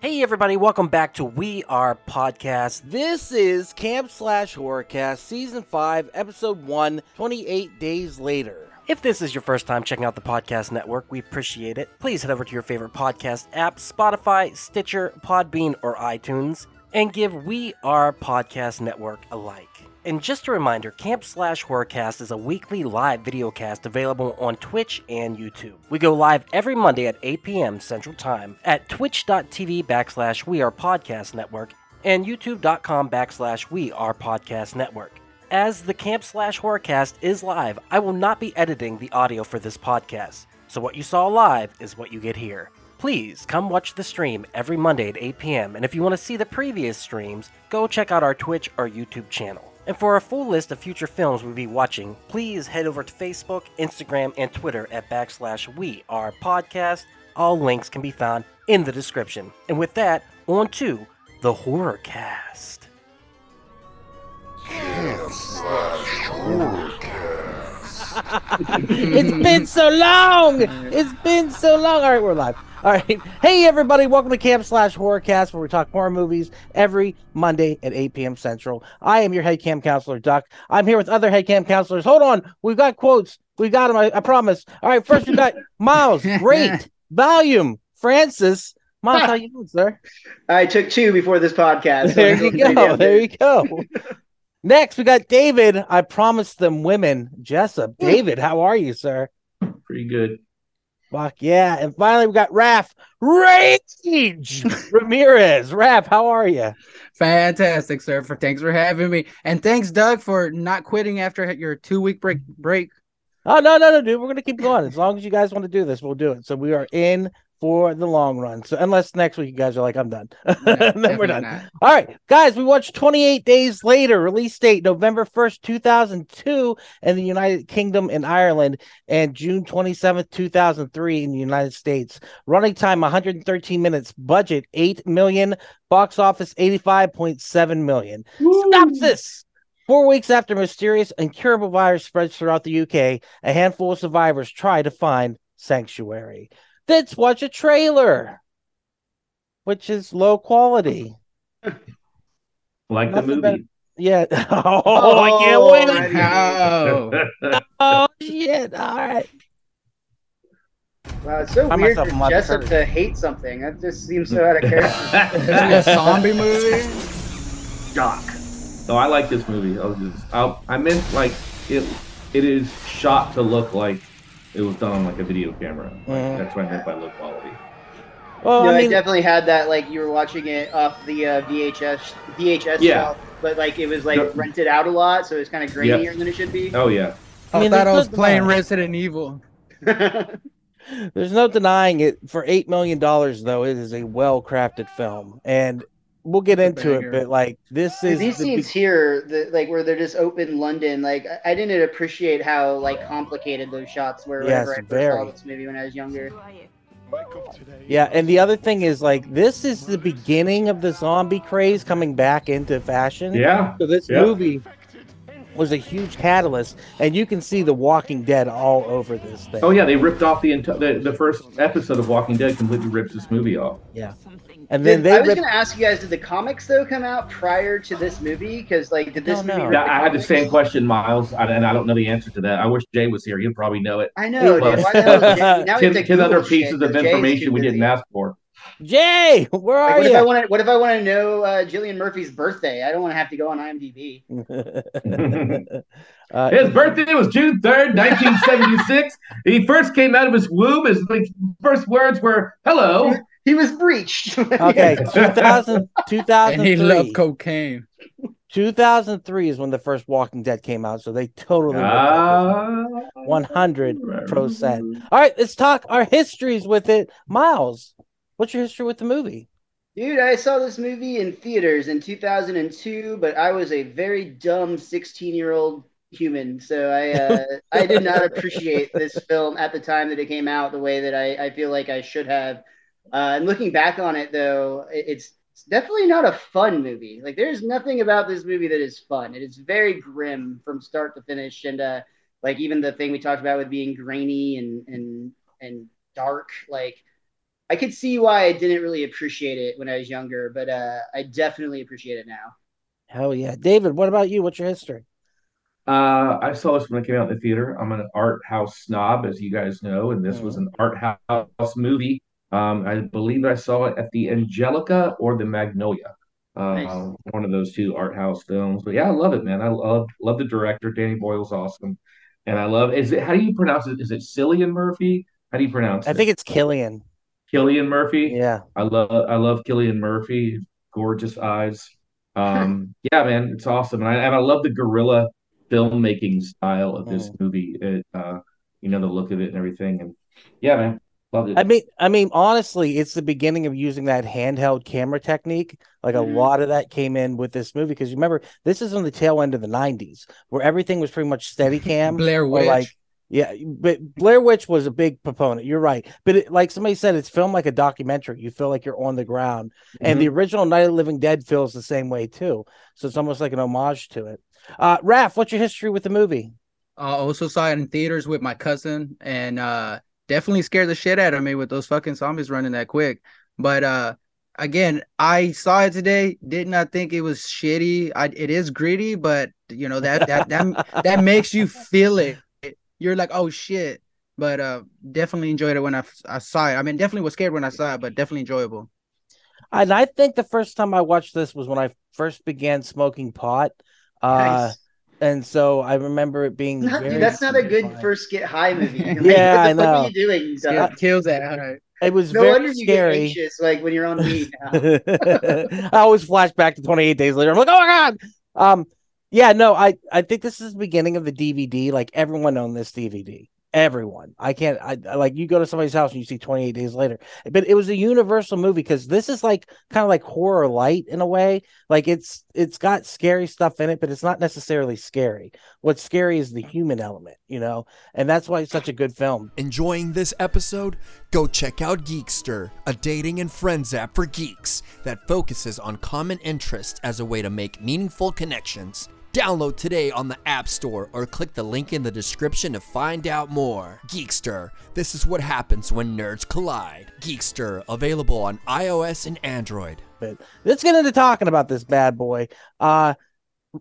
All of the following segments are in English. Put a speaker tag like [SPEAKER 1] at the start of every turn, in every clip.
[SPEAKER 1] Hey, everybody, welcome back to We Are Podcast.
[SPEAKER 2] This is Camp Slash Horrorcast, Season 5, Episode 1, 28 Days Later.
[SPEAKER 1] If this is your first time checking out the podcast network, we appreciate it. Please head over to your favorite podcast app, Spotify, Stitcher, Podbean, or iTunes, and give We Are Podcast Network a like. And just a reminder, Camp Slash Horrorcast is a weekly live video cast available on Twitch and YouTube. We go live every Monday at 8 p.m. Central Time at twitch.tv backslash We Are Podcast Network and youtube.com backslash We Are Podcast Network. As the Camp Slash Horrorcast is live, I will not be editing the audio for this podcast. So what you saw live is what you get here. Please come watch the stream every Monday at 8 p.m. And if you want to see the previous streams, go check out our Twitch or YouTube channel. And for a full list of future films we'll be watching, please head over to Facebook, Instagram, and Twitter at backslash we are podcast. All links can be found in the description. And with that, on to the horror cast.
[SPEAKER 2] it's been so long! It's been so long! All right, we're live. All right. Hey, everybody, welcome to Camp Slash Horrorcast, where we talk horror movies every Monday at 8 p.m. Central. I am your head cam counselor, Duck. I'm here with other head cam counselors. Hold on, we've got quotes. We got them, I, I promise. All right, first we got Miles, Great, Volume, Francis. Miles, how you doing, sir?
[SPEAKER 3] I took two before this podcast. so
[SPEAKER 2] There
[SPEAKER 3] I'm
[SPEAKER 2] you
[SPEAKER 3] going
[SPEAKER 2] go.
[SPEAKER 3] down
[SPEAKER 2] There you go. Next, we got David. I promised them women. Jessup. David, how are you, sir?
[SPEAKER 4] Pretty good.
[SPEAKER 2] Fuck yeah. And finally, we got Raph. Rage Ramirez. Raph, how are you?
[SPEAKER 5] Fantastic, sir. For thanks for having me, and thanks, Doug, for not quitting after your two week break. Break.
[SPEAKER 2] Oh, no, no, no, dude. We're going to keep going. As long as you guys want to do this, we'll do it. So we are in for the long run. So unless next week you guys are like, I'm done.
[SPEAKER 5] No,
[SPEAKER 2] then we're
[SPEAKER 5] definitely
[SPEAKER 2] done.
[SPEAKER 5] not.
[SPEAKER 2] All right, guys, we watched 28 Days Later, release date November 1st, 2002, in the United Kingdom and Ireland, and June 27th, 2003, in the United States. Running time 113 minutes, budget 8 million, box office 85.7 million. Synopsis. Four weeks after mysterious incurable virus spreads throughout the UK, a handful of survivors try to find sanctuary. Let's watch a trailer, which is low quality.
[SPEAKER 4] Like the
[SPEAKER 2] Nothing better-
[SPEAKER 4] movie.
[SPEAKER 2] Yeah. Oh, I can't wait.
[SPEAKER 3] Alrighty.
[SPEAKER 5] No.
[SPEAKER 2] Oh shit! All right.
[SPEAKER 3] Wow, it's so
[SPEAKER 2] Find
[SPEAKER 3] weird
[SPEAKER 2] myself a
[SPEAKER 3] for
[SPEAKER 2] lot of
[SPEAKER 3] Jessup
[SPEAKER 2] courage.
[SPEAKER 3] to hate something. That just seems so out of character.
[SPEAKER 5] Is it a zombie movie?
[SPEAKER 4] Shock. No, I like this movie. I was just, I, I meant like it. It is shot to look like it was done on like a video camera. Like,
[SPEAKER 3] Mm-hmm.
[SPEAKER 2] Mhm.
[SPEAKER 4] That's what I meant by look quality.
[SPEAKER 2] Well,
[SPEAKER 3] no,
[SPEAKER 2] I
[SPEAKER 3] I
[SPEAKER 2] mean,
[SPEAKER 3] definitely had that. Like you were watching it off the uh, VHS VHS
[SPEAKER 4] Yeah.
[SPEAKER 3] shelf, but like it was like
[SPEAKER 4] Yep.
[SPEAKER 3] rented out a lot, so it's kind of grainier than it should be.
[SPEAKER 4] Oh yeah.
[SPEAKER 2] I
[SPEAKER 5] I,
[SPEAKER 2] mean,
[SPEAKER 5] thought I
[SPEAKER 2] there's
[SPEAKER 5] was
[SPEAKER 2] no
[SPEAKER 5] playing
[SPEAKER 2] denying.
[SPEAKER 5] Resident Evil.
[SPEAKER 2] there's no denying it. For eight million dollars, though, it is a well-crafted film, and well get
[SPEAKER 5] It's a
[SPEAKER 2] into it.
[SPEAKER 5] banger.
[SPEAKER 2] But like, this is
[SPEAKER 3] These
[SPEAKER 2] the be-
[SPEAKER 3] scenes here, the, like where they're just open London, like I- I didn't appreciate how like complicated those shots were.
[SPEAKER 2] Yes,
[SPEAKER 3] whenever I first
[SPEAKER 2] very.
[SPEAKER 3] saw this movie when I was younger.
[SPEAKER 2] Yeah, and the other thing is like this is the beginning of the zombie craze coming back into fashion.
[SPEAKER 4] Yeah.
[SPEAKER 2] So this
[SPEAKER 4] Yeah.
[SPEAKER 2] movie was a huge catalyst, and you can see The Walking Dead all over this thing.
[SPEAKER 4] Oh yeah. They ripped off the entire the, the first episode of Walking Dead. Completely rips this movie off.
[SPEAKER 2] And then
[SPEAKER 3] Did- I
[SPEAKER 2] they
[SPEAKER 3] was
[SPEAKER 2] ripped
[SPEAKER 3] going to ask you guys, did the comics though come out prior to this movie? Because like, did this
[SPEAKER 2] Don't
[SPEAKER 3] movie?
[SPEAKER 2] know.
[SPEAKER 3] rip
[SPEAKER 4] That, I had the
[SPEAKER 3] comics?
[SPEAKER 4] same question, Miles, I- and I don't know the answer to that. I wish Jay was here. He'd probably know it.
[SPEAKER 3] I know.
[SPEAKER 4] Well,
[SPEAKER 3] dude. Why the hell is Jay- now we
[SPEAKER 4] Ten,
[SPEAKER 3] have to
[SPEAKER 4] ten other
[SPEAKER 3] Google shit,
[SPEAKER 4] pieces of
[SPEAKER 3] 'cause Jay's
[SPEAKER 4] information
[SPEAKER 3] too
[SPEAKER 4] we didn't
[SPEAKER 3] busy.
[SPEAKER 4] ask for.
[SPEAKER 2] Jay, where
[SPEAKER 3] Like,
[SPEAKER 2] are
[SPEAKER 3] what, if I
[SPEAKER 2] you?
[SPEAKER 3] wanna, what if I want to know uh, Jillian Murphy's birthday? I don't want to have to go on IMDb.
[SPEAKER 2] Uh,
[SPEAKER 4] His birthday was June 3rd, 1976. he first came out of his womb. His like, first words were, hello.
[SPEAKER 3] He was breached.
[SPEAKER 2] okay, 2000,
[SPEAKER 5] And he
[SPEAKER 2] 2003.
[SPEAKER 5] loved cocaine.
[SPEAKER 2] 2003 is when the first Walking Dead came out, so they totally ripped off
[SPEAKER 4] Ah.
[SPEAKER 2] this one hundred. percent.
[SPEAKER 5] Mm-hmm.
[SPEAKER 2] All right, let's talk our histories with it. Miles, what's your history with the movie?
[SPEAKER 3] Dude, I saw this movie in theaters in 2002, but I was a very dumb 16 year old human. So I, uh, I did not appreciate this film at the time that it came out the way that I, I feel like I should have. Uh, and looking back on it, though, it, it's, it's definitely not a fun movie. Like, there's nothing about this movie that is fun. It is very grim from start to finish. And, uh, like, even the thing we talked about with being grainy and, and, and dark, like, I I could see why I didn't really appreciate it when I was younger, but uh, I definitely appreciate it now.
[SPEAKER 2] Hell yeah, David. What about you? What's your history?
[SPEAKER 4] Uh, I saw this when it came out in the theater. I'm an art house snob, as you guys know, and this was an art house movie. Um, I believe I saw it at the Angelica or the Magnolia, uh,
[SPEAKER 3] Nice.
[SPEAKER 4] one of those two art house films. But yeah, I love it, man. I love love the director. Danny Boyle's awesome, and I love. Is it how do you pronounce it? Is it Cillian Murphy? How do you pronounce
[SPEAKER 2] I
[SPEAKER 4] it?
[SPEAKER 2] think it's Killian.
[SPEAKER 4] Killian Murphy.
[SPEAKER 2] Yeah.
[SPEAKER 4] I love I love Killian Murphy, gorgeous eyes. Um, yeah, man, it's awesome, and I, and I love the guerrilla filmmaking style of this movie. It, uh, you know, the look of it and everything, and yeah, man, loved it.
[SPEAKER 2] I mean, I mean, honestly, it's the beginning of using that handheld camera technique. Like
[SPEAKER 5] Mm-hmm.
[SPEAKER 3] Mhm.
[SPEAKER 2] a lot of that came in with this movie because you remember this is on the tail end of the '90s where everything was pretty much Steadicam.
[SPEAKER 5] Oh, Blair
[SPEAKER 2] or
[SPEAKER 5] Witch.
[SPEAKER 2] like yeah but blair witch was a big proponent you're right but it, like somebody said it's filmed like a documentary you feel like you're on the ground
[SPEAKER 5] Mm-hmm.
[SPEAKER 2] and the original night of the living dead feels the same way too so it's almost like an homage to it uh raf what's your history with the movie
[SPEAKER 5] I also saw it in theaters with my cousin and uh definitely scared the shit out of me with those fucking zombies running that quick. But uh again, I saw it today, did not think it was shitty. I it is gritty, but you know that that that that makes you feel it. You're like, "Oh shit." But uh definitely enjoyed it when I, f- I saw it. I mean, definitely was scared when I saw it, but definitely enjoyable.
[SPEAKER 2] and i think the first time i watched this was when i first began smoking pot uh
[SPEAKER 3] Nice.
[SPEAKER 2] and so i remember it being
[SPEAKER 3] Not-
[SPEAKER 2] very
[SPEAKER 3] dude, that's not a good
[SPEAKER 2] terrifying.
[SPEAKER 3] first get high movie. Like,
[SPEAKER 2] Yeah, I
[SPEAKER 3] what the fuck
[SPEAKER 2] know.
[SPEAKER 3] are you doing? Doug?
[SPEAKER 5] Yeah, kills that. All right.
[SPEAKER 2] it was
[SPEAKER 3] no wonder
[SPEAKER 2] very
[SPEAKER 3] you get
[SPEAKER 2] scary
[SPEAKER 3] anxious like when you're on weed. Now.
[SPEAKER 2] I always flash back to 28 days later. I'm like, oh my god. Um, yeah, no, I I think this is the beginning of the DVD. Like everyone owned this DVD. Everyone. I can't. I, I- like you go to somebody's house and you see 28 days later. But it was a universal movie because this is like kind of like horror light in a way. Like it's it's got scary stuff in it, but it's not necessarily scary. What's scary is the human element, you know, and that's why it's such a good film.
[SPEAKER 6] Enjoying this episode? Go check out Geekster, a dating and friends app for geeks that focuses on common interests as a way to make meaningful connections. Download today on the App Store or click the link in the description to find out more. Geekster, this is what happens when nerds collide. Geekster, available on iOS and Android.
[SPEAKER 2] but let's get into talking about this bad boy. Uh,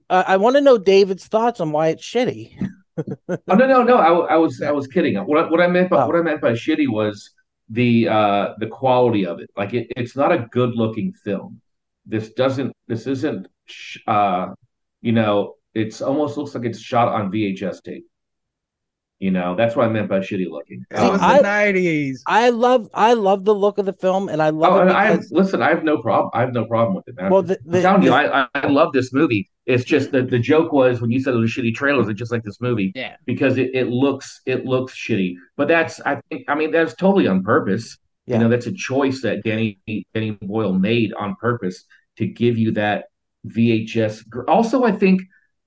[SPEAKER 2] I, I want to know David's thoughts on why it's shitty.
[SPEAKER 4] Oh no, no, no! I, I was I was kidding. What, I- what I meant by
[SPEAKER 2] Oh.
[SPEAKER 4] what I meant by shitty was the uh, the quality of it. Like it, it's not a good looking film. This doesn't. This isn't. Sh- uh, you know, it's almost looks like it's shot on VHS tape. You know, that's what I meant by shitty looking.
[SPEAKER 5] It
[SPEAKER 4] Um,
[SPEAKER 5] was
[SPEAKER 2] I-
[SPEAKER 5] the 90s.
[SPEAKER 2] I love, I love the look of the film, and I love
[SPEAKER 4] oh,
[SPEAKER 2] it
[SPEAKER 4] and I
[SPEAKER 2] because
[SPEAKER 4] listen. I have no problem. I have no problem with it, man.
[SPEAKER 2] well, the,
[SPEAKER 4] I'm
[SPEAKER 2] the,
[SPEAKER 4] telling you,
[SPEAKER 2] the-
[SPEAKER 4] I, I- I love this movie. It's just that the joke was when you said it was shitty trailers, it's just like this movie.
[SPEAKER 5] Yeah.
[SPEAKER 4] Because it, it looks it looks shitty. But that's I think I mean that's totally on purpose.
[SPEAKER 2] Yeah.
[SPEAKER 4] You know, that's a choice that Danny Danny Boyle made on purpose to give you that VHS. gr- Also, I think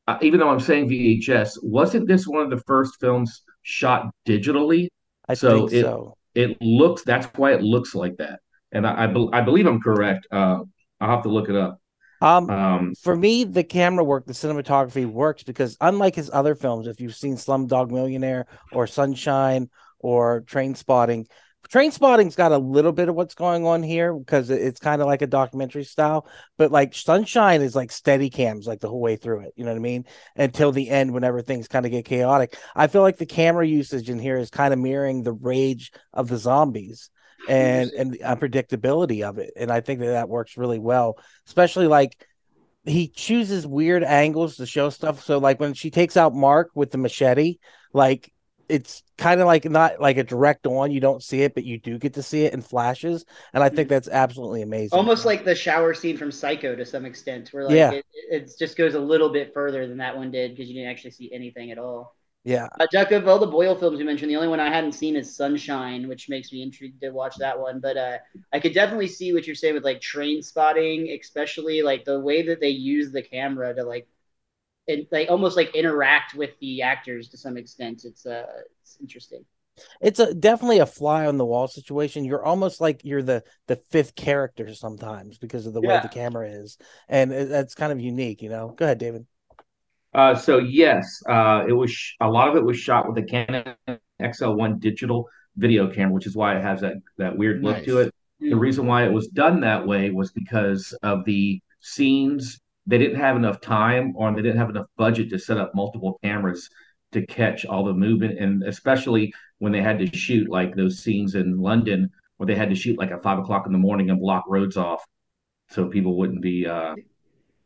[SPEAKER 4] uh, even though I'm saying VHS, wasn't this one of the first films shot digitally?
[SPEAKER 2] I
[SPEAKER 4] so
[SPEAKER 2] think
[SPEAKER 4] it-
[SPEAKER 2] so.
[SPEAKER 4] it looks that's why it looks like that and i i, bel I believe i'm correct uh i'll have to look it up
[SPEAKER 2] Um,
[SPEAKER 4] um
[SPEAKER 2] for me, the camera work, the cinematography works because unlike his other films, if you've seen Slumdog Millionaire or Sunshine or Train Spotting, Train Spotting's got a little bit of what's going on here because it- it's kind of like a documentary style, but like Sunshine is like steady cams like the whole way through it. You know what I mean? Until the end, whenever things kind of get chaotic. I feel like the camera usage in here is kind of mirroring the rage of the zombies and and the unpredictability of it and i think that that works really well especially like he chooses weird angles to show stuff. So like when she takes out Mark with the machete, like it's kind of like not like a direct on. You don't see it, but you do get to see it in flashes, and I think that's absolutely amazing.
[SPEAKER 3] Mm-hmm. Almost like the shower scene from Psycho to some extent, where like
[SPEAKER 2] Yeah.
[SPEAKER 3] it, it just goes a little bit further than that one did because you didn't actually see anything at all.
[SPEAKER 2] yeah,
[SPEAKER 3] Uh, Duck, of all the Boyle films you mentioned, the only one I hadn't seen is Sunshine, which makes me intrigued to watch that one. But uh, I could definitely see what you're saying with like train spotting, especially like the way that they use the camera to like, and like almost like interact with the actors to some extent. It's uh, it's interesting.
[SPEAKER 2] it's a definitely a fly on the wall situation. You're almost like you're the the fifth character sometimes because of the way
[SPEAKER 3] Yeah.
[SPEAKER 2] the camera is, and it, that's kind of unique. You know, go ahead, David.
[SPEAKER 4] uh so yes uh it was sh- a lot of it was shot with a canon xl1 digital video camera which is why it has that that weird look to
[SPEAKER 5] Nice.
[SPEAKER 4] it The reason why it was done that way was because of the scenes. They didn't have enough time or they didn't have enough budget to set up multiple cameras to catch all the movement. And especially when they had to shoot like those scenes in London where they had to shoot like at five o'clock in the morning and block roads off so people wouldn't be uh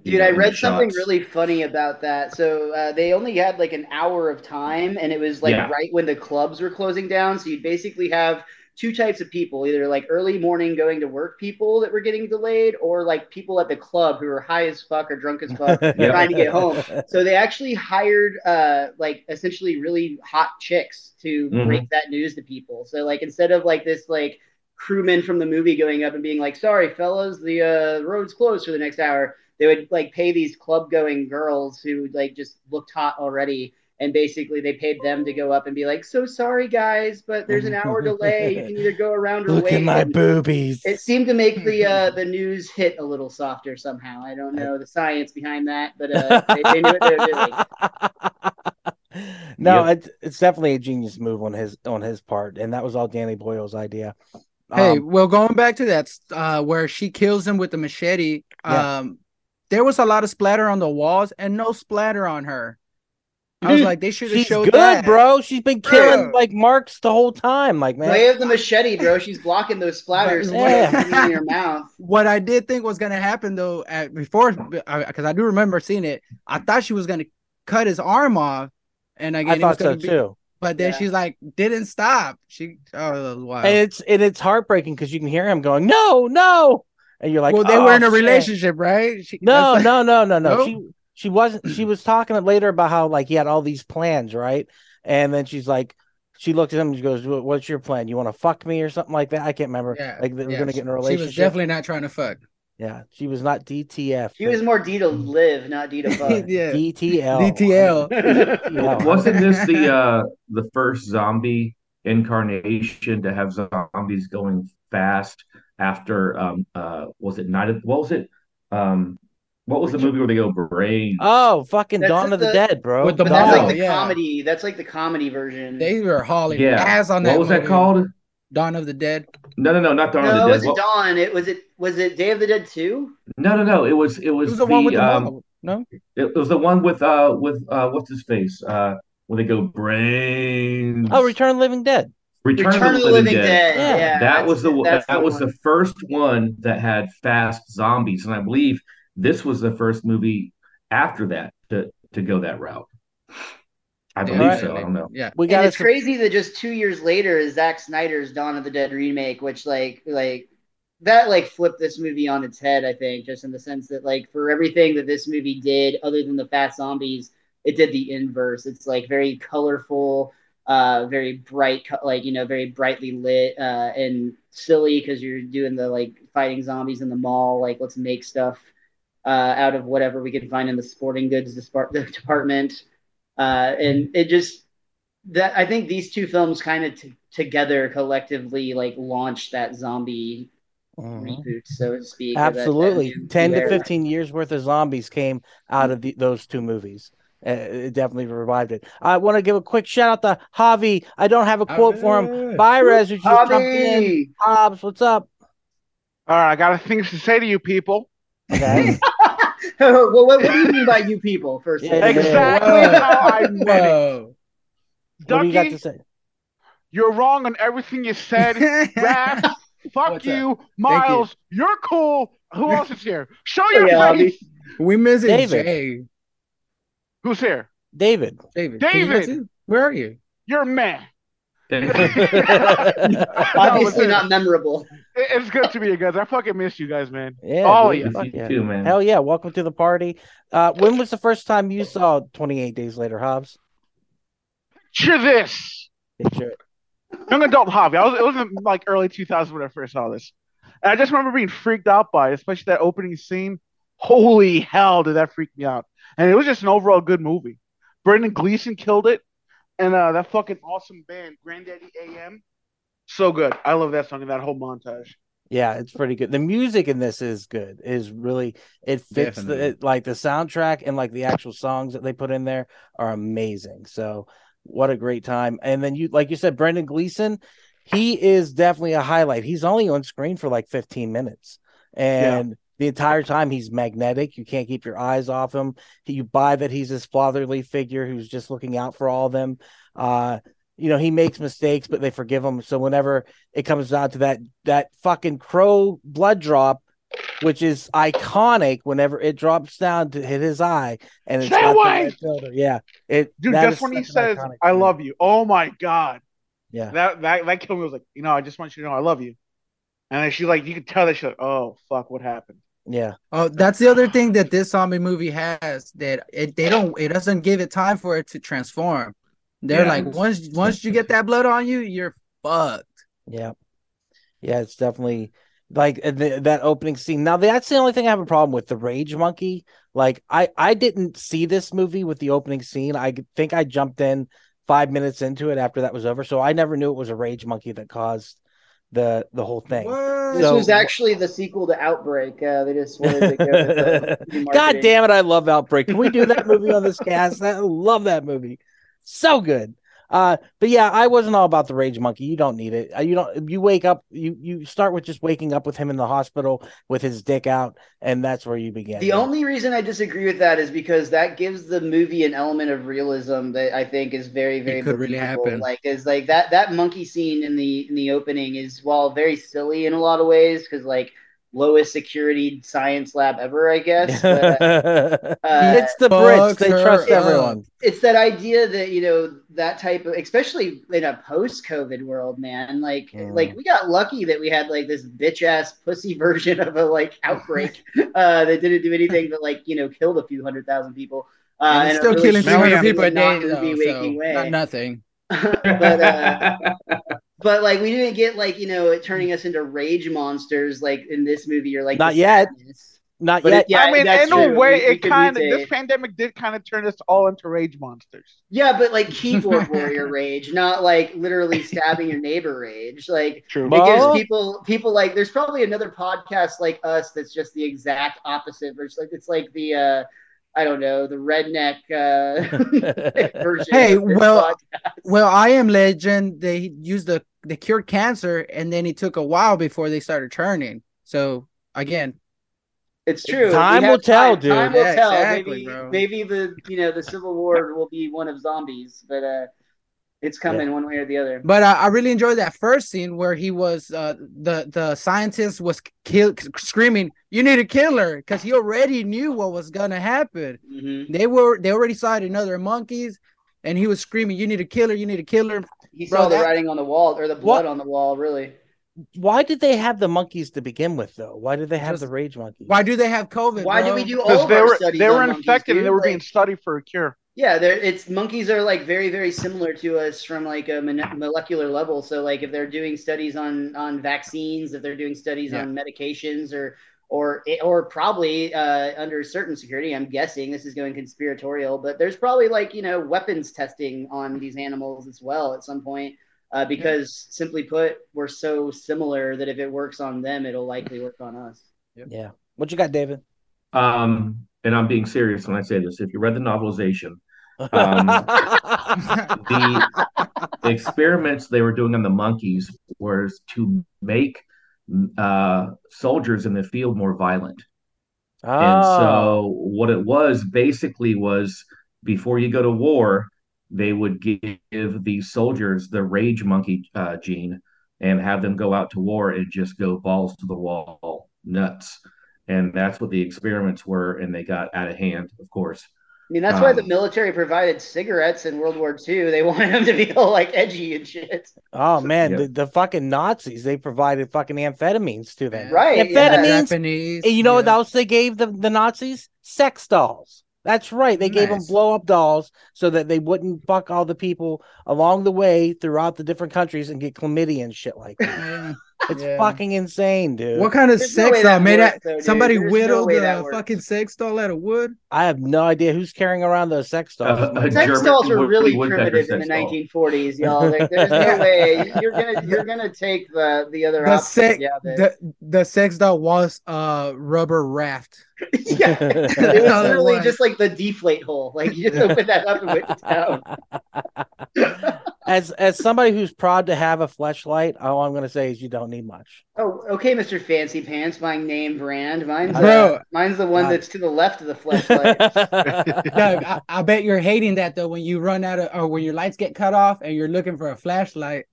[SPEAKER 4] you
[SPEAKER 3] Dude,
[SPEAKER 4] know,
[SPEAKER 3] I
[SPEAKER 4] in the
[SPEAKER 3] read something
[SPEAKER 4] shots.
[SPEAKER 3] really funny about that. So uh, they only had like an hour of time, and it was like
[SPEAKER 4] Yeah.
[SPEAKER 3] right when the clubs were closing down. So you'd basically have two types of people either like early morning going to work people that were getting delayed, or like people at the club who were high as fuck or drunk as fuck trying to get home. So they actually hired uh, like essentially really hot chicks to
[SPEAKER 4] Mhm.
[SPEAKER 3] break that news to people. So like instead of like this like crewman from the movie going up and being like, "Sorry, fellas, the uh, road's closed for the next hour," they would like pay these club going girls who like just looked hot already. And basically, they paid them to go up and be like, "So sorry, guys, but there's an hour delay. You can either go around or
[SPEAKER 2] Look
[SPEAKER 3] wait."
[SPEAKER 2] at my
[SPEAKER 3] And
[SPEAKER 2] boobies.
[SPEAKER 3] it seemed to make the uh, the news hit a little softer somehow. I don't know the science behind that, but uh, they, they knew what they were doing.
[SPEAKER 2] no,
[SPEAKER 4] Yep.
[SPEAKER 2] it's it's definitely a genius move on his on his part, and that was all Danny Boyle's idea.
[SPEAKER 5] Hey,
[SPEAKER 2] Um,
[SPEAKER 5] well, going back to that uh, where she kills him with the machete,
[SPEAKER 2] Yeah.
[SPEAKER 5] um, there was a lot of splatter on the walls and no splatter on her. I was
[SPEAKER 2] Dude,
[SPEAKER 5] like, they should have
[SPEAKER 2] Hmm. she's
[SPEAKER 5] showed
[SPEAKER 2] good,
[SPEAKER 5] that.
[SPEAKER 2] bro. She's been killing
[SPEAKER 5] Bruh.
[SPEAKER 2] like marks the whole time. Like man,
[SPEAKER 3] Way of the machete, bro. She's blocking those splatters from
[SPEAKER 2] Yeah.
[SPEAKER 3] getting in your mouth.
[SPEAKER 5] What I did think was going to happen though, at, before because I do remember seeing it, I thought she was going to cut his arm off, and again,
[SPEAKER 2] I
[SPEAKER 5] it was
[SPEAKER 2] thought so
[SPEAKER 5] gonna be,
[SPEAKER 2] too.
[SPEAKER 5] But then
[SPEAKER 3] Yeah.
[SPEAKER 5] she's like, didn't stop. She oh wow.
[SPEAKER 2] And it's and it's heartbreaking because you can hear him going, "No, no," and you're like,
[SPEAKER 5] well, they
[SPEAKER 2] "Oh,
[SPEAKER 5] were in a
[SPEAKER 2] shit."
[SPEAKER 5] relationship, right? She,
[SPEAKER 2] No,
[SPEAKER 5] that's-
[SPEAKER 2] no, no, no, no.
[SPEAKER 5] No?
[SPEAKER 2] She she wasn't. She was talking later about how like he had all these plans, right? And then she's like, she looked at him and she goes, "Wha- "What's your plan? You want to fuck me or something like that?" I can't remember.
[SPEAKER 5] Yeah,
[SPEAKER 2] like they were
[SPEAKER 5] yeah,
[SPEAKER 2] gonna get in a
[SPEAKER 5] she
[SPEAKER 2] relationship.
[SPEAKER 5] was definitely not trying to fuck.
[SPEAKER 2] yeah, she was not DTF.
[SPEAKER 3] She was more D to live, not D to fuck.
[SPEAKER 5] yeah,
[SPEAKER 2] DTL.
[SPEAKER 5] DTL.
[SPEAKER 2] DTL.
[SPEAKER 4] Wasn't this the uh the first zombie incarnation to have zombies going fast after um uh was it Night of what was it? Um what was the movie where they go brain?
[SPEAKER 2] Oh, fucking
[SPEAKER 3] That's
[SPEAKER 2] Dawn of the,
[SPEAKER 3] the-
[SPEAKER 2] Dead, bro.
[SPEAKER 5] With the
[SPEAKER 3] But that's
[SPEAKER 5] Oh,
[SPEAKER 3] like the
[SPEAKER 5] yeah.
[SPEAKER 3] comedy. That's like the comedy version.
[SPEAKER 5] They were hauling
[SPEAKER 4] Yeah.
[SPEAKER 5] ass on that.
[SPEAKER 4] What was that
[SPEAKER 5] movie.
[SPEAKER 4] called?
[SPEAKER 5] Dawn of the Dead.
[SPEAKER 4] No, no, no, not Dawn
[SPEAKER 3] no, it
[SPEAKER 4] of the
[SPEAKER 3] was
[SPEAKER 4] Dead. What-
[SPEAKER 3] Dawn. It was it was it Day of the Dead too.
[SPEAKER 4] no, no, no. It was it
[SPEAKER 5] It
[SPEAKER 4] was,
[SPEAKER 5] was the one with the
[SPEAKER 4] um,
[SPEAKER 5] mom. No,
[SPEAKER 4] it, it was the one with uh with uh what's his face? Uh when they go brains.
[SPEAKER 2] oh, Return of the Living Dead.
[SPEAKER 4] Return, of the Living Dead.
[SPEAKER 2] Yeah.
[SPEAKER 3] Yeah,
[SPEAKER 4] that was the
[SPEAKER 3] that's
[SPEAKER 4] that, was the
[SPEAKER 3] one.
[SPEAKER 4] first one that had fast zombies, and I believe this was the first movie after that to to go that route. I believe
[SPEAKER 2] right.
[SPEAKER 4] so. I don't know.
[SPEAKER 5] Yeah,
[SPEAKER 2] We
[SPEAKER 3] And
[SPEAKER 2] got
[SPEAKER 3] it's crazy that just two years later is Zack Snyder's Dawn of the Dead remake, which like like that like flipped this movie on its head. I think just in the sense that like for everything that this movie did, other than the fast zombies, it did the inverse. It's like very colorful, uh, very bright, co- like you know, very brightly lit uh, and silly because you're doing the like fighting zombies in the mall. Like let's make stuff uh, out of whatever we can find in the sporting goods dispar- department. Uh, and it just that I think these two films kind of t- together collectively like launched that zombie
[SPEAKER 2] Mhm.
[SPEAKER 3] reboot, so to speak. of that- that
[SPEAKER 2] Absolutely.
[SPEAKER 3] new-
[SPEAKER 2] 10
[SPEAKER 3] new
[SPEAKER 2] to
[SPEAKER 3] era.
[SPEAKER 2] 15 years worth of zombies came out of the, those two movies. Uh, it definitely revived it. I want to give a quick shout out to Javi. I don't have a quote for him.
[SPEAKER 5] Oh,
[SPEAKER 2] Bye, Rez. who just jumped in.
[SPEAKER 3] Bobby!
[SPEAKER 2] Hobbs, what's up?
[SPEAKER 7] All right, I got things to say to you people.
[SPEAKER 2] Okay.
[SPEAKER 3] well, what, what do you mean by you people? First, of all?
[SPEAKER 2] Yeah, yeah, yeah.
[SPEAKER 7] Exactly
[SPEAKER 5] Whoa.
[SPEAKER 7] how I meant it.
[SPEAKER 5] whoa.
[SPEAKER 2] what do you got
[SPEAKER 7] Ducky,
[SPEAKER 2] to say?
[SPEAKER 7] you are wrong on everything you said. Raph, fuck
[SPEAKER 5] What's
[SPEAKER 7] you. Miles, you. are cool. Who else is here? Show your
[SPEAKER 3] Hey, Abby.
[SPEAKER 7] face.
[SPEAKER 5] we missing
[SPEAKER 2] David.
[SPEAKER 5] Jay.
[SPEAKER 7] Who's here?
[SPEAKER 2] David.
[SPEAKER 5] David, can you
[SPEAKER 7] David.
[SPEAKER 5] guys see? where are you?
[SPEAKER 7] You're man.
[SPEAKER 3] obviously
[SPEAKER 7] it-
[SPEAKER 3] not memorable.
[SPEAKER 7] It's good to be here, guys. I fucking miss you guys, man.
[SPEAKER 2] Yeah.
[SPEAKER 7] Oh,
[SPEAKER 2] dude,
[SPEAKER 7] yeah.
[SPEAKER 2] fuck
[SPEAKER 4] You too, man.
[SPEAKER 2] Hell yeah. Welcome to the party. Uh, when was the first time you saw 28 Days Later, Hobbs?
[SPEAKER 7] Picture this.
[SPEAKER 2] Picture it.
[SPEAKER 7] young adult hobby. I was it was in, like early 2000s when I first saw this, and I just remember being freaked out by it, especially that opening scene. Holy hell, did that freak me out! And it was just an overall good movie. Brendan Gleeson killed it, and uh, that fucking awesome band, Granddaddy AM, so good. I love that song and that whole montage.
[SPEAKER 2] Yeah, it's pretty good. The music in this is good. It Is really it fits the
[SPEAKER 5] Definitely.
[SPEAKER 2] it, like the soundtrack and like the actual songs that they put in there are amazing. So what a great time! And then you like you said, Brendan Gleeson, he is definitely a highlight. He's only on screen for like 15 minutes. And the entire time he's magnetic. You can't keep your eyes off him. He- You buy that he's this fatherly figure who's just looking out for all of them. Uh you know, he makes mistakes, but they forgive him. So whenever it comes down to that that fucking crow blood drop, which is iconic whenever it drops down to hit his eye and it's
[SPEAKER 7] Stay
[SPEAKER 2] got the
[SPEAKER 7] away!
[SPEAKER 2] right shoulder. Yeah. It
[SPEAKER 7] Dude,
[SPEAKER 2] that
[SPEAKER 7] that's
[SPEAKER 2] is
[SPEAKER 7] when he
[SPEAKER 2] such an
[SPEAKER 7] says,
[SPEAKER 2] iconic
[SPEAKER 7] "I
[SPEAKER 2] moment.
[SPEAKER 7] love you." Oh my god.
[SPEAKER 2] Yeah.
[SPEAKER 7] That that that killed me. I was like, you know, I just want you to know I love you. And then she's like, you can tell that she's like, oh fuck, what happened?
[SPEAKER 2] Yeah.
[SPEAKER 5] Oh, that's the other thing that this zombie movie has that it they don't it doesn't give it time for it to transform. They're
[SPEAKER 4] Yeah.
[SPEAKER 5] like once once you get that blood on you, you're fucked.
[SPEAKER 2] Yeah. Yeah, it's definitely like uh, the, that opening scene. Now that's the only thing I have a problem with the Rage Monkey. Like I I didn't see this movie with the opening scene. I g- think I jumped in 5 minutes into it after that was over, so I never knew it was a Rage Monkey that caused the the whole thing.
[SPEAKER 3] This
[SPEAKER 2] So-
[SPEAKER 3] was actually the sequel to Outbreak. Uh, they just wanted to go. With the
[SPEAKER 2] God
[SPEAKER 3] remarketing.
[SPEAKER 2] damn it, I love Outbreak. Can we do that movie on this cast? I love that movie. So good. Uh, but yeah, I wasn't all about the Rage Monkey. You don't need it. Uh, You don't you wake up, you you start with just waking up with him in the hospital with his dick out, and that's where you begin.
[SPEAKER 3] The only reason I disagree with that is because that gives the movie an element of realism that I think is very, very
[SPEAKER 5] could really
[SPEAKER 3] believable.
[SPEAKER 5] happen.
[SPEAKER 3] Like, is like that that monkey scene in the in the opening is while very silly in a lot of ways because like lowest security science lab ever, I guess. But, uh,
[SPEAKER 2] it's the
[SPEAKER 5] Fuck
[SPEAKER 2] Brits, they
[SPEAKER 5] her
[SPEAKER 2] trust
[SPEAKER 5] up.
[SPEAKER 2] everyone.
[SPEAKER 3] it's that idea that you know that type of especially in a post-covid world man like
[SPEAKER 2] Mm.
[SPEAKER 3] like we got lucky that we had like this bitch ass pussy version of a like outbreak uh that didn't do anything but like you know killed a few hundred thousand people uh
[SPEAKER 5] and
[SPEAKER 3] in
[SPEAKER 5] it's
[SPEAKER 3] a
[SPEAKER 5] still
[SPEAKER 3] really
[SPEAKER 5] killing
[SPEAKER 3] shocking,
[SPEAKER 5] 300 people a day, though,
[SPEAKER 3] non-movie-waking
[SPEAKER 5] so
[SPEAKER 3] way.
[SPEAKER 5] not nothing.
[SPEAKER 3] but uh but like we didn't get like you know it turning us into rage monsters like in this movie or like
[SPEAKER 2] Not
[SPEAKER 3] the
[SPEAKER 2] yet.
[SPEAKER 3] sadness.
[SPEAKER 2] Not
[SPEAKER 3] But
[SPEAKER 2] yet.
[SPEAKER 3] it- yeah,
[SPEAKER 7] I mean,
[SPEAKER 3] that's
[SPEAKER 7] in a
[SPEAKER 3] true.
[SPEAKER 7] way,
[SPEAKER 3] We- we
[SPEAKER 7] it
[SPEAKER 3] could
[SPEAKER 7] kind of
[SPEAKER 3] mutate.
[SPEAKER 7] this pandemic did kind of turn us all into rage monsters.
[SPEAKER 3] yeah but like keyboard warrior rage not like literally stabbing your neighbor rage like
[SPEAKER 7] True.
[SPEAKER 2] Well-
[SPEAKER 3] It
[SPEAKER 2] Oh.
[SPEAKER 3] gives people people like there's probably another podcast like us that's just the exact opposite. Where it's like it's like the uh I don't know the redneck uh, version.
[SPEAKER 5] Hey,
[SPEAKER 3] of this
[SPEAKER 5] well,
[SPEAKER 3] pod-
[SPEAKER 5] Well, I am legend. They used the they cured cancer, and then it took a while before they started turning. So again,
[SPEAKER 3] it's true.
[SPEAKER 2] time
[SPEAKER 3] We have
[SPEAKER 2] will tell,
[SPEAKER 3] time. Time
[SPEAKER 2] dude.
[SPEAKER 3] will
[SPEAKER 5] Yeah,
[SPEAKER 3] tell.
[SPEAKER 5] exactly,
[SPEAKER 3] maybe
[SPEAKER 5] bro.
[SPEAKER 3] maybe the you know the Civil War will be one of zombies, but uh it's coming one way or the other.
[SPEAKER 5] But uh, I really enjoyed that first scene where he was uh, the the scientist was kill- screaming, "You need to kill her," because he already knew what was gonna happen.
[SPEAKER 3] Mhm.
[SPEAKER 5] They were they already saw it in other monkeys, and he was screaming, "You need to kill her! You need to kill her!"
[SPEAKER 3] He
[SPEAKER 5] Bro,
[SPEAKER 3] saw the
[SPEAKER 5] that-
[SPEAKER 3] writing on the wall or the blood on the wall. Really,
[SPEAKER 2] Why did they have the monkeys to begin with though? Why did they have
[SPEAKER 5] Just-
[SPEAKER 2] the Rage Monkey?
[SPEAKER 5] Why do they have COVID?
[SPEAKER 3] why
[SPEAKER 5] bro?
[SPEAKER 3] did we do all
[SPEAKER 7] Because
[SPEAKER 3] of
[SPEAKER 7] they
[SPEAKER 3] our
[SPEAKER 7] were
[SPEAKER 3] studies
[SPEAKER 7] they were
[SPEAKER 3] on monkeys,
[SPEAKER 7] infected and
[SPEAKER 3] dude?
[SPEAKER 7] they were
[SPEAKER 3] Like-
[SPEAKER 7] being studied for a cure.
[SPEAKER 3] Yeah, they're, it's monkeys are like very very similar to us from like a mon- molecular level. So like if they're doing studies on on vaccines, if they're doing studies
[SPEAKER 5] Yeah.
[SPEAKER 3] on medications or or or probably uh, under certain security, I'm guessing this is going conspiratorial, but there's probably like you know weapons testing on these animals as well at some point. Uh, because simply put, we're so similar that if it works on them, it'll likely work on us.
[SPEAKER 2] Yeah. What you got, David?
[SPEAKER 4] um, and I'm being serious when I say this. If you read the novelization, Um, the experiments they were doing on the monkeys was to make uh, soldiers in the field more violent. And
[SPEAKER 2] Oh.
[SPEAKER 4] so what it was basically was before you go to war, they would give the soldiers the rage monkey uh, gene and have them go out to war and just go balls to the wall, nuts. And that's what the experiments were, and they got out of hand, of course.
[SPEAKER 3] I mean, that's why the
[SPEAKER 4] Um,
[SPEAKER 3] military provided cigarettes in World War II. They wanted them to be all like edgy and shit.
[SPEAKER 2] Oh man,
[SPEAKER 4] yeah.
[SPEAKER 2] the, the fucking Nazis, they provided fucking amphetamines to them.
[SPEAKER 3] Right,
[SPEAKER 2] Amphetamines.
[SPEAKER 3] yeah.
[SPEAKER 5] Japanese,
[SPEAKER 2] And you know what
[SPEAKER 5] yeah.
[SPEAKER 2] else they gave the, the Nazis? Sex dolls. That's right. They gave them
[SPEAKER 5] Nice.
[SPEAKER 2] blow up dolls so that they wouldn't fuck all the people along the way throughout the different countries and get chlamydia and shit like that.
[SPEAKER 5] Yeah.
[SPEAKER 2] It's
[SPEAKER 5] Yeah.
[SPEAKER 2] fucking insane, dude.
[SPEAKER 5] What kind of
[SPEAKER 3] There's no
[SPEAKER 5] sex
[SPEAKER 3] way
[SPEAKER 5] doll
[SPEAKER 3] that
[SPEAKER 5] made
[SPEAKER 3] works,
[SPEAKER 5] that?
[SPEAKER 3] though, dude.
[SPEAKER 5] Somebody
[SPEAKER 3] There's no
[SPEAKER 5] whittled
[SPEAKER 3] way that
[SPEAKER 5] the
[SPEAKER 3] works.
[SPEAKER 5] fucking sex doll out of wood.
[SPEAKER 2] I have no idea who's carrying around those sex dolls.
[SPEAKER 4] Uh, a
[SPEAKER 3] Sex
[SPEAKER 4] German
[SPEAKER 3] dolls were
[SPEAKER 4] Woody
[SPEAKER 3] really
[SPEAKER 4] Woodpecker
[SPEAKER 3] primitive in the
[SPEAKER 4] sex doll.
[SPEAKER 3] 1940s, y'all. Like, there's no way you're gonna you're gonna take the the other
[SPEAKER 5] The
[SPEAKER 3] option.
[SPEAKER 5] sex,
[SPEAKER 3] yeah, the-
[SPEAKER 5] the, the sex doll was uh rubber raft.
[SPEAKER 3] yeah. It was literally just like the deflate hole. Like you just open that up and went down.
[SPEAKER 2] as as somebody who's proud to have a flashlight, all I'm gonna say is you don't need much.
[SPEAKER 3] Oh, okay, Mr. Fancy Pants, my name brand. Mine's
[SPEAKER 5] Bro.
[SPEAKER 3] uh, mine's the one
[SPEAKER 2] God.
[SPEAKER 3] that's to the left of the flashlight.
[SPEAKER 5] Doug, I, I bet you're hating that though when you run out of or when your lights get cut off and you're looking for a flashlight.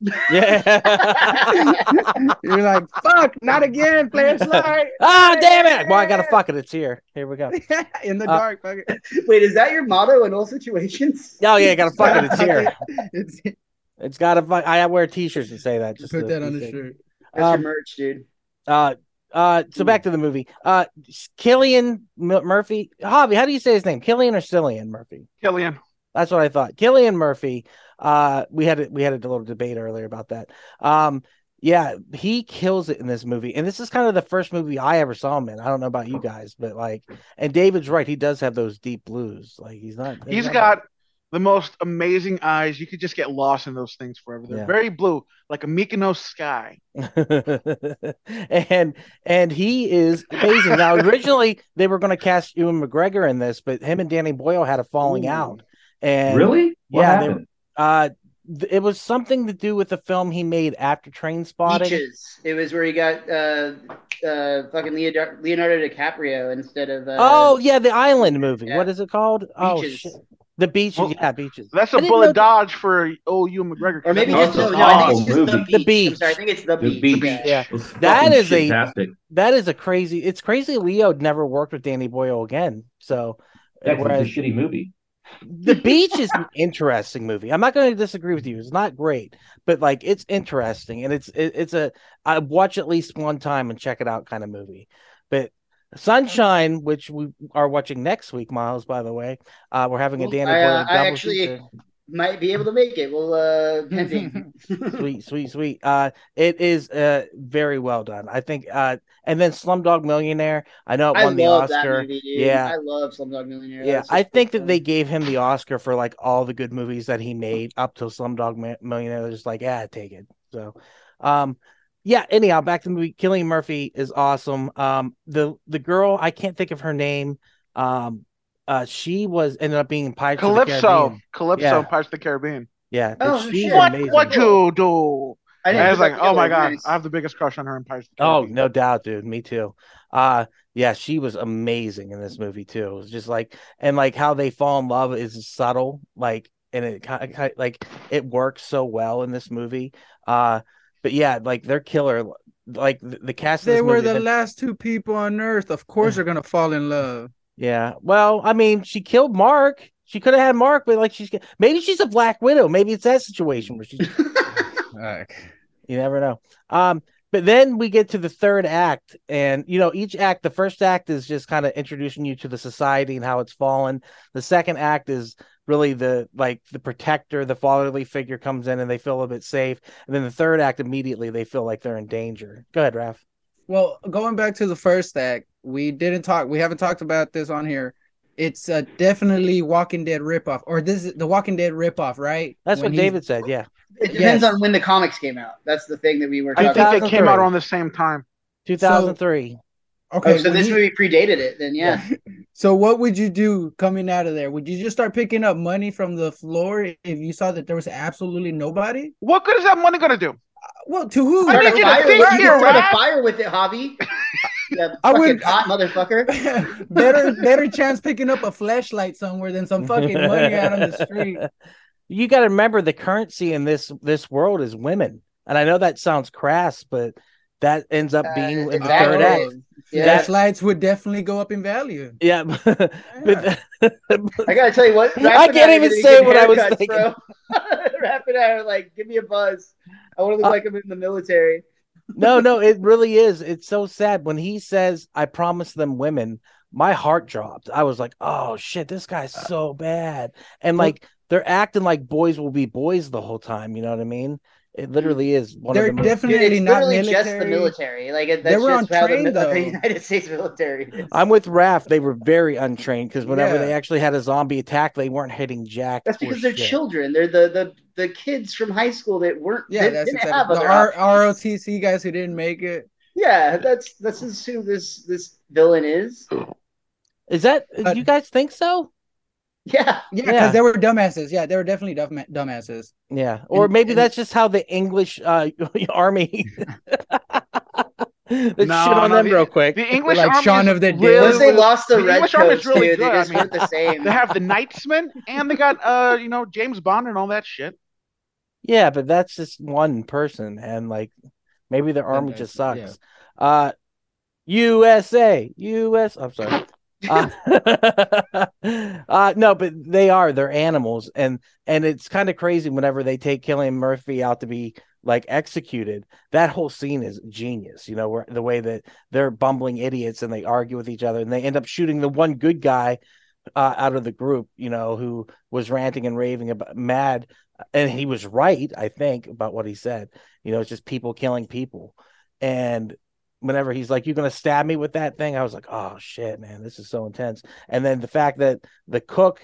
[SPEAKER 2] yeah.
[SPEAKER 5] You're like, fuck, not again, flashlight.
[SPEAKER 2] Ah, damn it! Well, I gotta fuck it. It's here. Here we go.
[SPEAKER 5] In the
[SPEAKER 2] Uh,
[SPEAKER 5] dark, fuck it.
[SPEAKER 3] Wait, is that your motto in all situations?
[SPEAKER 2] Oh yeah, I gotta fuck it. It's here.
[SPEAKER 5] It's-
[SPEAKER 2] It's gotta. Fuck. I wear T-shirts that say that. Just
[SPEAKER 5] put
[SPEAKER 2] to
[SPEAKER 5] that on
[SPEAKER 2] be
[SPEAKER 5] the
[SPEAKER 2] safe.
[SPEAKER 5] shirt.
[SPEAKER 3] That's
[SPEAKER 2] Um,
[SPEAKER 3] your merch, dude.
[SPEAKER 2] Uh, uh. So back to the movie. Uh, Killian M- Murphy. Javi, how do you say his name? Killian or Cillian Murphy?
[SPEAKER 7] Killian.
[SPEAKER 2] That's what I thought. Killian Murphy. Uh, we had a, we had a little debate earlier about that. Um, yeah, he kills it in this movie, and this is kind of the first movie I ever saw him in. I don't know about you guys, but like, and David's right. He does have those deep blues. Like he's not.
[SPEAKER 7] He's
[SPEAKER 2] not-
[SPEAKER 7] got the most amazing eyes. You could just get lost in those things forever. They're
[SPEAKER 2] Yeah.
[SPEAKER 7] very blue, like a Mykonos sky.
[SPEAKER 2] and and he is amazing. Now, originally they were going to cast Ewan McGregor in this, but him and Danny Boyle had a falling
[SPEAKER 3] Ooh.
[SPEAKER 2] out. And
[SPEAKER 4] really? What
[SPEAKER 2] yeah, they-
[SPEAKER 4] happened?
[SPEAKER 2] uh, th- it was something to do with the film he made after Train Spotting.
[SPEAKER 3] Beaches. It was where he got uh, uh, fucking Leonardo, Leonardo DiCaprio instead of. Uh,
[SPEAKER 2] Oh yeah, the island movie.
[SPEAKER 3] yeah.
[SPEAKER 2] What is it called? Oh
[SPEAKER 3] Beaches.
[SPEAKER 2] shit, the beaches.
[SPEAKER 7] Well,
[SPEAKER 2] yeah, beaches.
[SPEAKER 7] That's
[SPEAKER 2] I
[SPEAKER 7] a
[SPEAKER 2] didn't
[SPEAKER 7] bullet
[SPEAKER 2] know that-
[SPEAKER 7] dodge for old Ewan McGregor.
[SPEAKER 3] Or maybe
[SPEAKER 4] Oh,
[SPEAKER 3] just
[SPEAKER 4] it's
[SPEAKER 3] no,
[SPEAKER 4] an
[SPEAKER 3] no, I think
[SPEAKER 4] awful
[SPEAKER 3] it's just
[SPEAKER 4] movie.
[SPEAKER 3] the
[SPEAKER 2] The
[SPEAKER 3] beach. I'm
[SPEAKER 2] Beach.
[SPEAKER 3] sorry, I think it's the,
[SPEAKER 4] The
[SPEAKER 3] beach.
[SPEAKER 4] beach.
[SPEAKER 3] Yeah.
[SPEAKER 2] Yeah,
[SPEAKER 4] It's
[SPEAKER 2] That
[SPEAKER 4] fucking
[SPEAKER 2] is a-
[SPEAKER 4] fantastic.
[SPEAKER 2] that is a crazy. It's crazy. Leo never worked with Danny Boyle again. So
[SPEAKER 4] That's a
[SPEAKER 2] whereas
[SPEAKER 4] shitty movie.
[SPEAKER 2] the beach is an interesting movie. I'm not going to disagree with you. It's not great, but like it's interesting and it's it, it's a I watch at least one time and check it out kind of movie. But Sunshine, which we are watching next week, Miles. By the way, uh, we're having a
[SPEAKER 3] Well,
[SPEAKER 2] Danny
[SPEAKER 3] I,
[SPEAKER 2] Boyle
[SPEAKER 3] uh, I
[SPEAKER 2] double
[SPEAKER 3] actually-
[SPEAKER 2] feature.
[SPEAKER 3] Might be able to make it. Well, uh, pending.
[SPEAKER 2] sweet, sweet, sweet. Uh, it is uh very well done. I think. Uh, and then Slumdog Millionaire. I know it
[SPEAKER 3] I
[SPEAKER 2] won the
[SPEAKER 3] love that
[SPEAKER 2] Oscar.
[SPEAKER 3] movie, dude.
[SPEAKER 2] Yeah.
[SPEAKER 3] I love Slumdog Millionaire.
[SPEAKER 2] Yeah,
[SPEAKER 3] That's
[SPEAKER 2] I
[SPEAKER 3] just
[SPEAKER 2] think
[SPEAKER 3] so
[SPEAKER 2] that they gave him the Oscar for like all the good movies that he made up till Slumdog Mi- Millionaire. They're Just like, yeah, take it. So, um, yeah. Anyhow, back to the movie. Killing Murphy is awesome. Um, the the girl I can't think of her name. Um, uh, she was ended up being in Pirates of the
[SPEAKER 7] Calypso.
[SPEAKER 2] Caribbean.
[SPEAKER 7] Calypso
[SPEAKER 2] Yeah.
[SPEAKER 7] in Pirates of the Caribbean.
[SPEAKER 2] Yeah,
[SPEAKER 3] Oh,
[SPEAKER 2] she's
[SPEAKER 3] shit.
[SPEAKER 7] What?
[SPEAKER 2] amazing.
[SPEAKER 7] What you do?
[SPEAKER 3] I
[SPEAKER 7] And
[SPEAKER 3] didn't
[SPEAKER 7] I was
[SPEAKER 3] put
[SPEAKER 7] like,
[SPEAKER 3] that
[SPEAKER 7] oh my
[SPEAKER 3] together.
[SPEAKER 7] god,
[SPEAKER 3] Nice.
[SPEAKER 7] I have the biggest crush on her in Pirates. of the
[SPEAKER 2] Oh,
[SPEAKER 7] Caribbean.
[SPEAKER 2] no doubt, dude. Me too. Uh yeah, she was amazing in this movie too. It was just like and like how they fall in love is subtle, like and it kind of like it works so well in this movie. Uh but yeah, like they're killer like the, the cast of
[SPEAKER 5] They
[SPEAKER 2] this
[SPEAKER 5] were
[SPEAKER 2] movie,
[SPEAKER 5] the
[SPEAKER 2] they're-
[SPEAKER 5] last two people on earth. Of course they're gonna fall in love.
[SPEAKER 2] Yeah. Well, I mean, she killed Mark. She could have had Mark, but like she's maybe she's a black widow. Maybe it's that situation where she's You never know. Um, but then we get to the third act, and you know, each act, the first act is just kind of introducing you to the society and how it's fallen. The second act is really the like the protector, the fatherly figure comes in and they feel a bit safe. And then the third act immediately they feel like they're in danger. Go ahead, Raph.
[SPEAKER 5] Well, going back to the first act, we didn't talk. We haven't talked about this on here. It's uh, definitely Walking Dead ripoff, or this is the Walking Dead ripoff, right?
[SPEAKER 2] That's
[SPEAKER 5] When
[SPEAKER 2] what
[SPEAKER 5] he's-
[SPEAKER 2] David said. Yeah.
[SPEAKER 3] It depends
[SPEAKER 5] Yes.
[SPEAKER 3] on when the comics came out. That's the thing that we were
[SPEAKER 7] I
[SPEAKER 3] talking about.
[SPEAKER 7] think they came
[SPEAKER 2] 2003.
[SPEAKER 7] out around the same time.
[SPEAKER 2] 2003.
[SPEAKER 5] Okay,
[SPEAKER 3] Oh, so
[SPEAKER 5] when
[SPEAKER 3] this
[SPEAKER 5] he-
[SPEAKER 3] movie predated it, then yeah.
[SPEAKER 5] So what would you do coming out of there? Would you just start picking up money from the floor if you saw that there was absolutely nobody?
[SPEAKER 7] What good is that money gonna do?
[SPEAKER 5] Well, to who?
[SPEAKER 7] I
[SPEAKER 3] Start
[SPEAKER 7] didn't
[SPEAKER 3] a
[SPEAKER 7] get a
[SPEAKER 3] fire
[SPEAKER 7] thing
[SPEAKER 3] with it. You
[SPEAKER 7] here,
[SPEAKER 3] can Start a
[SPEAKER 7] Rob.
[SPEAKER 3] fire with it, Javi. Yeah,
[SPEAKER 5] I
[SPEAKER 3] fucking
[SPEAKER 5] wouldn't-
[SPEAKER 3] hot motherfucker.
[SPEAKER 5] better better chance picking up a flashlight somewhere than some fucking money out on the street.
[SPEAKER 2] You got to remember the currency in this this world is women, and I know that sounds crass, but that ends up
[SPEAKER 3] Uh,
[SPEAKER 2] being in the
[SPEAKER 3] exactly.
[SPEAKER 2] third act.
[SPEAKER 3] Yeah.
[SPEAKER 5] Flashlights would definitely go up in value.
[SPEAKER 2] Yeah, but
[SPEAKER 3] I gotta tell you what.
[SPEAKER 2] I
[SPEAKER 3] Raph and
[SPEAKER 2] can't
[SPEAKER 3] are
[SPEAKER 2] even
[SPEAKER 3] gonna
[SPEAKER 2] say
[SPEAKER 3] get
[SPEAKER 2] what I was
[SPEAKER 3] haircuts,
[SPEAKER 2] thinking.
[SPEAKER 3] bro. Raph and I are like, give me a buzz. I want to look
[SPEAKER 2] Uh,
[SPEAKER 3] like I'm in the military.
[SPEAKER 2] no, no, it really is. It's so sad when he says, "I promised them women." My heart dropped. I was like, "Oh shit, this guy's so bad," and
[SPEAKER 5] Uh, Well-
[SPEAKER 2] like they're acting like boys will be boys the whole time. You know what I mean? It literally is one of
[SPEAKER 5] They're
[SPEAKER 2] the. most-
[SPEAKER 5] definitely
[SPEAKER 3] Dude, it's
[SPEAKER 5] not
[SPEAKER 3] literally just the
[SPEAKER 5] military.
[SPEAKER 3] military. Like that's
[SPEAKER 5] They were
[SPEAKER 3] just
[SPEAKER 5] on
[SPEAKER 3] how
[SPEAKER 5] train,
[SPEAKER 3] the, mil-
[SPEAKER 5] though.
[SPEAKER 3] the United States military is.
[SPEAKER 2] I'm with Raph. They were very untrained because whenever
[SPEAKER 5] Yeah.
[SPEAKER 2] they actually had a zombie attack, they weren't hitting Jack.
[SPEAKER 3] that's
[SPEAKER 2] or
[SPEAKER 3] because they're
[SPEAKER 2] shit.
[SPEAKER 3] children. They're the, the the kids from high school that weren't.
[SPEAKER 5] Yeah,
[SPEAKER 3] that
[SPEAKER 5] that's
[SPEAKER 3] didn't have
[SPEAKER 5] exactly the
[SPEAKER 3] other
[SPEAKER 5] R-
[SPEAKER 3] options.
[SPEAKER 5] ROTC guys who didn't make it.
[SPEAKER 3] Yeah, that's that's just who this this villain is.
[SPEAKER 2] Is that
[SPEAKER 5] But-
[SPEAKER 2] you guys think so?
[SPEAKER 3] Yeah.
[SPEAKER 5] Yeah, because
[SPEAKER 2] Yeah.
[SPEAKER 5] they were dumbasses. Yeah, they were definitely dumb dumbasses.
[SPEAKER 2] Yeah, or
[SPEAKER 5] And-
[SPEAKER 2] maybe
[SPEAKER 5] and-
[SPEAKER 2] that's just how the English uh, army. Let's shit
[SPEAKER 7] No,
[SPEAKER 2] on
[SPEAKER 7] no,
[SPEAKER 2] them
[SPEAKER 7] the-
[SPEAKER 2] real quick.
[SPEAKER 7] The English
[SPEAKER 5] Like
[SPEAKER 7] army
[SPEAKER 5] Shaun
[SPEAKER 7] is
[SPEAKER 5] of the Dead.
[SPEAKER 7] really-
[SPEAKER 3] Once they lost the,
[SPEAKER 7] The
[SPEAKER 3] red
[SPEAKER 7] English army's
[SPEAKER 3] coats,
[SPEAKER 7] really
[SPEAKER 3] dude,
[SPEAKER 7] good,
[SPEAKER 3] they just
[SPEAKER 7] I mean.
[SPEAKER 3] weren't the same.
[SPEAKER 7] They have the Knightsmen and they got uh you know James Bond and all that shit.
[SPEAKER 2] Yeah, but that's just one person, and like maybe their army just
[SPEAKER 5] that's- yeah.
[SPEAKER 2] sucks. Uh, USA, US. I'm sorry. Uh, uh, no, but they are. They're animals, and and it's kind of crazy whenever they take Killian Murphy out to be like executed. That whole scene is genius. You know, where the way that they're bumbling idiots and they argue with each other, and they end up shooting the one good guy uh, out of the group. You know, who was ranting and raving about mad and he was right, I think, about what he said. You know, it's just people killing people. And whenever he's like, You're gonna stab me with that thing, I was like, Oh shit, man, this is so intense. And then the fact that the cook,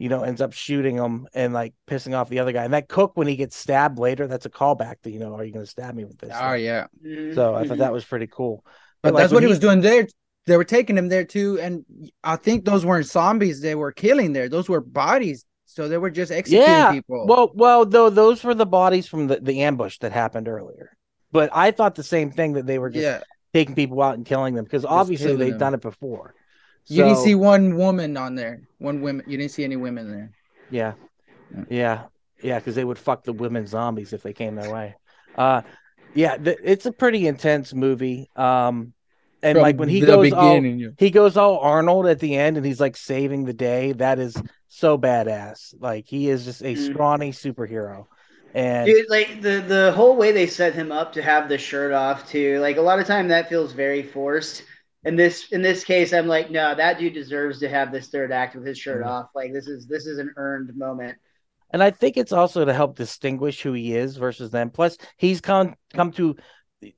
[SPEAKER 2] you know, ends up shooting him and like pissing off the other guy. And that cook, when he gets stabbed later, that's a callback to, you know, are you gonna stab me with this?
[SPEAKER 5] Oh
[SPEAKER 2] thing?"
[SPEAKER 5] yeah,
[SPEAKER 3] Mhm.
[SPEAKER 2] So I thought that was pretty cool.
[SPEAKER 5] but
[SPEAKER 2] like,
[SPEAKER 5] that's
[SPEAKER 2] when
[SPEAKER 5] what he was doing there. They were taking him there too, and I think those weren't zombies. They were killing there. Those were bodies. So they were just executing
[SPEAKER 2] Yeah,
[SPEAKER 5] people.
[SPEAKER 2] Well, well, though those were the bodies from the, the ambush that happened earlier. But I thought the same thing that they were just
[SPEAKER 5] yeah,
[SPEAKER 2] taking people out and killing them because obviously
[SPEAKER 5] killing
[SPEAKER 2] they've
[SPEAKER 5] them.
[SPEAKER 2] done it before.
[SPEAKER 5] you didn't
[SPEAKER 2] So-
[SPEAKER 5] see one woman on there. One women. You didn't see any women there.
[SPEAKER 2] Yeah.
[SPEAKER 5] Yeah.
[SPEAKER 2] Yeah. Yeah. Because they would fuck the women zombies if they came their way. Uh, yeah. Th- it's a pretty intense movie. Um, and like when he goes all, he goes all Arnold at the end and he's like saving the day. That is so badass. Like he is just a
[SPEAKER 5] Mm-hmm.
[SPEAKER 3] Mhm.
[SPEAKER 2] scrawny superhero. And
[SPEAKER 3] Dude, like the the whole way they set him up to have the shirt off too. Like a lot of time that feels very forced. In this in this case, I'm like, no, that dude deserves to have this third act with his shirt
[SPEAKER 2] Mhm.
[SPEAKER 3] off. Like this is this is an earned moment.
[SPEAKER 2] And I think it's also to help distinguish who he is versus them. Plus, he's come come to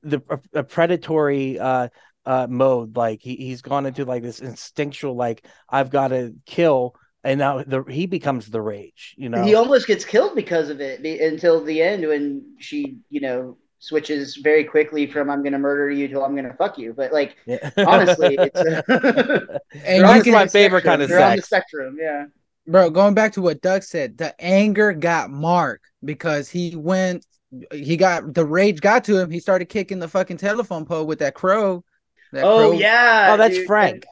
[SPEAKER 2] the a predatory uh, uh, mode. Like he, he's gone into like this instinctual, like I've got to kill, and now the, he becomes the rage. You know,
[SPEAKER 3] He almost gets killed because of it be- until the end when she, you know, switches very quickly from I'm gonna murder you to I'm gonna fuck you. But like
[SPEAKER 2] Yeah.
[SPEAKER 3] honestly, it's uh, a,
[SPEAKER 5] And
[SPEAKER 2] They're
[SPEAKER 5] you
[SPEAKER 2] on
[SPEAKER 5] can-
[SPEAKER 2] my favorite kind of
[SPEAKER 3] they're on the
[SPEAKER 2] sex.
[SPEAKER 3] spectrum, yeah.
[SPEAKER 5] bro going back to what doug said the anger got mark because he went he got the rage got to him he started kicking the fucking telephone pole with that crow that
[SPEAKER 3] Oh
[SPEAKER 5] crow.
[SPEAKER 3] yeah.
[SPEAKER 2] Oh, that's
[SPEAKER 3] dude.
[SPEAKER 2] Frank.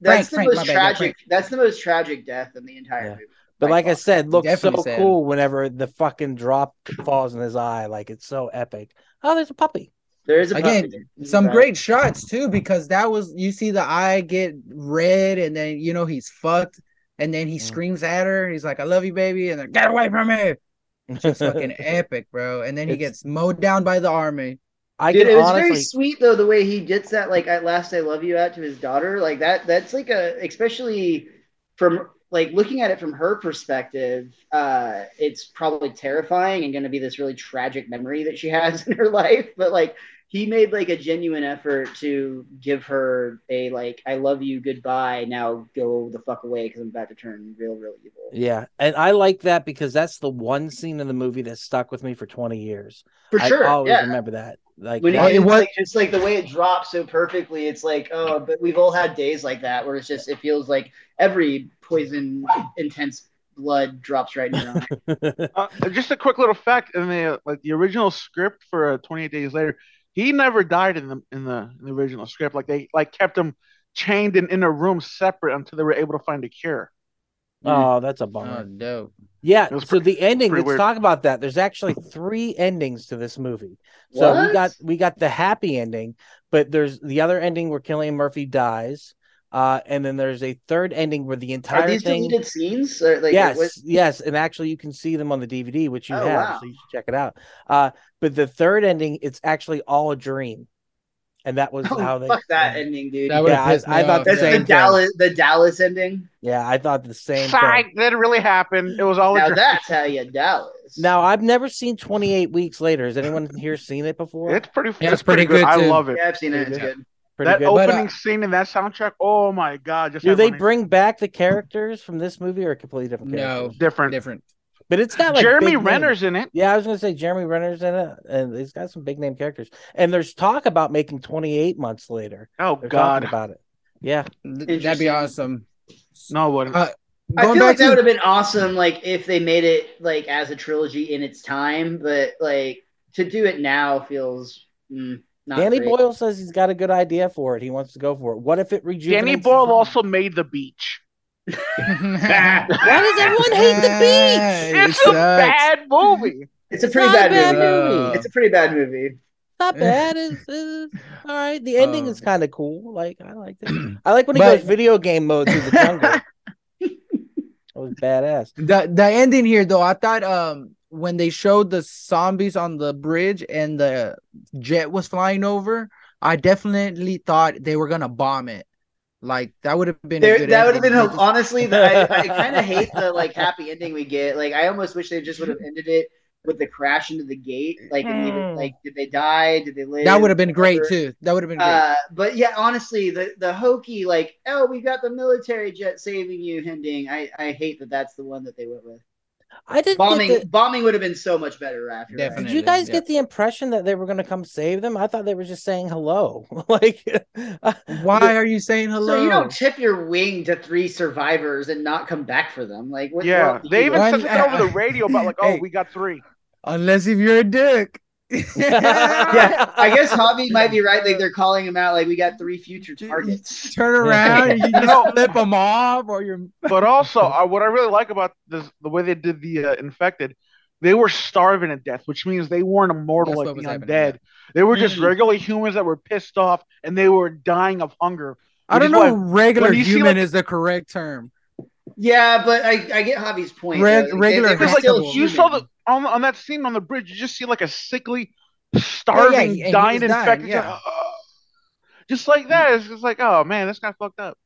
[SPEAKER 3] That's
[SPEAKER 5] Frank,
[SPEAKER 3] the
[SPEAKER 5] Frank, my
[SPEAKER 3] most
[SPEAKER 5] bad, yeah,
[SPEAKER 3] tragic.
[SPEAKER 5] Frank.
[SPEAKER 3] That's the most tragic death in the entire
[SPEAKER 2] Yeah.
[SPEAKER 3] movie.
[SPEAKER 2] But like I
[SPEAKER 3] Fuck.
[SPEAKER 2] said, looks so
[SPEAKER 5] Definitely sad.
[SPEAKER 2] cool whenever the fucking drop falls in his eye. Like it's so epic. Oh, there's a puppy.
[SPEAKER 3] there is a
[SPEAKER 5] Again,
[SPEAKER 3] puppy.
[SPEAKER 5] some
[SPEAKER 3] Right.
[SPEAKER 5] great shots too because that was you see the eye get red and then you know he's fucked and then he
[SPEAKER 2] Mm.
[SPEAKER 5] screams at her he's like i love you baby and then get away from me it's fucking epic bro and then he
[SPEAKER 2] It's-
[SPEAKER 5] gets mowed down by the army
[SPEAKER 2] I
[SPEAKER 3] Dude,
[SPEAKER 2] can
[SPEAKER 3] it was
[SPEAKER 2] honestly.
[SPEAKER 3] very sweet though the way he gets that like "At last I love you" out to his daughter. Like that. That's like a especially from like looking at it from her perspective. Uh, it's probably terrifying and going to be this really tragic memory that she has in her life. But like he made like a genuine effort to give her a like "I love you, goodbye." Now go the fuck away because I'm about to turn real, real evil.
[SPEAKER 2] Yeah, and I like that because that's the one scene in the movie that stuck with me for 20 years.
[SPEAKER 3] For sure.
[SPEAKER 2] I always
[SPEAKER 3] yeah.
[SPEAKER 2] remember that. Like oh,
[SPEAKER 3] when
[SPEAKER 2] that-
[SPEAKER 3] it,
[SPEAKER 5] it was-
[SPEAKER 3] like, it's like the way it drops so perfectly. It's like, oh, but we've all had days like that where it's just it feels like every poison, intense blood drops right in your eye.
[SPEAKER 7] Uh, just a quick little fact in the like the original script for uh, 28 Days Later, he never died in the in the, in the original script. Like they like kept him chained and in a room separate until they were able to find a cure.
[SPEAKER 2] oh, that's a
[SPEAKER 5] oh
[SPEAKER 2] bummer.
[SPEAKER 5] dope
[SPEAKER 2] yeah,
[SPEAKER 7] It was
[SPEAKER 2] so
[SPEAKER 7] pretty-
[SPEAKER 2] the ending,
[SPEAKER 7] pretty
[SPEAKER 2] let's
[SPEAKER 7] weird.
[SPEAKER 2] talk about that. There's actually three endings to this movie. So we
[SPEAKER 3] What?
[SPEAKER 2] got we got the happy ending, but there's the other ending where Killian Murphy dies. Uh, and then there's a third ending where the
[SPEAKER 3] Are
[SPEAKER 2] entire
[SPEAKER 3] these
[SPEAKER 2] thing
[SPEAKER 3] deleted scenes? Or, like,
[SPEAKER 2] yes,
[SPEAKER 3] what-
[SPEAKER 2] yes, and actually you can see them on the DVD, which you
[SPEAKER 3] Oh,
[SPEAKER 2] have,
[SPEAKER 3] wow.
[SPEAKER 2] so you should check it out. Uh, but the third ending, it's actually all a dream, and that was
[SPEAKER 3] oh,
[SPEAKER 2] how they.
[SPEAKER 3] fuck that ending, dude.
[SPEAKER 5] That
[SPEAKER 2] yeah,
[SPEAKER 5] would've
[SPEAKER 2] I-
[SPEAKER 5] pissed me
[SPEAKER 2] I thought
[SPEAKER 5] off,
[SPEAKER 2] the
[SPEAKER 3] that's
[SPEAKER 5] yeah.
[SPEAKER 2] same
[SPEAKER 3] the
[SPEAKER 2] thing.
[SPEAKER 3] Dallas, the Dallas ending.
[SPEAKER 2] Yeah, I thought the same. Thing.
[SPEAKER 7] Psych, that really happened. It was all a
[SPEAKER 3] Now
[SPEAKER 7] dream.
[SPEAKER 3] that's how you Dallas.
[SPEAKER 2] Now I've never seen Twenty Eight Weeks Later. Has anyone here seen it before?
[SPEAKER 7] It's pretty.
[SPEAKER 5] Yeah,
[SPEAKER 7] it's pretty, good. I
[SPEAKER 5] too.
[SPEAKER 7] love it.
[SPEAKER 3] yeah, I've seen it. It's good.
[SPEAKER 2] Pretty
[SPEAKER 7] that
[SPEAKER 2] good.
[SPEAKER 5] But,
[SPEAKER 7] opening
[SPEAKER 5] uh,
[SPEAKER 7] scene and that soundtrack. Oh my god! Just
[SPEAKER 2] Do
[SPEAKER 7] had
[SPEAKER 2] they
[SPEAKER 7] money.
[SPEAKER 2] bring back the characters from this movie or completely different?
[SPEAKER 5] No.
[SPEAKER 2] characters?
[SPEAKER 7] different?
[SPEAKER 5] different
[SPEAKER 2] but it's got like big
[SPEAKER 7] Jeremy
[SPEAKER 2] names.
[SPEAKER 7] Renner's in it.
[SPEAKER 2] Yeah, I was gonna say Jeremy Renner's in it, and he's got some big name characters. And there's talk about making 28 months later.
[SPEAKER 7] Oh
[SPEAKER 2] They're talking
[SPEAKER 7] god,
[SPEAKER 2] about it. Yeah,
[SPEAKER 5] Th- that'd
[SPEAKER 3] Interesting.
[SPEAKER 5] be awesome
[SPEAKER 7] no! What?
[SPEAKER 5] Uh,
[SPEAKER 3] I
[SPEAKER 5] Going
[SPEAKER 3] feel
[SPEAKER 5] back
[SPEAKER 3] like that would
[SPEAKER 5] to
[SPEAKER 3] have been awesome, like if they made it like as a trilogy in its time, but like to do it now feels mm, not.
[SPEAKER 2] Danny
[SPEAKER 3] great.
[SPEAKER 2] Boyle says he's got a good idea for it. He wants to go for it. What if it rejuvenates?
[SPEAKER 7] Danny Boyle also made The Beach.
[SPEAKER 5] Why
[SPEAKER 2] Why does everyone hate the beach?
[SPEAKER 7] It's a bad movie.
[SPEAKER 3] It's a pretty
[SPEAKER 2] Not
[SPEAKER 3] bad,
[SPEAKER 2] bad
[SPEAKER 3] movie.
[SPEAKER 2] movie.
[SPEAKER 3] It's a pretty bad movie.
[SPEAKER 2] Not bad. It's, it's all right. The ending
[SPEAKER 5] Uh,
[SPEAKER 3] Oh.
[SPEAKER 2] is kind of cool. Like I liked it. I like when he
[SPEAKER 5] But-
[SPEAKER 2] goes video game mode through the jungle. that was badass.
[SPEAKER 5] the the ending here though i thought um when they showed the zombies on the bridge and the jet was flying over i definitely thought they were gonna bomb it like that would have been a
[SPEAKER 3] There,
[SPEAKER 5] good
[SPEAKER 3] that would have
[SPEAKER 5] ending.
[SPEAKER 3] been
[SPEAKER 5] They just-
[SPEAKER 3] honestly. The, I, I kind of hate the like happy ending we get. Like I almost wish they just would have ended it with the crash into the gate. Like, and even, like did they die? Did they live?
[SPEAKER 5] that would have been great
[SPEAKER 3] Whatever.
[SPEAKER 5] too that would have been great
[SPEAKER 3] Uh, but yeah, honestly, the the hokey like, oh, we got the military jet saving you ending. I I hate that that's the one that they went with.
[SPEAKER 2] I didn't
[SPEAKER 3] Bombing
[SPEAKER 2] get the,
[SPEAKER 3] bombing would have been so much better after. that.
[SPEAKER 5] Definitely.
[SPEAKER 2] Did you guys
[SPEAKER 5] Yeah.
[SPEAKER 2] get the impression that they were going to come save them? I thought they were just saying hello. like
[SPEAKER 5] why are you saying hello
[SPEAKER 3] Uh, So you don't tip your wing to three survivors and not come back for them. Like what?
[SPEAKER 7] Yeah,
[SPEAKER 3] what-
[SPEAKER 7] they even
[SPEAKER 5] One-
[SPEAKER 7] said something over the radio about like, oh,
[SPEAKER 5] Hey.
[SPEAKER 7] we got three.
[SPEAKER 5] unless if you're a dick
[SPEAKER 3] yeah, I guess Javi might be right. Like they're calling him out. Like we got three future targets.
[SPEAKER 5] turn around and you
[SPEAKER 7] No.
[SPEAKER 5] just flip them off or you're
[SPEAKER 7] But also, I, what I really like about this, the way they did the uh, infected, they were starving to death, which means they weren't immortal
[SPEAKER 5] That's
[SPEAKER 7] like
[SPEAKER 5] what
[SPEAKER 7] the
[SPEAKER 5] was happening,
[SPEAKER 7] undead. They were just
[SPEAKER 3] Mhm.
[SPEAKER 7] regular humans that were pissed off and they were dying of hunger.
[SPEAKER 5] i
[SPEAKER 7] Which
[SPEAKER 5] don't
[SPEAKER 7] is
[SPEAKER 5] know regular
[SPEAKER 7] when you see,
[SPEAKER 5] human
[SPEAKER 7] like-
[SPEAKER 5] is the correct term
[SPEAKER 3] yeah, but I, I get Javi's point.
[SPEAKER 5] Reg-
[SPEAKER 3] though. Like,
[SPEAKER 5] regular
[SPEAKER 3] they, they were
[SPEAKER 7] Because
[SPEAKER 5] They're
[SPEAKER 7] like
[SPEAKER 3] still
[SPEAKER 5] hackable.
[SPEAKER 7] you
[SPEAKER 3] human.
[SPEAKER 7] saw the on, on that scene on the bridge, you just see like a sickly, starving,
[SPEAKER 5] he- and he
[SPEAKER 7] dying
[SPEAKER 5] was dying,
[SPEAKER 7] infected.
[SPEAKER 5] yeah.
[SPEAKER 7] Just, just like that, it's just like, oh man, this guy fucked up.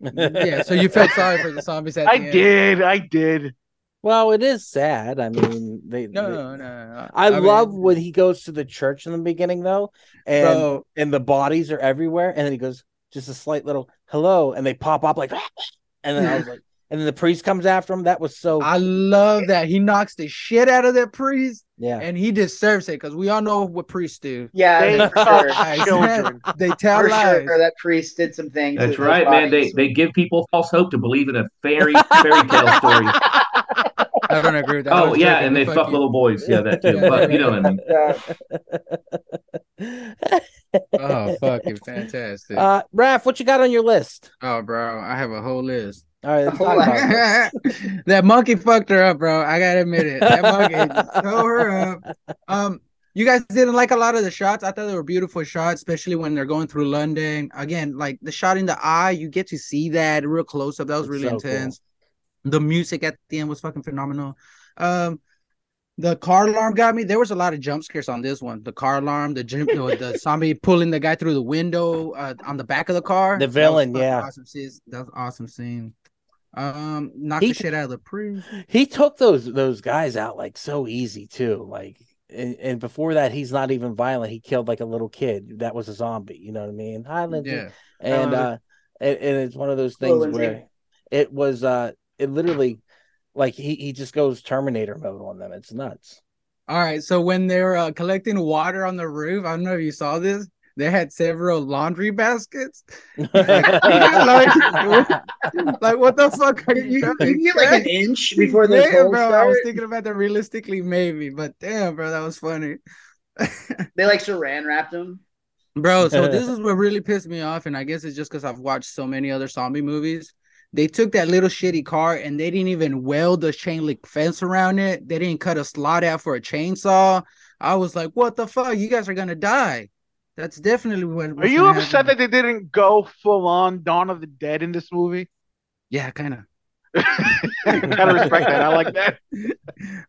[SPEAKER 5] yeah so you felt sorry for the zombies at
[SPEAKER 7] I
[SPEAKER 5] the end.
[SPEAKER 7] did, I did.
[SPEAKER 2] Well, it is sad. I mean, they.
[SPEAKER 5] no
[SPEAKER 2] they-
[SPEAKER 5] no no, no.
[SPEAKER 2] I,
[SPEAKER 5] mean-
[SPEAKER 2] love when he goes to the church in the beginning though, and
[SPEAKER 5] Bro,
[SPEAKER 2] and the bodies are everywhere, and then he goes just a slight little hello, and they pop up like, and then I was like, and then the priest comes after him. That was so
[SPEAKER 5] I love that he knocks the shit out of that priest,
[SPEAKER 2] yeah.
[SPEAKER 5] and he deserves it because we all know what priests do.
[SPEAKER 3] yeah,
[SPEAKER 7] They
[SPEAKER 3] for sure.
[SPEAKER 7] fucked
[SPEAKER 5] Guys,
[SPEAKER 7] children.
[SPEAKER 5] they tell
[SPEAKER 3] For
[SPEAKER 5] lies.
[SPEAKER 3] sure, that priest did some things.
[SPEAKER 4] That's
[SPEAKER 3] with those
[SPEAKER 4] right, man. They
[SPEAKER 3] bodies.
[SPEAKER 4] they give people false hope to believe in a fairy fairy tale story.
[SPEAKER 5] I don't agree with that. I
[SPEAKER 4] Oh
[SPEAKER 5] was
[SPEAKER 4] yeah,
[SPEAKER 5] joking,
[SPEAKER 4] and they
[SPEAKER 5] fuck
[SPEAKER 4] fuck
[SPEAKER 5] you.
[SPEAKER 4] little boys. Yeah, that too. But you know what I mean.
[SPEAKER 5] Oh fucking fantastic!
[SPEAKER 2] uh, Raph, what you got on your list?
[SPEAKER 5] oh bro, I have a whole list.
[SPEAKER 2] All right, let's
[SPEAKER 3] Oh,
[SPEAKER 2] talk about it.
[SPEAKER 5] that monkey fucked her up, bro. I gotta admit it. That monkey tore her up. Um, you guys didn't like a lot of the shots. I thought they were beautiful shots, especially when they're going through London. Again, like the shot in the eye, you get to see that real close up. That was
[SPEAKER 2] It's
[SPEAKER 5] really
[SPEAKER 2] so cool.
[SPEAKER 5] intense. The music at the end was fucking phenomenal. Um, the car alarm got me. There was a lot of jump scares on this one. The car alarm, the gym, the, the zombie pulling the guy through the window uh, on the back of the car.
[SPEAKER 2] The
[SPEAKER 5] That was
[SPEAKER 2] villain,
[SPEAKER 5] fucking
[SPEAKER 2] yeah.
[SPEAKER 5] Awesome scene. That was awesome scene. Um, knocked
[SPEAKER 2] He-
[SPEAKER 5] the shit out of the priest.
[SPEAKER 2] he took those those guys out like so easy too like and, and before that he's not even violent he killed like a little kid that was a zombie you know what i mean hi lindsay
[SPEAKER 5] Yeah.
[SPEAKER 2] and
[SPEAKER 5] Um,
[SPEAKER 2] uh and, and it's one of those
[SPEAKER 3] Hello,
[SPEAKER 2] things
[SPEAKER 3] Lindsay.
[SPEAKER 2] where it was uh it literally like he, he just goes terminator mode on them it's nuts
[SPEAKER 5] All right. So when they're uh, collecting water on the roof, I don't know if you saw this. They had several laundry baskets. like, like, what the fuck are you?
[SPEAKER 3] You can get like an inch before the
[SPEAKER 5] Yeah,
[SPEAKER 3] yeah,
[SPEAKER 5] bro. I was thinking about that realistically, maybe, but damn, bro, that was funny.
[SPEAKER 3] They like saran wrapped them.
[SPEAKER 5] Bro, so this is what really pissed me off, and I guess it's just because I've watched so many other zombie movies. They took that little shitty car and they didn't even weld a chain link fence around it. They didn't cut a slot out for a chainsaw. I was like, what the fuck? You guys are gonna die. That's definitely what.
[SPEAKER 7] Are you upset that they didn't go full on Dawn of the Dead in this movie?
[SPEAKER 5] Yeah, kind of.
[SPEAKER 7] Gotta respect that. I like that.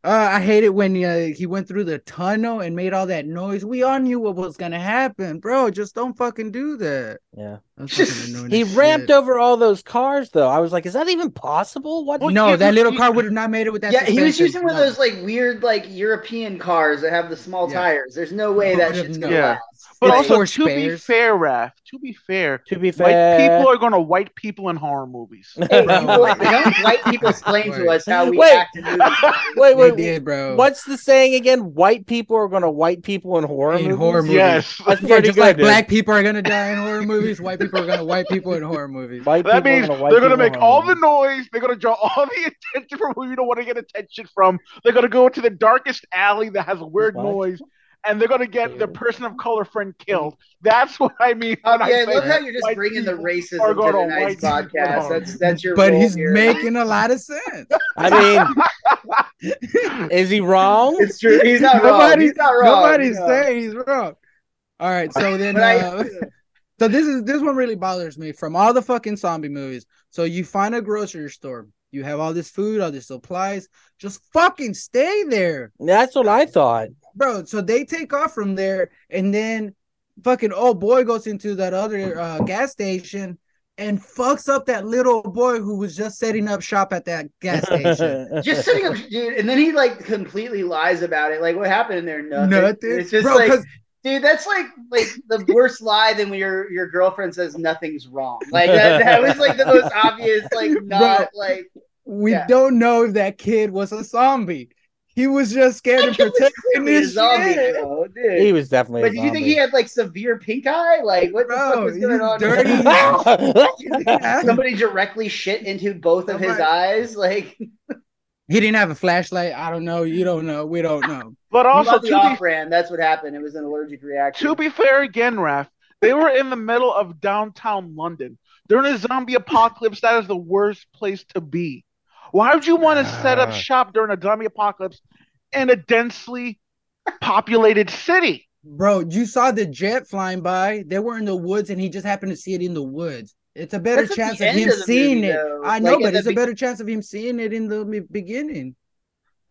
[SPEAKER 5] Uh, I hate it when uh, he went through the tunnel and made all that noise. We all knew what was gonna happen, bro. Just don't fucking do that.
[SPEAKER 2] yeah
[SPEAKER 5] That's fucking annoying
[SPEAKER 2] he
[SPEAKER 5] as
[SPEAKER 2] ramped
[SPEAKER 5] shit.
[SPEAKER 2] over all those cars though i was like is that even possible what
[SPEAKER 7] Well,
[SPEAKER 5] No,
[SPEAKER 7] you-
[SPEAKER 5] that little
[SPEAKER 7] you-
[SPEAKER 5] car would have not made it with that.
[SPEAKER 3] yeah, he was
[SPEAKER 5] suspension.
[SPEAKER 3] using one of
[SPEAKER 5] No.
[SPEAKER 3] those like weird like European cars that have the small
[SPEAKER 5] Yeah. Oh,
[SPEAKER 3] tires. There's no way
[SPEAKER 5] No,
[SPEAKER 3] that
[SPEAKER 5] I
[SPEAKER 3] shit's
[SPEAKER 5] didn't
[SPEAKER 3] gonna
[SPEAKER 7] know. Yeah.
[SPEAKER 3] last.
[SPEAKER 7] But
[SPEAKER 5] It's
[SPEAKER 7] also,
[SPEAKER 5] for
[SPEAKER 7] to be
[SPEAKER 5] spares.
[SPEAKER 7] fair, Raph, to be fair,
[SPEAKER 2] To be
[SPEAKER 7] white
[SPEAKER 2] fair,
[SPEAKER 7] people are going to white people in horror movies.
[SPEAKER 3] Hey, people,
[SPEAKER 5] Bro.
[SPEAKER 3] don't white people explain to
[SPEAKER 5] Word.
[SPEAKER 3] us how we
[SPEAKER 2] Wait.
[SPEAKER 3] act in movies.
[SPEAKER 2] wait,
[SPEAKER 5] They
[SPEAKER 2] wait,
[SPEAKER 5] did, bro.
[SPEAKER 2] what's the saying again? White people are gonna white people in horror
[SPEAKER 5] In
[SPEAKER 2] movies.
[SPEAKER 5] horror movies.
[SPEAKER 7] yes.
[SPEAKER 2] That's
[SPEAKER 5] Yeah,
[SPEAKER 2] pretty
[SPEAKER 5] just
[SPEAKER 2] good,
[SPEAKER 5] like
[SPEAKER 2] dude.
[SPEAKER 5] black people are gonna die in horror movies, white people are gonna white people in horror movies.
[SPEAKER 2] White
[SPEAKER 7] That
[SPEAKER 2] people are
[SPEAKER 7] means
[SPEAKER 2] gonna white
[SPEAKER 7] they're gonna
[SPEAKER 2] people in
[SPEAKER 7] make
[SPEAKER 2] horror
[SPEAKER 7] all the
[SPEAKER 2] movies.
[SPEAKER 7] noise. They're gonna draw all the attention from who you don't want to get attention from. They're gonna go into the darkest alley that has weird
[SPEAKER 2] What?
[SPEAKER 7] noise, and they're gonna get the person of color friend killed. That's what I mean. when I
[SPEAKER 3] Yeah, I
[SPEAKER 7] say
[SPEAKER 3] love how you're just
[SPEAKER 7] white
[SPEAKER 3] bringing the
[SPEAKER 7] people.
[SPEAKER 3] racism
[SPEAKER 7] are
[SPEAKER 3] to
[SPEAKER 7] gonna
[SPEAKER 3] tonight's
[SPEAKER 7] white people
[SPEAKER 3] podcast.
[SPEAKER 7] are.
[SPEAKER 3] That's that's your.
[SPEAKER 5] But
[SPEAKER 3] role
[SPEAKER 5] he's
[SPEAKER 3] here.
[SPEAKER 5] making a lot of sense.
[SPEAKER 2] I mean, is he wrong?
[SPEAKER 3] It's true. He's not wrong.
[SPEAKER 5] Nobody-
[SPEAKER 3] He's not wrong.
[SPEAKER 5] Nobody's
[SPEAKER 3] No.
[SPEAKER 5] saying he's wrong. All right, so then
[SPEAKER 3] But I-
[SPEAKER 5] uh, So this is this one really bothers me from all the fucking zombie movies. So you find a grocery store, you have all this food, all this supplies, just fucking stay there,
[SPEAKER 2] That's what I thought.
[SPEAKER 5] bro. So they take off from there, and then fucking old boy goes into that other uh, gas station and fucks up that little boy who was just setting up shop at that gas station.
[SPEAKER 3] just sitting up, dude, and then he like completely lies about it. Like, what happened in there? Nothing.
[SPEAKER 5] Nothing,
[SPEAKER 3] It's just
[SPEAKER 5] bro.
[SPEAKER 3] like,
[SPEAKER 5] 'cause-
[SPEAKER 3] dude, that's like like the worst lie than when your your girlfriend says nothing's wrong. Like that, that was like the most obvious. Like not like
[SPEAKER 5] We
[SPEAKER 3] Yeah.
[SPEAKER 5] don't know if that kid was a zombie. He was just scared and protecting
[SPEAKER 3] clearly a
[SPEAKER 5] his
[SPEAKER 3] zombie,
[SPEAKER 5] shit.
[SPEAKER 3] though,
[SPEAKER 2] he
[SPEAKER 3] dude.
[SPEAKER 2] was definitely.
[SPEAKER 3] But do you think he had like severe pink eye? Like what the fuck
[SPEAKER 5] Bro,
[SPEAKER 3] was going
[SPEAKER 5] he's
[SPEAKER 3] on?
[SPEAKER 5] dirty.
[SPEAKER 2] had?
[SPEAKER 3] Somebody directly shit into both of his
[SPEAKER 5] Somebody-
[SPEAKER 3] eyes. Like
[SPEAKER 5] He didn't have a flashlight. I don't know. You don't know. We don't know.
[SPEAKER 7] But
[SPEAKER 3] also
[SPEAKER 7] also,
[SPEAKER 3] the
[SPEAKER 7] to
[SPEAKER 3] off brand. That's what happened. It was an allergic
[SPEAKER 7] be, to
[SPEAKER 3] reaction.
[SPEAKER 7] be fair again, Raph, they were in the middle of downtown London during a zombie apocalypse. That is the worst place to be. Why would you want to set
[SPEAKER 2] Ah.
[SPEAKER 7] up shop during a zombie apocalypse in a densely populated city?
[SPEAKER 5] Bro, you saw the jet flying by. They were in the woods, and he just happened to see it in the woods. It's a better
[SPEAKER 3] That's at the
[SPEAKER 5] chance of
[SPEAKER 3] end
[SPEAKER 5] him
[SPEAKER 3] of the
[SPEAKER 5] seeing
[SPEAKER 3] movie,
[SPEAKER 5] it.
[SPEAKER 3] though.
[SPEAKER 5] I
[SPEAKER 3] Like,
[SPEAKER 5] know,
[SPEAKER 3] at
[SPEAKER 5] but
[SPEAKER 3] the
[SPEAKER 5] it's a
[SPEAKER 3] be-
[SPEAKER 5] better chance of him seeing it in the me- beginning.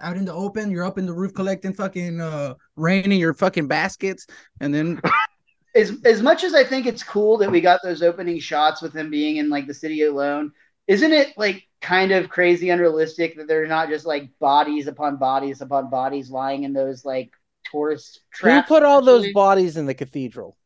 [SPEAKER 5] Out in the open, you're up in the roof collecting fucking uh, rain in your fucking baskets, and then
[SPEAKER 3] as as much as I think it's cool that we got those opening shots with him being in like the city alone, isn't it like kind of crazy unrealistic that they're not just like bodies upon bodies upon bodies lying in those like tourist
[SPEAKER 2] Who
[SPEAKER 3] traps?
[SPEAKER 2] put all those
[SPEAKER 3] essentially?
[SPEAKER 2] bodies in the cathedral?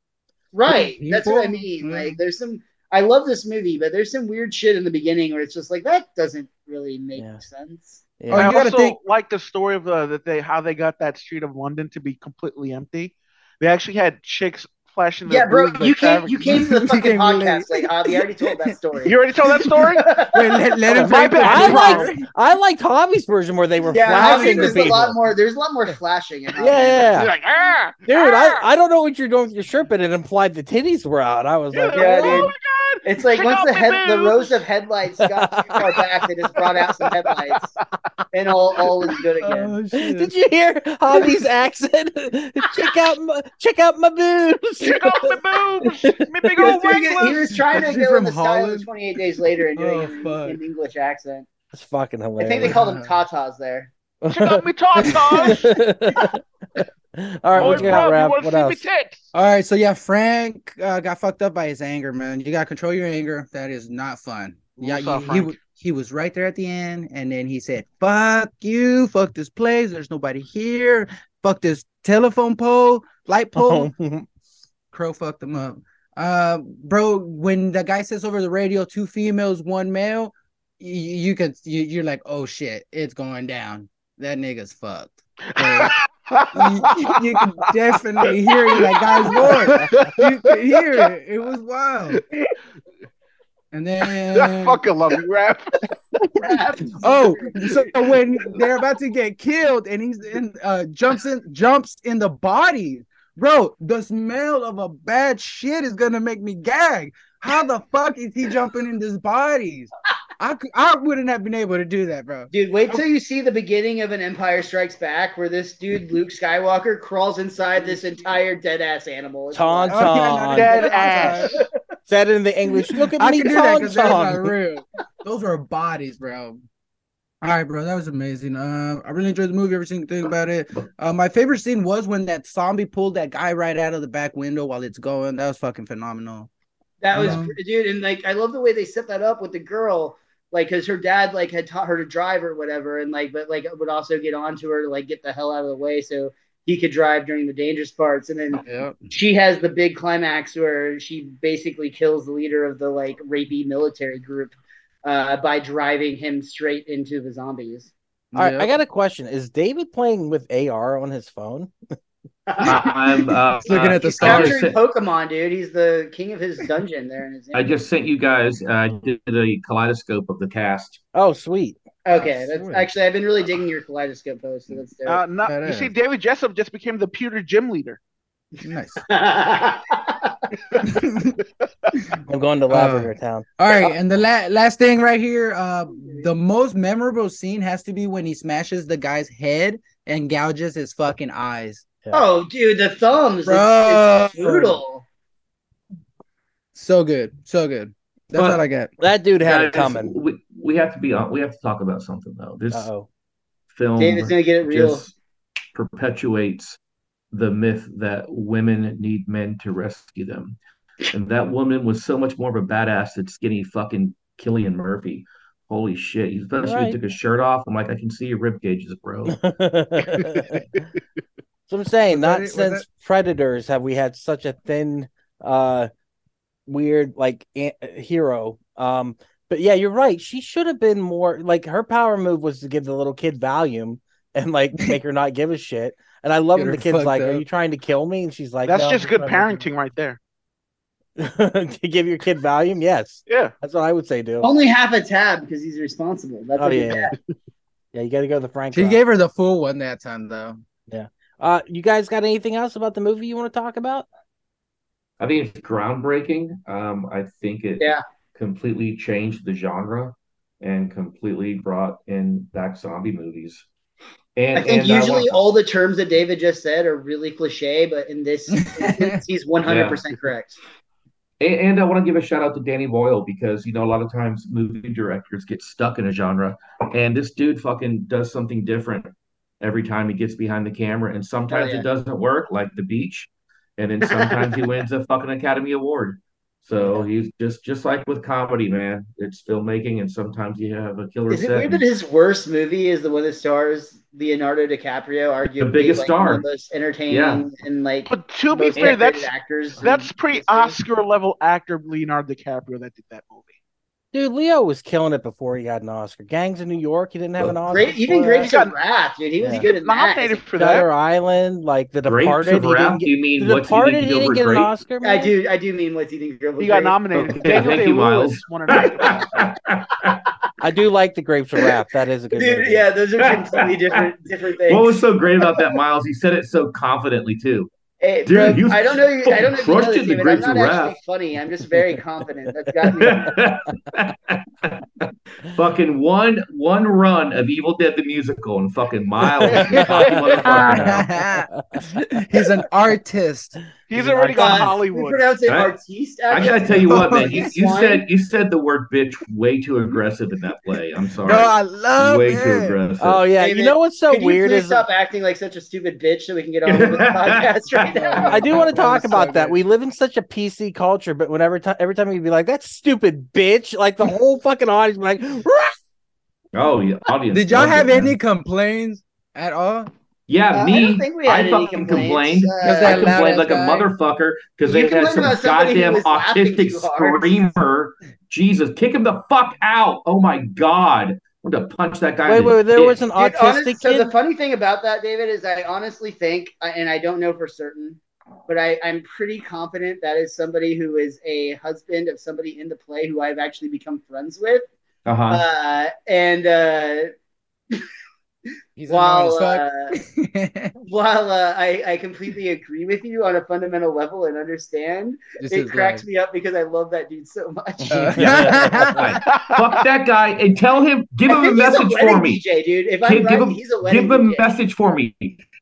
[SPEAKER 3] right? That's what I
[SPEAKER 5] People?
[SPEAKER 3] mean.
[SPEAKER 5] Mm.
[SPEAKER 3] Like, there's some. I love this movie, but there's some weird shit in the beginning where it's just like that doesn't really make
[SPEAKER 2] Yeah.
[SPEAKER 3] sense.
[SPEAKER 2] Yeah.
[SPEAKER 5] Oh,
[SPEAKER 7] I
[SPEAKER 5] you gotta
[SPEAKER 7] also
[SPEAKER 5] think-
[SPEAKER 7] like the story of uh, that they how they got that street of London to be completely empty. They actually had chicks flashing. Their
[SPEAKER 3] Yeah, bro,
[SPEAKER 7] boobs at
[SPEAKER 3] you came you came to
[SPEAKER 7] traffic-
[SPEAKER 3] the
[SPEAKER 5] You
[SPEAKER 3] fucking
[SPEAKER 5] can't
[SPEAKER 3] podcast
[SPEAKER 5] relate.
[SPEAKER 3] like Javi. I already told that story.
[SPEAKER 7] You already told that story.
[SPEAKER 5] wait, let, let him
[SPEAKER 7] My
[SPEAKER 5] play
[SPEAKER 7] bad.
[SPEAKER 5] for-
[SPEAKER 2] I liked, I liked Hobby's version where they were
[SPEAKER 3] yeah,
[SPEAKER 2] flashing
[SPEAKER 3] flashing
[SPEAKER 2] the
[SPEAKER 3] there's
[SPEAKER 2] people.
[SPEAKER 3] a lot more. There's a lot more flashing.
[SPEAKER 2] yeah,
[SPEAKER 3] In Javi.
[SPEAKER 2] yeah,
[SPEAKER 7] You're
[SPEAKER 2] yeah.
[SPEAKER 7] like, ah,
[SPEAKER 2] dude, I, I don't know what you're doing with your shirt, but it implied the titties were out. I was
[SPEAKER 7] You're
[SPEAKER 2] like,
[SPEAKER 7] like,
[SPEAKER 3] Yeah,
[SPEAKER 7] oh
[SPEAKER 3] dude.
[SPEAKER 7] my god.
[SPEAKER 3] It's like
[SPEAKER 7] Check
[SPEAKER 3] once
[SPEAKER 7] out
[SPEAKER 3] the
[SPEAKER 7] my
[SPEAKER 3] head, the
[SPEAKER 7] boobs.
[SPEAKER 3] rows of headlights got too far back, they just brought out some headlights, and all all is good
[SPEAKER 7] Uh,
[SPEAKER 3] again.
[SPEAKER 5] Oh, shit.
[SPEAKER 2] Did you hear Hobby's accent? check out, my, check out my boobs.
[SPEAKER 7] Check out my boobs, my big
[SPEAKER 3] he, was
[SPEAKER 7] old
[SPEAKER 3] doing it- he
[SPEAKER 7] wrinklers.
[SPEAKER 3] was trying to
[SPEAKER 5] Is he
[SPEAKER 3] go in
[SPEAKER 5] from
[SPEAKER 3] the style of
[SPEAKER 5] Holland?
[SPEAKER 3] 28 Days Later and doing
[SPEAKER 5] Oh,
[SPEAKER 3] it in,
[SPEAKER 5] fuck.
[SPEAKER 3] an English accent.
[SPEAKER 2] It's fucking
[SPEAKER 3] I
[SPEAKER 2] hilarious.
[SPEAKER 3] think they call them tatas there.
[SPEAKER 7] Check out my tatas.
[SPEAKER 2] All right,
[SPEAKER 7] Boy,
[SPEAKER 2] what you got,
[SPEAKER 7] Rob,
[SPEAKER 2] Rap?
[SPEAKER 7] you want to
[SPEAKER 2] What
[SPEAKER 7] see me
[SPEAKER 2] else?
[SPEAKER 7] tits?
[SPEAKER 5] All right, so yeah, Frank uh, got fucked up by his anger, man. You gotta control your anger. That is not fun. Yeah,
[SPEAKER 7] What's up,
[SPEAKER 5] he, he,
[SPEAKER 7] Frank?
[SPEAKER 5] w- he was right there at the end, and then he said, "Fuck you, fuck this place. There's nobody here. Fuck this telephone pole, light
[SPEAKER 7] Uh-huh.
[SPEAKER 5] pole." Crow fucked him up. Uh, bro, when the guy says over the radio, two females, one male, you, you could you, you're like, oh shit, it's going down. That nigga's fucked. you, you can definitely hear it in that guy's voice. You could hear it. It was wild. And
[SPEAKER 7] I
[SPEAKER 5] then
[SPEAKER 7] fucking love you, rap.
[SPEAKER 5] oh, so when they're about to get killed and he's in uh jumps in jumps in the body, bro, the smell of a bad shit is gonna make me gag. How the fuck is he jumping in these bodies? I c- I wouldn't have been able to do that, bro.
[SPEAKER 3] Dude, wait till you see the beginning of an Empire Strikes Back where this dude, Luke Skywalker, crawls inside this entire dead ass animal. It's
[SPEAKER 2] Tauntaun.
[SPEAKER 3] wild.
[SPEAKER 5] no,
[SPEAKER 7] Dead
[SPEAKER 5] no, no,
[SPEAKER 7] ass.
[SPEAKER 2] Said in the English. Look at
[SPEAKER 5] I
[SPEAKER 2] me,
[SPEAKER 5] can do that
[SPEAKER 2] Tom
[SPEAKER 5] because they're not
[SPEAKER 2] Tom.
[SPEAKER 5] real. Those were bodies, bro. All right, bro, that was amazing. Uh, I really enjoyed the movie. Every single thing about it. Uh, my favorite scene was when that zombie pulled that guy right out of the back window while it's going. That was fucking phenomenal.
[SPEAKER 3] That was
[SPEAKER 5] Um,
[SPEAKER 3] dude, and like I love the way they set that up with the girl, like because her dad like had taught her to drive or whatever, and like but like would also get on to her to like get the hell out of the way. So he could drive during the dangerous parts, and then
[SPEAKER 5] Yeah.
[SPEAKER 3] she has the big climax where she basically kills the leader of the like rapey military group uh, by driving him straight into the zombies.
[SPEAKER 2] All right, I got a question. Is David playing with AR on his phone?
[SPEAKER 4] I'm uh,
[SPEAKER 5] He's looking
[SPEAKER 4] uh,
[SPEAKER 5] at the
[SPEAKER 4] I
[SPEAKER 5] stars.
[SPEAKER 4] just
[SPEAKER 3] Capturing
[SPEAKER 4] sent-
[SPEAKER 3] Pokemon, dude, he's the king of his dungeon there in his.
[SPEAKER 4] I just sent you guys. uh, I did a kaleidoscope of the cast.
[SPEAKER 2] Oh, sweet.
[SPEAKER 3] okay, that's
[SPEAKER 2] Absolutely.
[SPEAKER 3] actually I've been really digging your kaleidoscope post, so that's dope.
[SPEAKER 7] Uh, not,
[SPEAKER 5] That
[SPEAKER 7] you see,
[SPEAKER 5] is.
[SPEAKER 7] David Jessup just became the pewter gym leader.
[SPEAKER 5] Nice.
[SPEAKER 2] I'm going to Lavender Town.
[SPEAKER 5] All right, and the la- last thing right here, uh, the most memorable scene has to be when he smashes the guy's head and gouges his fucking eyes.
[SPEAKER 3] oh, dude, the thumbs,
[SPEAKER 5] Bro.
[SPEAKER 3] it's, it's brutal.
[SPEAKER 5] So good, so good. That's
[SPEAKER 4] But-
[SPEAKER 5] all I got.
[SPEAKER 2] That dude had it
[SPEAKER 4] Guys,
[SPEAKER 2] coming.
[SPEAKER 4] We, we have to be on. We have to talk about something though. This
[SPEAKER 2] Uh oh.
[SPEAKER 4] film
[SPEAKER 3] David's gonna get it real.
[SPEAKER 4] just perpetuates the myth that women need men to rescue them. And that woman was so much more of a badass than skinny fucking Killian Murphy. Holy shit. Especially when
[SPEAKER 2] Right.
[SPEAKER 4] he took his shirt off. I'm like, I can see your rib cages, bro.
[SPEAKER 2] so I'm saying,
[SPEAKER 5] that
[SPEAKER 2] not
[SPEAKER 5] it? Was
[SPEAKER 2] since Predators have we had such a thin, uh, weird like an- hero. Um, but yeah, you're right. She should have been more like her power move was to give the little kid Valium and like make her not give a shit. And I love
[SPEAKER 5] Get
[SPEAKER 2] when the
[SPEAKER 5] her
[SPEAKER 2] kid's
[SPEAKER 5] fucked
[SPEAKER 2] like, "Are
[SPEAKER 5] up.
[SPEAKER 2] you trying to kill me?" And she's like,
[SPEAKER 7] That's
[SPEAKER 2] "No, I'm
[SPEAKER 7] just good
[SPEAKER 2] trying to-
[SPEAKER 7] parenting right there.
[SPEAKER 2] to give your kid Valium, yes,
[SPEAKER 7] Yeah.
[SPEAKER 2] that's what I would say.
[SPEAKER 5] Oh.
[SPEAKER 2] Do
[SPEAKER 3] Only half a tab because he's responsible. That's
[SPEAKER 2] oh
[SPEAKER 3] what he
[SPEAKER 2] yeah, yeah. yeah, you got to go to the Frank.
[SPEAKER 5] She
[SPEAKER 2] route.
[SPEAKER 5] gave her the full one that time though.
[SPEAKER 2] Uh, you guys got anything else about the movie you want to talk about?
[SPEAKER 4] I think it's groundbreaking. Um, I think it
[SPEAKER 3] Yeah.
[SPEAKER 4] completely changed the genre and completely brought in back zombie movies. And
[SPEAKER 3] I think
[SPEAKER 4] and uh, I
[SPEAKER 3] usually
[SPEAKER 4] want-
[SPEAKER 3] all the terms that David just said are really cliche, but in this, instance, he's 100% correct.
[SPEAKER 4] And, and I want to give a shout out to Danny Boyle because you know a lot of times movie directors get stuck in a genre, and this dude fucking does something different every time he gets behind the camera, and sometimes
[SPEAKER 3] yeah.
[SPEAKER 4] it doesn't work, like The Beach, and then sometimes he wins a fucking Academy Award. So he's just just like with comedy, man. It's filmmaking, and sometimes you have a killer
[SPEAKER 3] Is it
[SPEAKER 4] set.
[SPEAKER 3] weird that his worst movie is the one that stars Leonardo DiCaprio, arguably
[SPEAKER 4] biggest
[SPEAKER 3] like,
[SPEAKER 4] star.
[SPEAKER 3] one of the most entertaining
[SPEAKER 4] Yeah.
[SPEAKER 3] and like
[SPEAKER 7] But to be
[SPEAKER 3] most
[SPEAKER 7] fair,
[SPEAKER 3] decorated
[SPEAKER 7] that's
[SPEAKER 3] actors.
[SPEAKER 7] that's pretty
[SPEAKER 3] Oscar.
[SPEAKER 7] Oscar level actor Leonardo DiCaprio that did that movie.
[SPEAKER 2] Dude, Leo was killing it before he got an Oscar. Gangs of New York, he didn't have an Oscar.
[SPEAKER 3] Great, even
[SPEAKER 2] for.
[SPEAKER 3] Grapes
[SPEAKER 7] got-
[SPEAKER 3] of Wrath, dude. He was
[SPEAKER 2] Yeah.
[SPEAKER 3] good in
[SPEAKER 7] Nominated
[SPEAKER 3] that.
[SPEAKER 7] for
[SPEAKER 2] Shutter
[SPEAKER 7] that.
[SPEAKER 2] Island, like The
[SPEAKER 4] Grapes
[SPEAKER 2] Departed.
[SPEAKER 4] of
[SPEAKER 2] He
[SPEAKER 4] Wrath?
[SPEAKER 2] didn't get,
[SPEAKER 4] You mean
[SPEAKER 2] the
[SPEAKER 4] what's he
[SPEAKER 2] Departed,
[SPEAKER 4] didn't
[SPEAKER 2] he
[SPEAKER 4] get
[SPEAKER 2] didn't
[SPEAKER 4] over
[SPEAKER 2] get an
[SPEAKER 4] Grape?
[SPEAKER 2] Oscar.
[SPEAKER 3] I
[SPEAKER 2] Man?
[SPEAKER 3] do, I do mean what's eating Gribble.
[SPEAKER 7] He got nominated.
[SPEAKER 4] Okay,
[SPEAKER 7] Daniel
[SPEAKER 4] thank
[SPEAKER 7] Day
[SPEAKER 4] you,
[SPEAKER 7] Lewis
[SPEAKER 4] Miles.
[SPEAKER 7] won an Oscar.
[SPEAKER 2] I do like The Grapes of Wrath. That is a good
[SPEAKER 3] Dude,
[SPEAKER 2] movie.
[SPEAKER 3] yeah, those are completely different different things.
[SPEAKER 4] what was so great about that, Miles? He said it so confidently too.
[SPEAKER 3] Hey,
[SPEAKER 4] Dude,
[SPEAKER 3] bro,
[SPEAKER 4] you
[SPEAKER 3] I don't know. You, I don't know. If you know
[SPEAKER 4] crushed
[SPEAKER 3] this,
[SPEAKER 4] it in
[SPEAKER 3] David.
[SPEAKER 4] the
[SPEAKER 3] I'm
[SPEAKER 4] Grapes
[SPEAKER 3] not
[SPEAKER 4] of
[SPEAKER 3] actually
[SPEAKER 4] Wrath.
[SPEAKER 3] funny. I'm just very confident. That's got me.
[SPEAKER 4] fucking one one run of Evil Dead the musical and fucking Miles. is the top
[SPEAKER 3] Ah.
[SPEAKER 4] motherfucker now.
[SPEAKER 5] He's an artist.
[SPEAKER 7] He's already gone
[SPEAKER 3] Uh, We
[SPEAKER 7] Hollywood.
[SPEAKER 3] pronounce it
[SPEAKER 4] I-
[SPEAKER 3] artiste.
[SPEAKER 4] I
[SPEAKER 3] after-
[SPEAKER 4] gotta tell you what, man. You, you
[SPEAKER 3] Swine.
[SPEAKER 4] said you said the word bitch way too aggressive in that play. I'm sorry.
[SPEAKER 5] No, I love
[SPEAKER 4] way too
[SPEAKER 5] it.
[SPEAKER 4] aggressive.
[SPEAKER 2] Oh yeah, you
[SPEAKER 3] David,
[SPEAKER 2] know what's so
[SPEAKER 3] Could you
[SPEAKER 2] weird
[SPEAKER 3] please
[SPEAKER 2] is
[SPEAKER 3] stop acting like such a stupid bitch so we can get on with the podcast right now?
[SPEAKER 2] I do want to
[SPEAKER 5] That
[SPEAKER 2] talk
[SPEAKER 5] was so
[SPEAKER 2] about that.
[SPEAKER 5] good.
[SPEAKER 2] We live in such a PC culture, but whenever ti- every time you'd be like, "That stupid bitch," like the whole fucking audience would be like, "Rah!"
[SPEAKER 4] oh, yeah, audience.
[SPEAKER 5] Did y'all
[SPEAKER 4] loved it,
[SPEAKER 5] have
[SPEAKER 4] man.
[SPEAKER 5] any complaints at all?
[SPEAKER 4] Yeah,
[SPEAKER 3] Uh,
[SPEAKER 4] me.
[SPEAKER 3] I don't think we had
[SPEAKER 4] I
[SPEAKER 3] any
[SPEAKER 4] fucking
[SPEAKER 3] complaints.
[SPEAKER 4] complained.
[SPEAKER 3] Uh,
[SPEAKER 5] Was
[SPEAKER 4] I
[SPEAKER 5] that loud
[SPEAKER 4] complained
[SPEAKER 5] ass
[SPEAKER 4] like
[SPEAKER 5] guy?
[SPEAKER 4] a motherfucker
[SPEAKER 3] You
[SPEAKER 4] because they had
[SPEAKER 3] complained
[SPEAKER 4] some
[SPEAKER 3] about somebody who
[SPEAKER 4] goddamn
[SPEAKER 3] was laughing
[SPEAKER 4] autistic
[SPEAKER 3] too hard.
[SPEAKER 4] screamer. Jesus, kick him the fuck out! Oh my god, I'm gonna punch that guy.
[SPEAKER 2] "Wait,
[SPEAKER 4] in the
[SPEAKER 2] wait, there
[SPEAKER 4] dick.
[SPEAKER 2] was an
[SPEAKER 3] Dude, honest-
[SPEAKER 2] autistic
[SPEAKER 3] so
[SPEAKER 2] kid."
[SPEAKER 3] the funny thing about that, David, is I honestly think, I- and I don't know for certain, but I, I'm pretty confident that is somebody who is a husband of somebody in the play who I've actually become friends with.
[SPEAKER 4] Uh-huh.
[SPEAKER 3] Uh, and uh,
[SPEAKER 5] He's
[SPEAKER 3] while
[SPEAKER 5] annoying
[SPEAKER 3] uh,
[SPEAKER 5] as fuck.
[SPEAKER 3] while uh, I, I completely agree with you on a fundamental level and understand,
[SPEAKER 5] This
[SPEAKER 3] it
[SPEAKER 5] is
[SPEAKER 3] cracks
[SPEAKER 5] life.
[SPEAKER 3] me up because I love that dude so much.
[SPEAKER 5] Uh,
[SPEAKER 4] Yeah. Fuck that guy and tell him. Give
[SPEAKER 3] I
[SPEAKER 4] him a
[SPEAKER 3] think he's
[SPEAKER 4] message
[SPEAKER 3] wedding
[SPEAKER 4] for me.
[SPEAKER 3] DJ, dude. If
[SPEAKER 4] Give-
[SPEAKER 3] I'm
[SPEAKER 4] give
[SPEAKER 3] right,
[SPEAKER 4] him-
[SPEAKER 3] he's a wedding
[SPEAKER 4] Give him
[SPEAKER 3] DJ.
[SPEAKER 4] a message for me.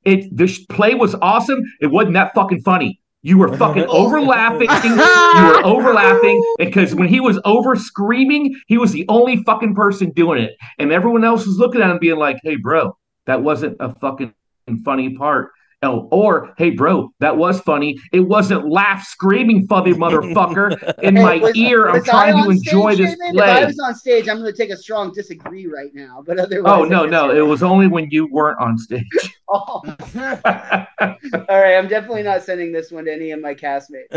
[SPEAKER 4] It the sh- play was awesome. It wasn't that fucking funny. You were fucking
[SPEAKER 3] Oh.
[SPEAKER 4] overlapping. you were overlapping because when he was over screaming, he was the only fucking person doing it, and everyone else was looking at him, being like, "Hey, bro, that wasn't a fucking funny part." Oh, or hey, bro, that was funny. It wasn't laugh screaming funny motherfucker in
[SPEAKER 3] Hey,
[SPEAKER 4] my
[SPEAKER 3] was-
[SPEAKER 4] ear. I'm
[SPEAKER 3] Was I
[SPEAKER 4] trying to
[SPEAKER 3] on stage,
[SPEAKER 4] enjoy this
[SPEAKER 3] Raymond? If I
[SPEAKER 4] play.
[SPEAKER 3] was on stage, I'm going to take a strong disagree right now. But otherwise,
[SPEAKER 4] Oh no,
[SPEAKER 3] I
[SPEAKER 4] no,
[SPEAKER 3] guess-
[SPEAKER 4] it was only when you weren't on stage.
[SPEAKER 3] all. Oh, All right, I'm definitely not sending this one to any of my castmates.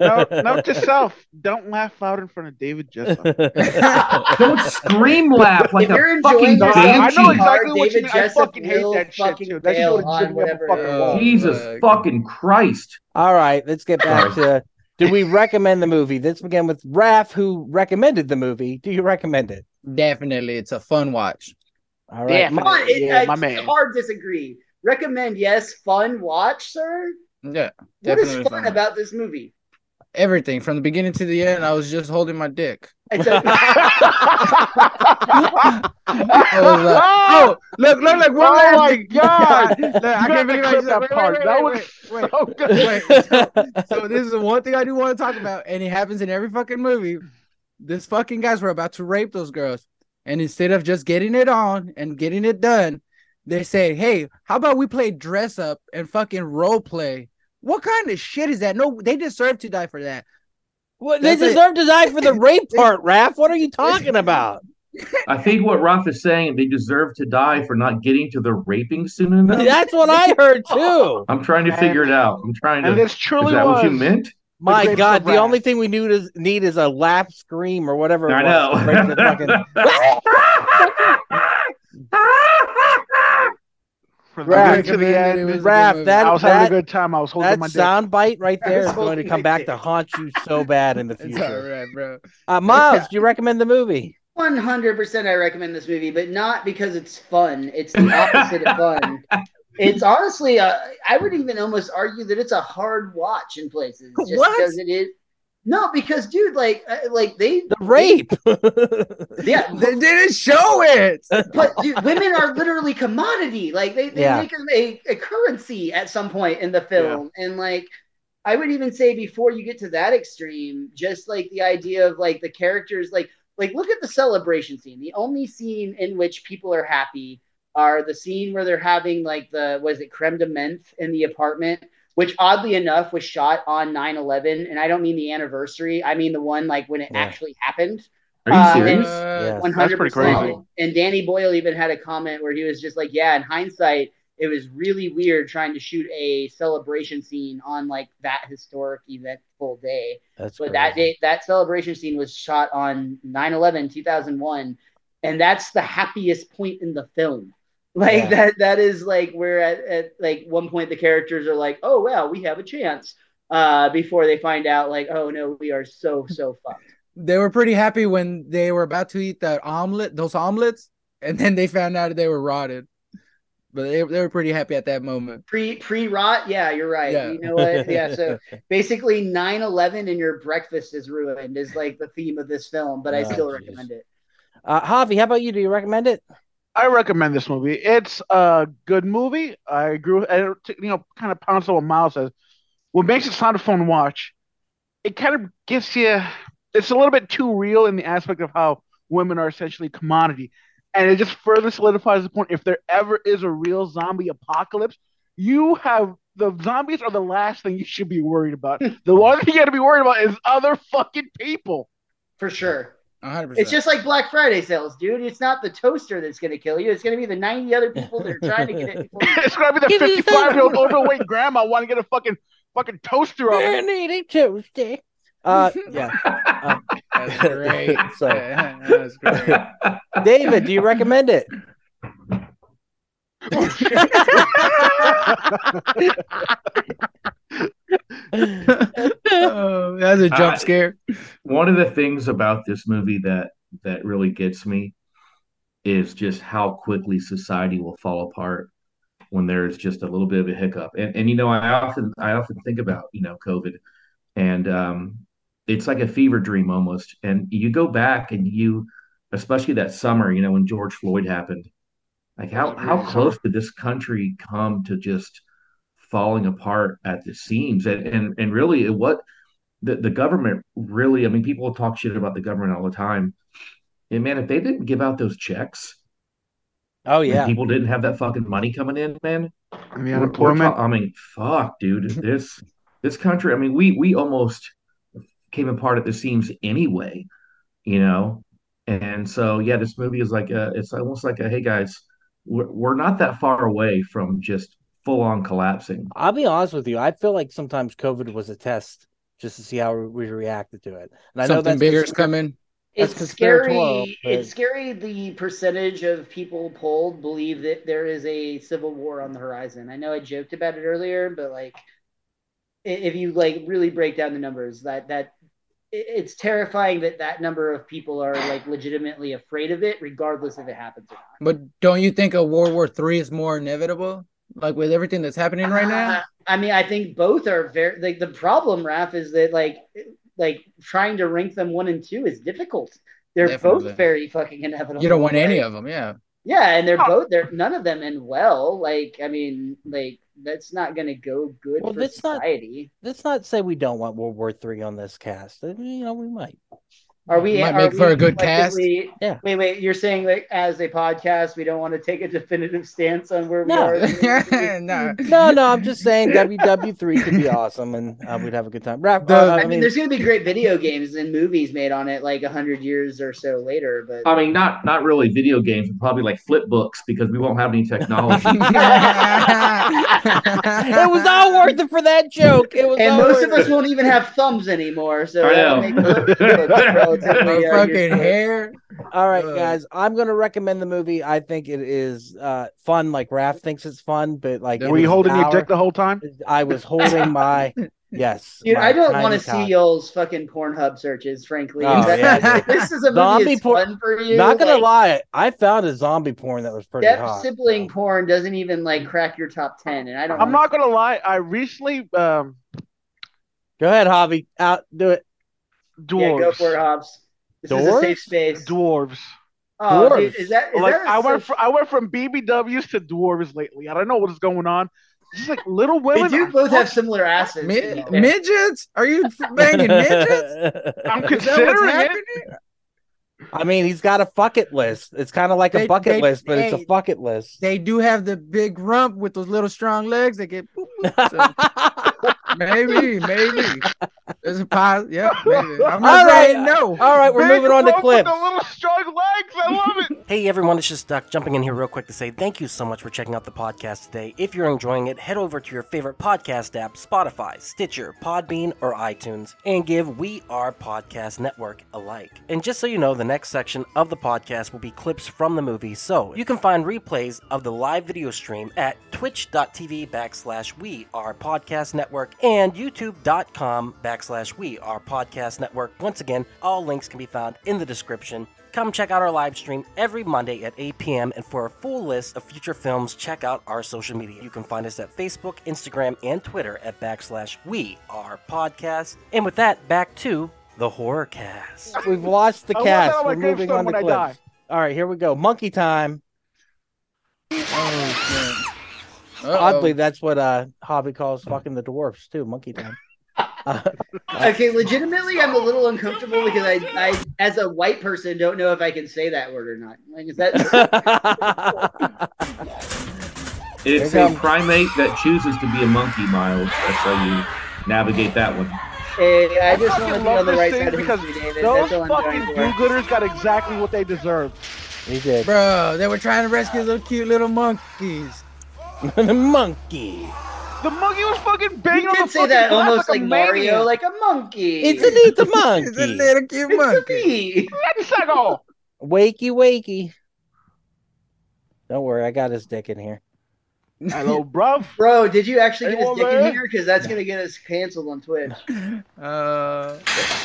[SPEAKER 7] No, note to self: don't laugh loud in front of David Jessup.
[SPEAKER 4] Don't scream laugh like
[SPEAKER 3] if you're
[SPEAKER 4] a
[SPEAKER 3] enjoying
[SPEAKER 4] fucking
[SPEAKER 3] this,
[SPEAKER 7] I- I
[SPEAKER 4] banshee.
[SPEAKER 7] know exactly
[SPEAKER 3] David
[SPEAKER 7] what you mean. I
[SPEAKER 3] Jessup
[SPEAKER 7] fucking hate
[SPEAKER 3] will
[SPEAKER 7] that shit,
[SPEAKER 3] fucking
[SPEAKER 7] too. That shit
[SPEAKER 3] bail
[SPEAKER 7] would
[SPEAKER 3] on
[SPEAKER 7] jig me up a
[SPEAKER 3] whatever
[SPEAKER 7] fucking
[SPEAKER 3] it is.
[SPEAKER 5] wall.
[SPEAKER 4] Jesus
[SPEAKER 5] Fuck.
[SPEAKER 4] fucking Christ.
[SPEAKER 2] All right, let's get back to do we recommend the movie? Let's begin with Raph, who recommended the movie. Do you recommend it?
[SPEAKER 5] Definitely, it's a fun watch.
[SPEAKER 2] All right.
[SPEAKER 7] Yeah,
[SPEAKER 3] Come
[SPEAKER 2] Ma-
[SPEAKER 3] on, it,
[SPEAKER 7] Yeah,
[SPEAKER 3] I
[SPEAKER 7] my man.
[SPEAKER 3] hard disagree. Recommend yes, fun watch, sir.
[SPEAKER 5] Yeah,
[SPEAKER 3] what
[SPEAKER 5] Definitely
[SPEAKER 3] is fun
[SPEAKER 5] fun.
[SPEAKER 3] about this movie?
[SPEAKER 5] everything from the beginning to the end. I was just holding my dick.
[SPEAKER 3] It's a,
[SPEAKER 5] I was like, oh, look, look, look! One
[SPEAKER 7] oh
[SPEAKER 5] last
[SPEAKER 7] my
[SPEAKER 5] thing.
[SPEAKER 7] god!
[SPEAKER 5] Look, I
[SPEAKER 7] You
[SPEAKER 5] can't
[SPEAKER 7] have to
[SPEAKER 5] believe I
[SPEAKER 7] clip
[SPEAKER 5] just
[SPEAKER 7] that
[SPEAKER 5] wait, wait,
[SPEAKER 7] part.
[SPEAKER 5] wait,
[SPEAKER 7] That
[SPEAKER 5] wait,
[SPEAKER 7] was
[SPEAKER 5] wait,
[SPEAKER 7] so good.
[SPEAKER 5] Wait, so, so this is the one thing I do want to talk about, and it happens in every fucking movie. This fucking guys were about to rape those girls, and instead of just getting it on and getting it done, they say, "Hey, how about we play dress up and fucking role play?" What kind of shit is that? No, they deserve to die for that.
[SPEAKER 2] Well, they
[SPEAKER 5] That's it.
[SPEAKER 2] deserve to die for the rape part, Raph. What are you talking about?
[SPEAKER 4] I think what Roth is saying, they deserve to die for not getting to the raping soon enough.
[SPEAKER 2] That's what I heard too.
[SPEAKER 4] I'm trying to figure it out. I'm trying to.
[SPEAKER 7] and
[SPEAKER 4] Is
[SPEAKER 7] this truly
[SPEAKER 4] that
[SPEAKER 7] was.
[SPEAKER 4] what you meant?
[SPEAKER 2] My
[SPEAKER 7] rape
[SPEAKER 2] God,
[SPEAKER 7] of
[SPEAKER 2] the
[SPEAKER 7] Raph.
[SPEAKER 2] only thing we need is need is a laugh scream or whatever. it
[SPEAKER 4] I
[SPEAKER 2] was to break the fucking-
[SPEAKER 4] know.
[SPEAKER 7] From the
[SPEAKER 2] Raph,
[SPEAKER 7] beginning to the
[SPEAKER 5] it
[SPEAKER 7] end,
[SPEAKER 5] was-
[SPEAKER 2] Raph, that
[SPEAKER 7] I was having
[SPEAKER 2] that,
[SPEAKER 7] a good time. I was holding
[SPEAKER 2] that
[SPEAKER 7] my dick.
[SPEAKER 2] sound bite right there is
[SPEAKER 3] was
[SPEAKER 2] going to
[SPEAKER 3] holding
[SPEAKER 2] come
[SPEAKER 3] my
[SPEAKER 2] back
[SPEAKER 3] dick.
[SPEAKER 2] to haunt you so bad in the
[SPEAKER 5] It's
[SPEAKER 2] future.
[SPEAKER 5] alright, bro.
[SPEAKER 2] Uh, Miles, do you recommend the movie?
[SPEAKER 3] 100% I recommend this movie, but not because it's fun. It's the opposite of fun. It's honestly, a, I would even almost argue that it's a hard watch in places. Just
[SPEAKER 5] What?
[SPEAKER 3] Because it is. No, because dude, like, uh, like they,
[SPEAKER 2] The rape.
[SPEAKER 3] yeah,
[SPEAKER 5] They didn't show it.
[SPEAKER 3] but dude, women are literally commodity. Like they, they
[SPEAKER 2] Yeah.
[SPEAKER 3] make them a, a currency at some point in the film. And like I would even say before you get to that extreme, just like the idea of like the characters like like look at the celebration scene. The only scene in which people are happy are the scene where they're having like the was it creme de menthe in the apartment, which oddly enough was shot on 9-11. And I don't mean the anniversary. I mean the one like when it
[SPEAKER 2] Yeah.
[SPEAKER 3] actually happened.
[SPEAKER 4] Are
[SPEAKER 3] Uh,
[SPEAKER 4] you serious?
[SPEAKER 2] Yeah.
[SPEAKER 3] One
[SPEAKER 7] That's
[SPEAKER 3] hundred
[SPEAKER 7] pretty crazy.
[SPEAKER 3] percent. And Danny Boyle even had a comment where he was just like, "Yeah, in hindsight, it was really weird trying to shoot a celebration scene on like that historic eventful day.
[SPEAKER 2] That's
[SPEAKER 3] But that day, that celebration scene was shot on 9-11, 2001, and that's the happiest point in the film. Like
[SPEAKER 2] Yeah.
[SPEAKER 3] that. That is like where at, at like one point the characters are like, "Oh wow, we have a chance." Uh, before they find out, like, "Oh no, we are so so fucked."
[SPEAKER 5] They were pretty happy when they were about to eat that omelet, those omelets, and then they found out they were rotted. But they, they were pretty happy at that moment.
[SPEAKER 3] pre pre rot yeah you're right
[SPEAKER 5] Yeah.
[SPEAKER 3] you know what yeah so basically 9-11 and your breakfast is ruined is like the theme of this film but i
[SPEAKER 2] Oh,
[SPEAKER 3] still
[SPEAKER 2] geez.
[SPEAKER 3] recommend it
[SPEAKER 2] Uh, Javi, how about you? Do you recommend it?
[SPEAKER 7] I recommend this movie. It's a good movie. I agree. with- I, don't- you know, kind of pounds on what Miles says. What makes it sound a fun watch, it kind of gives you. It's a little bit too real in the aspect of how women are essentially commodity, and it just further solidifies the point. If there ever is a real zombie apocalypse, you have the zombies are the last thing you should be worried about. the one thing you got to be worried about is other fucking people.
[SPEAKER 3] for sure
[SPEAKER 5] 100%.
[SPEAKER 3] it's just like black friday sales dude it's not the toaster that's going to kill you it's going to be the 90 other people that are trying to get it before you.
[SPEAKER 7] it's gonna be the
[SPEAKER 2] Give me
[SPEAKER 7] fifty-five year old
[SPEAKER 2] some.
[SPEAKER 7] overweight grandma wanting to get a fucking fucking toaster oven.
[SPEAKER 2] Needy Tuesday. Uh, yeah.
[SPEAKER 5] That's great.
[SPEAKER 2] So-
[SPEAKER 5] That's great.
[SPEAKER 2] David, do you recommend it?
[SPEAKER 5] Oh, that's a jump
[SPEAKER 4] Uh,
[SPEAKER 5] scare.
[SPEAKER 4] one of the things about this movie that that really gets me is just how quickly society will fall apart when there's just a little bit of a hiccup. And and you know, I often I often think about, you know, COVID and um it's like a fever dream almost. And you go back and you especially that summer, you know, when George Floyd happened, like how how close did this country come to just falling apart at the seams? And and and really it what the, the government really, I mean, people talk shit about the government all the time. And man, if they didn't give out those checks,
[SPEAKER 2] Oh
[SPEAKER 4] and
[SPEAKER 2] yeah.
[SPEAKER 4] people didn't have that fucking money coming in, man.
[SPEAKER 7] And the
[SPEAKER 4] we're- we're
[SPEAKER 7] unemployment.
[SPEAKER 4] ta- I mean, fuck, dude. This this country, I mean, we we almost came apart at the seams anyway, you know. And so yeah, this movie is like a, it's almost like a hey guys, we're, we're not that far away from just full on collapsing.
[SPEAKER 2] I'll be honest with you. I feel like sometimes COVID was a test just to see how we reacted to it. And I know
[SPEAKER 5] Something
[SPEAKER 2] that's
[SPEAKER 5] bigger is coming.
[SPEAKER 2] That's
[SPEAKER 3] it's scary.
[SPEAKER 2] conspiratorial, but-
[SPEAKER 3] It's scary. The percentage of people polled believe that there is a civil war on the horizon. I know I joked about it earlier, but like, i- if you like really break down the numbers, that that i- it's terrifying that that number of people are like legitimately afraid of it, regardless if it happens or not.
[SPEAKER 5] But don't you think a World War Three is more inevitable? Like with everything that's happening right now?
[SPEAKER 3] Uh, I mean, I think both are very like the problem, Raph, is that like like trying to rank them one and two is difficult. They're
[SPEAKER 5] Definitely.
[SPEAKER 3] both very fucking inevitable.
[SPEAKER 5] You don't want
[SPEAKER 3] Like,
[SPEAKER 5] any of them, yeah.
[SPEAKER 3] Yeah, and they're
[SPEAKER 7] Oh.
[SPEAKER 3] both they're none of them end well. Like, I mean, like that's not gonna go good
[SPEAKER 2] Well,
[SPEAKER 3] for
[SPEAKER 2] that's not-
[SPEAKER 3] society.
[SPEAKER 2] Let's not say we don't want World War Three on this cast. I mean, you know, we might.
[SPEAKER 3] Are we
[SPEAKER 5] Might
[SPEAKER 3] are
[SPEAKER 5] make
[SPEAKER 3] we
[SPEAKER 5] for a good cast.
[SPEAKER 3] collectively-
[SPEAKER 2] Yeah.
[SPEAKER 3] Wait, wait, you're saying like as a podcast we don't want to take a definitive stance on where we
[SPEAKER 2] No.
[SPEAKER 3] are.
[SPEAKER 5] no.
[SPEAKER 2] No, no, I'm just saying WW three could be awesome, and uh, we'd have a good time. Rap,
[SPEAKER 5] The-
[SPEAKER 2] uh,
[SPEAKER 3] I
[SPEAKER 2] I
[SPEAKER 3] mean,
[SPEAKER 2] mean,
[SPEAKER 3] there's gonna be great video games and movies made on it like a hundred years or so later, but
[SPEAKER 4] I mean, not not really video games, but probably like flip books because we won't have any technology.
[SPEAKER 2] it
[SPEAKER 5] it
[SPEAKER 2] was all worth it for that joke. It was
[SPEAKER 3] and
[SPEAKER 2] all
[SPEAKER 3] most
[SPEAKER 2] worth
[SPEAKER 3] of us
[SPEAKER 2] it.
[SPEAKER 3] won't even have thumbs anymore, so
[SPEAKER 4] I
[SPEAKER 3] that'll
[SPEAKER 4] know.
[SPEAKER 3] make it look relatively,
[SPEAKER 5] Her
[SPEAKER 3] uh,
[SPEAKER 5] fucking
[SPEAKER 3] useful.
[SPEAKER 5] hair.
[SPEAKER 2] All right,
[SPEAKER 5] Uh,
[SPEAKER 2] guys, I'm gonna recommend the movie. I think it is uh, fun. Like Raph thinks it's fun, but like, it
[SPEAKER 7] Were
[SPEAKER 2] is
[SPEAKER 7] you
[SPEAKER 2] an
[SPEAKER 7] holding your
[SPEAKER 2] hour.
[SPEAKER 7] dick the whole time?
[SPEAKER 2] I was holding my yes.
[SPEAKER 3] Dude,
[SPEAKER 2] my
[SPEAKER 3] I don't
[SPEAKER 2] tiny
[SPEAKER 3] want to see
[SPEAKER 2] cock.
[SPEAKER 3] y'all's fucking Pornhub searches, frankly.
[SPEAKER 2] Oh,
[SPEAKER 3] That-
[SPEAKER 5] yeah.
[SPEAKER 3] This is a
[SPEAKER 2] Zombie
[SPEAKER 3] movie that's
[SPEAKER 2] porn-
[SPEAKER 3] fun for you.
[SPEAKER 2] Not gonna
[SPEAKER 3] like,
[SPEAKER 2] lie, I found a zombie porn that was pretty
[SPEAKER 3] Step
[SPEAKER 2] hot.
[SPEAKER 3] sibling porn doesn't even like crack your top ten, and I don't.
[SPEAKER 7] I'm not gonna lie. I recently um
[SPEAKER 2] Go ahead, Hobby. Out, do it.
[SPEAKER 3] Yeah,
[SPEAKER 7] dwarves.
[SPEAKER 3] go for it, Hobbs. This is a
[SPEAKER 2] Dwarves?
[SPEAKER 3] safe space.
[SPEAKER 7] Dwarves.
[SPEAKER 3] Oh,
[SPEAKER 2] Dwarves.
[SPEAKER 3] dude, is that? Is
[SPEAKER 7] like
[SPEAKER 3] that a
[SPEAKER 7] I went
[SPEAKER 3] social-
[SPEAKER 7] from I went from BBWs to dwarves lately. I don't know what is going on. It's just like little
[SPEAKER 3] They
[SPEAKER 7] women.
[SPEAKER 3] do both have similar asses. to be
[SPEAKER 5] Mid-
[SPEAKER 3] fair.
[SPEAKER 5] midgets? Are you f- banging midgets?
[SPEAKER 7] I'm
[SPEAKER 5] Is that what's
[SPEAKER 7] considering it.
[SPEAKER 5] happening?
[SPEAKER 2] I mean, he's got a bucket list. It's kind of like a
[SPEAKER 5] They-
[SPEAKER 2] bucket
[SPEAKER 5] they-
[SPEAKER 2] list, but it's a
[SPEAKER 5] they-
[SPEAKER 2] bucket list.
[SPEAKER 5] They do have the big rump with those little strong legs. They get boop, boop. So maybe, maybe. There's a pos. Yeah, maybe. I'm
[SPEAKER 2] All
[SPEAKER 5] not
[SPEAKER 2] right.
[SPEAKER 5] saying no.
[SPEAKER 2] All right, we're
[SPEAKER 7] Big
[SPEAKER 2] moving on to
[SPEAKER 7] rump with
[SPEAKER 2] clips.
[SPEAKER 7] The little strong legs. I love it.
[SPEAKER 1] Hey everyone, it's just Duck jumping in here real quick to say thank you so much for checking out the podcast today. If you're enjoying it, head over to your favorite podcast app, Spotify, Stitcher, Podbean, or iTunes, and give We Are Podcast Network a like. And just so you know, the next section of the podcast will be clips from the movie, so you can find replays of the live video stream at twitch.tv backslash We Are Podcast Network and youtube.com backslash We Are Podcast Network. Once again, all links can be found in the description. Come check out our live stream every Monday at 8 p.m. And for a full list of future films, check out our social media. You can find us at Facebook, Instagram, and Twitter at backslash we are podcast. And with that, back to the horror cast.
[SPEAKER 2] We've lost the
[SPEAKER 7] I want
[SPEAKER 2] cast.
[SPEAKER 7] that on my
[SPEAKER 2] We're moving
[SPEAKER 7] gravestone
[SPEAKER 2] on to
[SPEAKER 7] when I
[SPEAKER 2] clips.
[SPEAKER 7] die.
[SPEAKER 2] All right, here we go. Monkey time.
[SPEAKER 5] Oh, shit. Uh-oh.
[SPEAKER 2] Oddly, that's what uh Hobby calls fucking the dwarfs too. Monkey time. Uh,
[SPEAKER 3] Okay, legitimately, I'm a little uncomfortable because I, I, as a white person, don't know if I can say that word or not. Like, is that?
[SPEAKER 4] It's
[SPEAKER 2] Here
[SPEAKER 4] a
[SPEAKER 2] come-
[SPEAKER 4] primate that chooses to be a monkey, Miles. That's how you navigate that one.
[SPEAKER 3] Hey, I
[SPEAKER 7] I
[SPEAKER 3] just want to
[SPEAKER 7] fucking
[SPEAKER 3] be on
[SPEAKER 7] love
[SPEAKER 3] the
[SPEAKER 7] this
[SPEAKER 3] right
[SPEAKER 7] scene
[SPEAKER 3] side of
[SPEAKER 7] because
[SPEAKER 3] history, David.
[SPEAKER 7] Those
[SPEAKER 3] That's all I'm
[SPEAKER 7] fucking
[SPEAKER 3] trying for.
[SPEAKER 7] do-gooders got exactly what they deserve.
[SPEAKER 2] he did.
[SPEAKER 5] Bro, they were trying to rescue those cute little monkeys.
[SPEAKER 2] monkey.
[SPEAKER 7] The monkey was fucking banging
[SPEAKER 3] You
[SPEAKER 7] on the
[SPEAKER 3] did say
[SPEAKER 7] fucking
[SPEAKER 3] that
[SPEAKER 7] glass
[SPEAKER 3] almost
[SPEAKER 7] like
[SPEAKER 3] like
[SPEAKER 7] a
[SPEAKER 3] Mario,
[SPEAKER 7] maniac.
[SPEAKER 3] like a monkey.
[SPEAKER 2] It's a it's a
[SPEAKER 5] It's a
[SPEAKER 2] monkey.
[SPEAKER 5] little cute monkey.
[SPEAKER 3] It's a bee.
[SPEAKER 7] Seagull.
[SPEAKER 2] Wakey wakey. Don't worry, I got his dick in here.
[SPEAKER 7] Hello, bruv.
[SPEAKER 3] Bro, did you actually get
[SPEAKER 7] Hey,
[SPEAKER 3] his dick in
[SPEAKER 7] woman.
[SPEAKER 3] here? Because that's gonna get us canceled on Twitch.
[SPEAKER 5] Uh,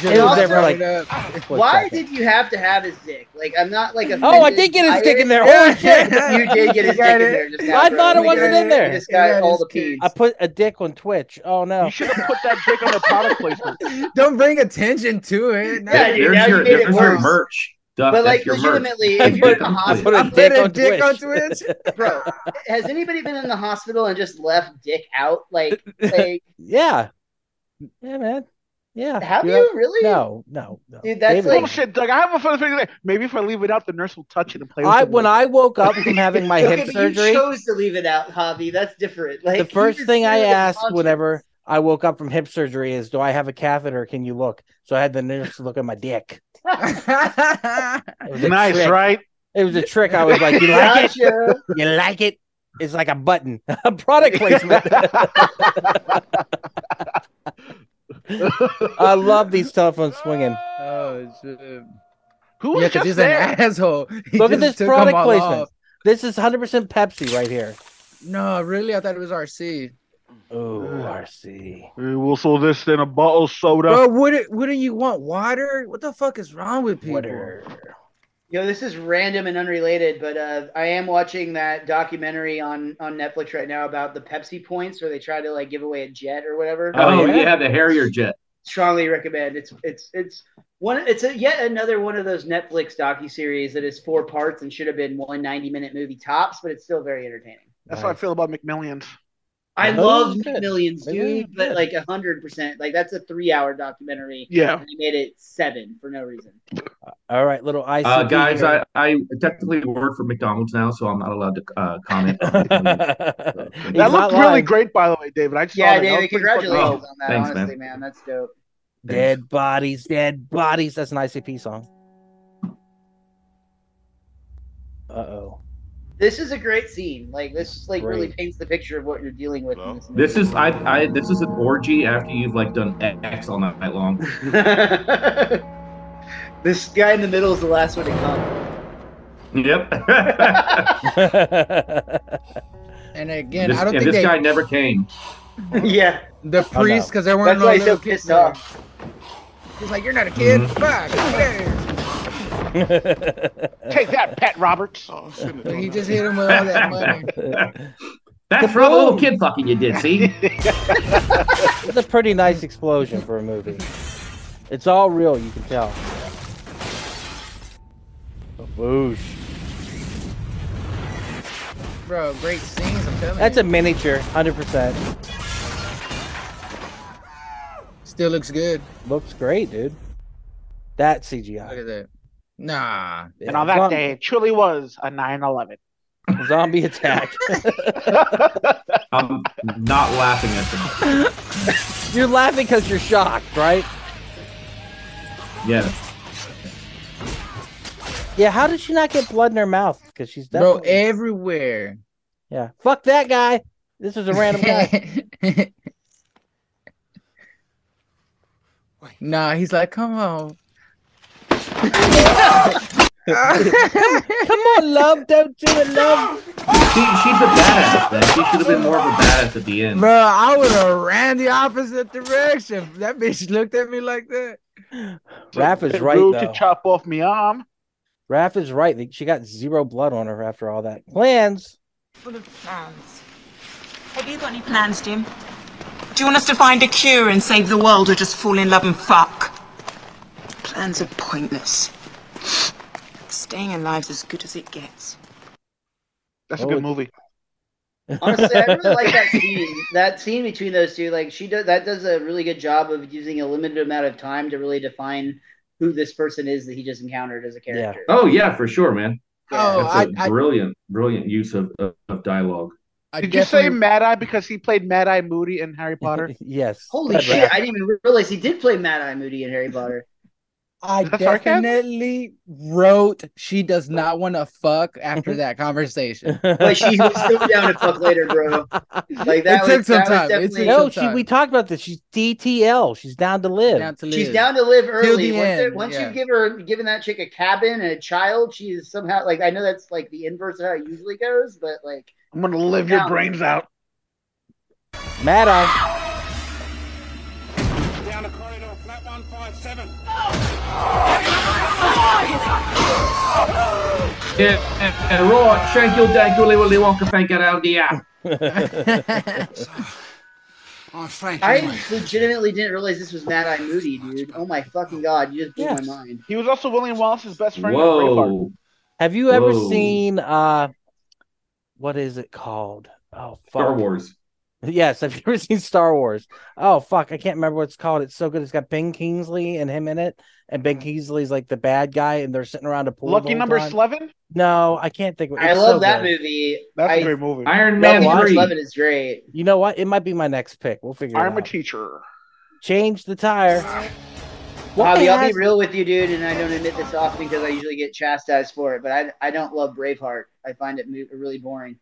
[SPEAKER 2] It was there for
[SPEAKER 5] brought
[SPEAKER 2] like
[SPEAKER 5] it up.
[SPEAKER 2] One
[SPEAKER 3] Why
[SPEAKER 2] second.
[SPEAKER 3] did you have to have his dick? Like, I'm not like a.
[SPEAKER 2] Oh, I did get his dick in there. Holy shit!
[SPEAKER 3] You did get his dick in there. Just Oh
[SPEAKER 2] I thought it
[SPEAKER 3] We
[SPEAKER 2] wasn't
[SPEAKER 3] got-
[SPEAKER 2] in there.
[SPEAKER 3] We just got
[SPEAKER 5] Yeah,
[SPEAKER 3] all
[SPEAKER 5] it's
[SPEAKER 3] the peas.
[SPEAKER 5] cute.
[SPEAKER 2] I put a dick on Twitch. Oh no.
[SPEAKER 7] You should have put that dick on the product placement.
[SPEAKER 5] Don't bring attention to it.
[SPEAKER 3] Yeah,
[SPEAKER 5] No.
[SPEAKER 3] you-
[SPEAKER 4] there's
[SPEAKER 3] now you
[SPEAKER 4] your,
[SPEAKER 3] made it
[SPEAKER 4] there's your
[SPEAKER 3] worse.
[SPEAKER 4] merch. Duff,
[SPEAKER 3] But
[SPEAKER 4] that's
[SPEAKER 3] like,
[SPEAKER 4] your merch.
[SPEAKER 3] legitimately,
[SPEAKER 2] I
[SPEAKER 3] if you're
[SPEAKER 2] put,
[SPEAKER 3] in the
[SPEAKER 2] I
[SPEAKER 3] hospital,
[SPEAKER 2] put a
[SPEAKER 5] I put
[SPEAKER 2] dick,
[SPEAKER 5] a
[SPEAKER 2] on,
[SPEAKER 5] dick on
[SPEAKER 2] Twitch.
[SPEAKER 5] Twitch.
[SPEAKER 3] bro, has anybody been in the hospital and just left dick out? Like, like,
[SPEAKER 2] yeah. Yeah, man. Yeah.
[SPEAKER 3] have
[SPEAKER 2] You're-
[SPEAKER 3] you really?
[SPEAKER 2] No, no, no.
[SPEAKER 3] Dude, that's
[SPEAKER 2] David,
[SPEAKER 3] like-
[SPEAKER 7] Bullshit, Doug. I have a funny thing today. Maybe if I leave it out, the nurse will touch it and play with
[SPEAKER 2] I
[SPEAKER 7] it.
[SPEAKER 2] when I woke up from having my
[SPEAKER 3] okay,
[SPEAKER 2] hip
[SPEAKER 3] but
[SPEAKER 2] surgery,
[SPEAKER 3] you chose to leave it out, Javi. That's different. Like
[SPEAKER 2] the
[SPEAKER 3] you
[SPEAKER 2] first
[SPEAKER 3] just
[SPEAKER 2] thing I
[SPEAKER 3] threw it in
[SPEAKER 2] asked
[SPEAKER 3] conscience.
[SPEAKER 2] whenever I woke up from hip surgery is, "Do I have a catheter? Can you look?" So I had the nurse look at my dick. It was a
[SPEAKER 7] nice,
[SPEAKER 2] trick.
[SPEAKER 7] right?
[SPEAKER 2] It was a trick. I was like, you like it?
[SPEAKER 3] Gotcha.
[SPEAKER 2] You like it? It's like a button, a product placement. I love these telephones swinging.
[SPEAKER 5] Oh shit. Yeah,
[SPEAKER 7] Who was
[SPEAKER 5] because
[SPEAKER 7] just
[SPEAKER 5] he's
[SPEAKER 7] there?
[SPEAKER 5] an asshole. He
[SPEAKER 2] Look at
[SPEAKER 5] just
[SPEAKER 2] this
[SPEAKER 5] took 'em
[SPEAKER 2] product
[SPEAKER 5] all
[SPEAKER 2] placement.
[SPEAKER 5] off.
[SPEAKER 2] This is 100% Pepsi right here.
[SPEAKER 5] No, really, I thought it was RC.
[SPEAKER 2] Oh,
[SPEAKER 7] Ugh.
[SPEAKER 2] RC.
[SPEAKER 7] We will sell this in a bottle of soda.
[SPEAKER 5] Bro, wouldn't wouldn't you want water? What the fuck is wrong with people?
[SPEAKER 2] Water.
[SPEAKER 3] Yo, this is random and unrelated, but uh, I am watching that documentary on on Netflix right now about the Pepsi points, where they try to like give away a jet or whatever.
[SPEAKER 4] Oh,
[SPEAKER 2] yeah.
[SPEAKER 4] yeah. the Harrier jet.
[SPEAKER 3] Strongly recommend. It's it's it's one. It's a, yet another one of those Netflix docu series that is four parts and should have been one 90 minute movie tops, but it's still very entertaining.
[SPEAKER 7] That's how I feel about McMillions.
[SPEAKER 3] I
[SPEAKER 7] Oh,
[SPEAKER 2] Maybe
[SPEAKER 3] love
[SPEAKER 2] we should.
[SPEAKER 3] millions,
[SPEAKER 2] Maybe we
[SPEAKER 3] dude, but
[SPEAKER 2] should.
[SPEAKER 3] like hundred percent, like that's a three hour documentary.
[SPEAKER 7] Yeah.
[SPEAKER 3] And they made it seven for no reason.
[SPEAKER 2] All right, little ICP.
[SPEAKER 4] Uh, guys,
[SPEAKER 2] here.
[SPEAKER 4] I, I technically work for McDonald's now, so I'm not allowed to uh, comment. On McDonald's.
[SPEAKER 2] He's
[SPEAKER 7] that
[SPEAKER 2] not
[SPEAKER 7] looked really
[SPEAKER 2] lying.
[SPEAKER 7] great, by the way, David. I just saw
[SPEAKER 3] Yeah,
[SPEAKER 7] that. That
[SPEAKER 3] David,
[SPEAKER 7] was pretty fucking
[SPEAKER 3] congratulations
[SPEAKER 4] dope.
[SPEAKER 3] on that.
[SPEAKER 4] Thanks,
[SPEAKER 3] honestly, man. that's dope.
[SPEAKER 2] Dead bodies, dead bodies. That's an ICP song. Uh oh.
[SPEAKER 3] This is a great scene. Like this, like really
[SPEAKER 2] Great.
[SPEAKER 3] paints the picture of what you're dealing with. In this, movie.
[SPEAKER 4] This is I, I this is an orgy after you've like done X all night long.
[SPEAKER 3] this guy in the middle is the last one to come.
[SPEAKER 4] Yep.
[SPEAKER 5] And again,
[SPEAKER 4] this,
[SPEAKER 5] I don't
[SPEAKER 4] yeah,
[SPEAKER 5] think
[SPEAKER 4] this
[SPEAKER 5] they
[SPEAKER 4] guy never came.
[SPEAKER 3] yeah,
[SPEAKER 5] the priest because there
[SPEAKER 3] that's
[SPEAKER 5] weren't no
[SPEAKER 3] why he's so
[SPEAKER 5] little kids
[SPEAKER 3] pissed
[SPEAKER 5] there.
[SPEAKER 3] off.
[SPEAKER 5] He's like, "You're not a kid.
[SPEAKER 4] Mhm.
[SPEAKER 5] Fuck, get out of here."
[SPEAKER 7] Take that, Pat Roberts.
[SPEAKER 8] Oh, I shouldn't have
[SPEAKER 5] But
[SPEAKER 8] done
[SPEAKER 5] he
[SPEAKER 8] that.
[SPEAKER 5] just hit him with all that money.
[SPEAKER 4] That's
[SPEAKER 2] Kaboom!
[SPEAKER 4] for the little kid fucking you did. See,
[SPEAKER 2] it's a pretty nice explosion for a movie. It's all real, you can tell. Boosh.
[SPEAKER 5] Bro, great scenes, I'm telling
[SPEAKER 2] That's a
[SPEAKER 5] you.
[SPEAKER 2] miniature, 100%.
[SPEAKER 5] Still looks good.
[SPEAKER 2] Looks great, dude. That
[SPEAKER 5] Look
[SPEAKER 2] CGI.
[SPEAKER 5] at that. Nah.
[SPEAKER 7] And on that day, it truly was a 9 11.
[SPEAKER 2] Zombie attack.
[SPEAKER 4] I'm not laughing at them.
[SPEAKER 2] you're laughing because you're shocked, right?
[SPEAKER 4] Yeah,
[SPEAKER 2] Yeah, how did she not get blood in her mouth? Because she's
[SPEAKER 5] Bro,
[SPEAKER 2] definitely.
[SPEAKER 5] everywhere.
[SPEAKER 2] yeah. Fuck that guy. This is a random guy.
[SPEAKER 5] nah, he's like, come on.
[SPEAKER 2] Come on, love. Don't do it, love.
[SPEAKER 4] she, she's a badass. Man. She should have been more of a badass at the end.
[SPEAKER 5] Bro, I would have ran the opposite direction. That bitch looked at me like that.
[SPEAKER 2] Raph is
[SPEAKER 7] Bit
[SPEAKER 2] right,
[SPEAKER 7] rude to
[SPEAKER 2] though.
[SPEAKER 7] chop off me um, arm.
[SPEAKER 2] Raph is right. She got zero blood on her after all that. Plans.
[SPEAKER 9] full of plans. Have you got any plans, Jim? Do you want us to find a cure and save the world or just fall in love and fuck? Plans are pointless. Staying alive's as good as it gets.
[SPEAKER 7] That's
[SPEAKER 2] Oh,
[SPEAKER 7] a good
[SPEAKER 2] it-
[SPEAKER 7] movie.
[SPEAKER 3] Honestly, I really like that scene. That scene between those two, like she does, that does a really good job of using a limited amount of time to really define who this person is that he just encountered as a character.
[SPEAKER 4] Oh yeah, for sure, man.
[SPEAKER 5] Oh,
[SPEAKER 4] That's a
[SPEAKER 5] I- I-
[SPEAKER 4] brilliant, brilliant use of, of, of dialogue.
[SPEAKER 5] I
[SPEAKER 7] Did you say
[SPEAKER 5] definitely-
[SPEAKER 7] Mad Eye because he played Mad Eye Moody in Harry Potter?
[SPEAKER 2] yes.
[SPEAKER 3] Holy
[SPEAKER 2] Red
[SPEAKER 3] shit!
[SPEAKER 2] Raph.
[SPEAKER 3] I didn't even realize he did play Mad Eye Moody in Harry Potter.
[SPEAKER 5] I
[SPEAKER 7] That's sarcasm?
[SPEAKER 5] definitely wrote she does not want to fuck after that conversation.
[SPEAKER 3] But she was still down to fuck later, bro. Like that
[SPEAKER 5] It
[SPEAKER 3] was,
[SPEAKER 5] took some
[SPEAKER 3] that was
[SPEAKER 5] time. It
[SPEAKER 3] definitely.
[SPEAKER 5] took
[SPEAKER 2] No, she.
[SPEAKER 5] Sometimes.
[SPEAKER 2] We talked about this. She's DTL. She's down to live.
[SPEAKER 5] Down to
[SPEAKER 3] She's
[SPEAKER 5] live.
[SPEAKER 3] down to live early.
[SPEAKER 5] the
[SPEAKER 3] Once,
[SPEAKER 5] end,
[SPEAKER 3] it- once
[SPEAKER 5] yeah.
[SPEAKER 3] you've give her given that chick a cabin and a child, she is somehow like I know that's like the inverse of how it usually goes, but like
[SPEAKER 7] I'm going to live your
[SPEAKER 3] No.
[SPEAKER 7] brains out.
[SPEAKER 2] Mad Eye.
[SPEAKER 8] Down the corridor, flat 157.
[SPEAKER 4] Yeah, and raw, shankle, dankle, willy wonka, fank it out the app.
[SPEAKER 8] Oh, Frank,
[SPEAKER 3] I
[SPEAKER 8] anyway.
[SPEAKER 3] legitimately didn't realize this was Mad Eye Moody, dude. Oh my fucking god, you just blew
[SPEAKER 2] Yes.
[SPEAKER 3] my mind.
[SPEAKER 7] He was also William Wallace's best friend. in Harry Potter.
[SPEAKER 4] Whoa.
[SPEAKER 2] Have you ever
[SPEAKER 4] Whoa.
[SPEAKER 2] seen uh, what is it called? Oh, fuck.
[SPEAKER 4] Star Wars.
[SPEAKER 2] Yes, have you ever seen Star Wars? Oh fuck, I can't remember what it's called. It's so good. It's got Ben Kingsley and him in it, and Ben Kingsley's like the bad guy, and they're sitting around a pool. the
[SPEAKER 7] Lucky
[SPEAKER 2] whole
[SPEAKER 7] number
[SPEAKER 2] time.
[SPEAKER 7] 11?
[SPEAKER 2] No, I can't think. of it.
[SPEAKER 3] I
[SPEAKER 2] It's
[SPEAKER 3] love
[SPEAKER 2] so
[SPEAKER 3] that
[SPEAKER 2] good.
[SPEAKER 3] movie.
[SPEAKER 7] That's a
[SPEAKER 3] I-
[SPEAKER 7] great movie.
[SPEAKER 4] Iron
[SPEAKER 3] That
[SPEAKER 4] Man
[SPEAKER 2] Why?
[SPEAKER 3] Number
[SPEAKER 4] 3.
[SPEAKER 3] 11 is great.
[SPEAKER 2] You know what? It might be my next pick. We'll figure it
[SPEAKER 7] I'm a
[SPEAKER 2] out.
[SPEAKER 7] teacher.
[SPEAKER 2] Change the tire.
[SPEAKER 3] Bobby,
[SPEAKER 2] Why
[SPEAKER 3] I'll
[SPEAKER 2] has-
[SPEAKER 3] be real with you, dude, and I don't admit this often because I usually get chastised for it, but I, I don't love Braveheart. I find it mo- really boring.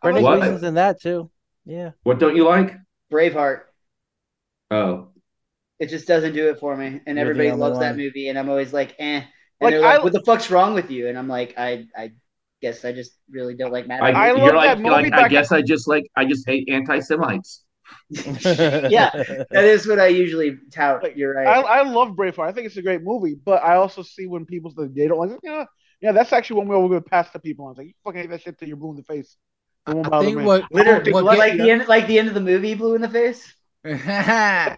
[SPEAKER 2] Brendan
[SPEAKER 4] What?
[SPEAKER 2] Gleeson's in that too. Yeah.
[SPEAKER 4] What don't you like?
[SPEAKER 3] Braveheart,
[SPEAKER 4] Oh,
[SPEAKER 3] it just doesn't do it for me, and
[SPEAKER 2] the
[SPEAKER 3] everybody
[SPEAKER 2] only
[SPEAKER 3] loves that
[SPEAKER 2] one.
[SPEAKER 3] movie, and I'm always like, eh. And
[SPEAKER 7] Like,
[SPEAKER 3] they're like,
[SPEAKER 7] I-
[SPEAKER 3] what the fuck's wrong with you? And I'm like, I, I guess I just really don't like Mad
[SPEAKER 4] I,
[SPEAKER 7] I
[SPEAKER 4] you're like,
[SPEAKER 7] love that
[SPEAKER 4] you're like,
[SPEAKER 7] movie
[SPEAKER 4] I
[SPEAKER 7] back-
[SPEAKER 4] guess I just like I just hate anti-Semites.
[SPEAKER 3] Yeah. That is what I usually tout.
[SPEAKER 7] Like,
[SPEAKER 3] You're
[SPEAKER 7] I,
[SPEAKER 3] right.
[SPEAKER 7] I love Braveheart. I think it's a great movie, but I also see when people say they don't like it. Yeah, yeah, that's actually when we were going to pass the people. I was like, you fucking hate that shit till you're blue in the face. It won't
[SPEAKER 5] I
[SPEAKER 7] bother
[SPEAKER 5] think
[SPEAKER 7] me.
[SPEAKER 5] what
[SPEAKER 3] Literally,
[SPEAKER 5] what
[SPEAKER 3] like,
[SPEAKER 5] get-
[SPEAKER 3] like the end, like the end of the movie, blue in the face.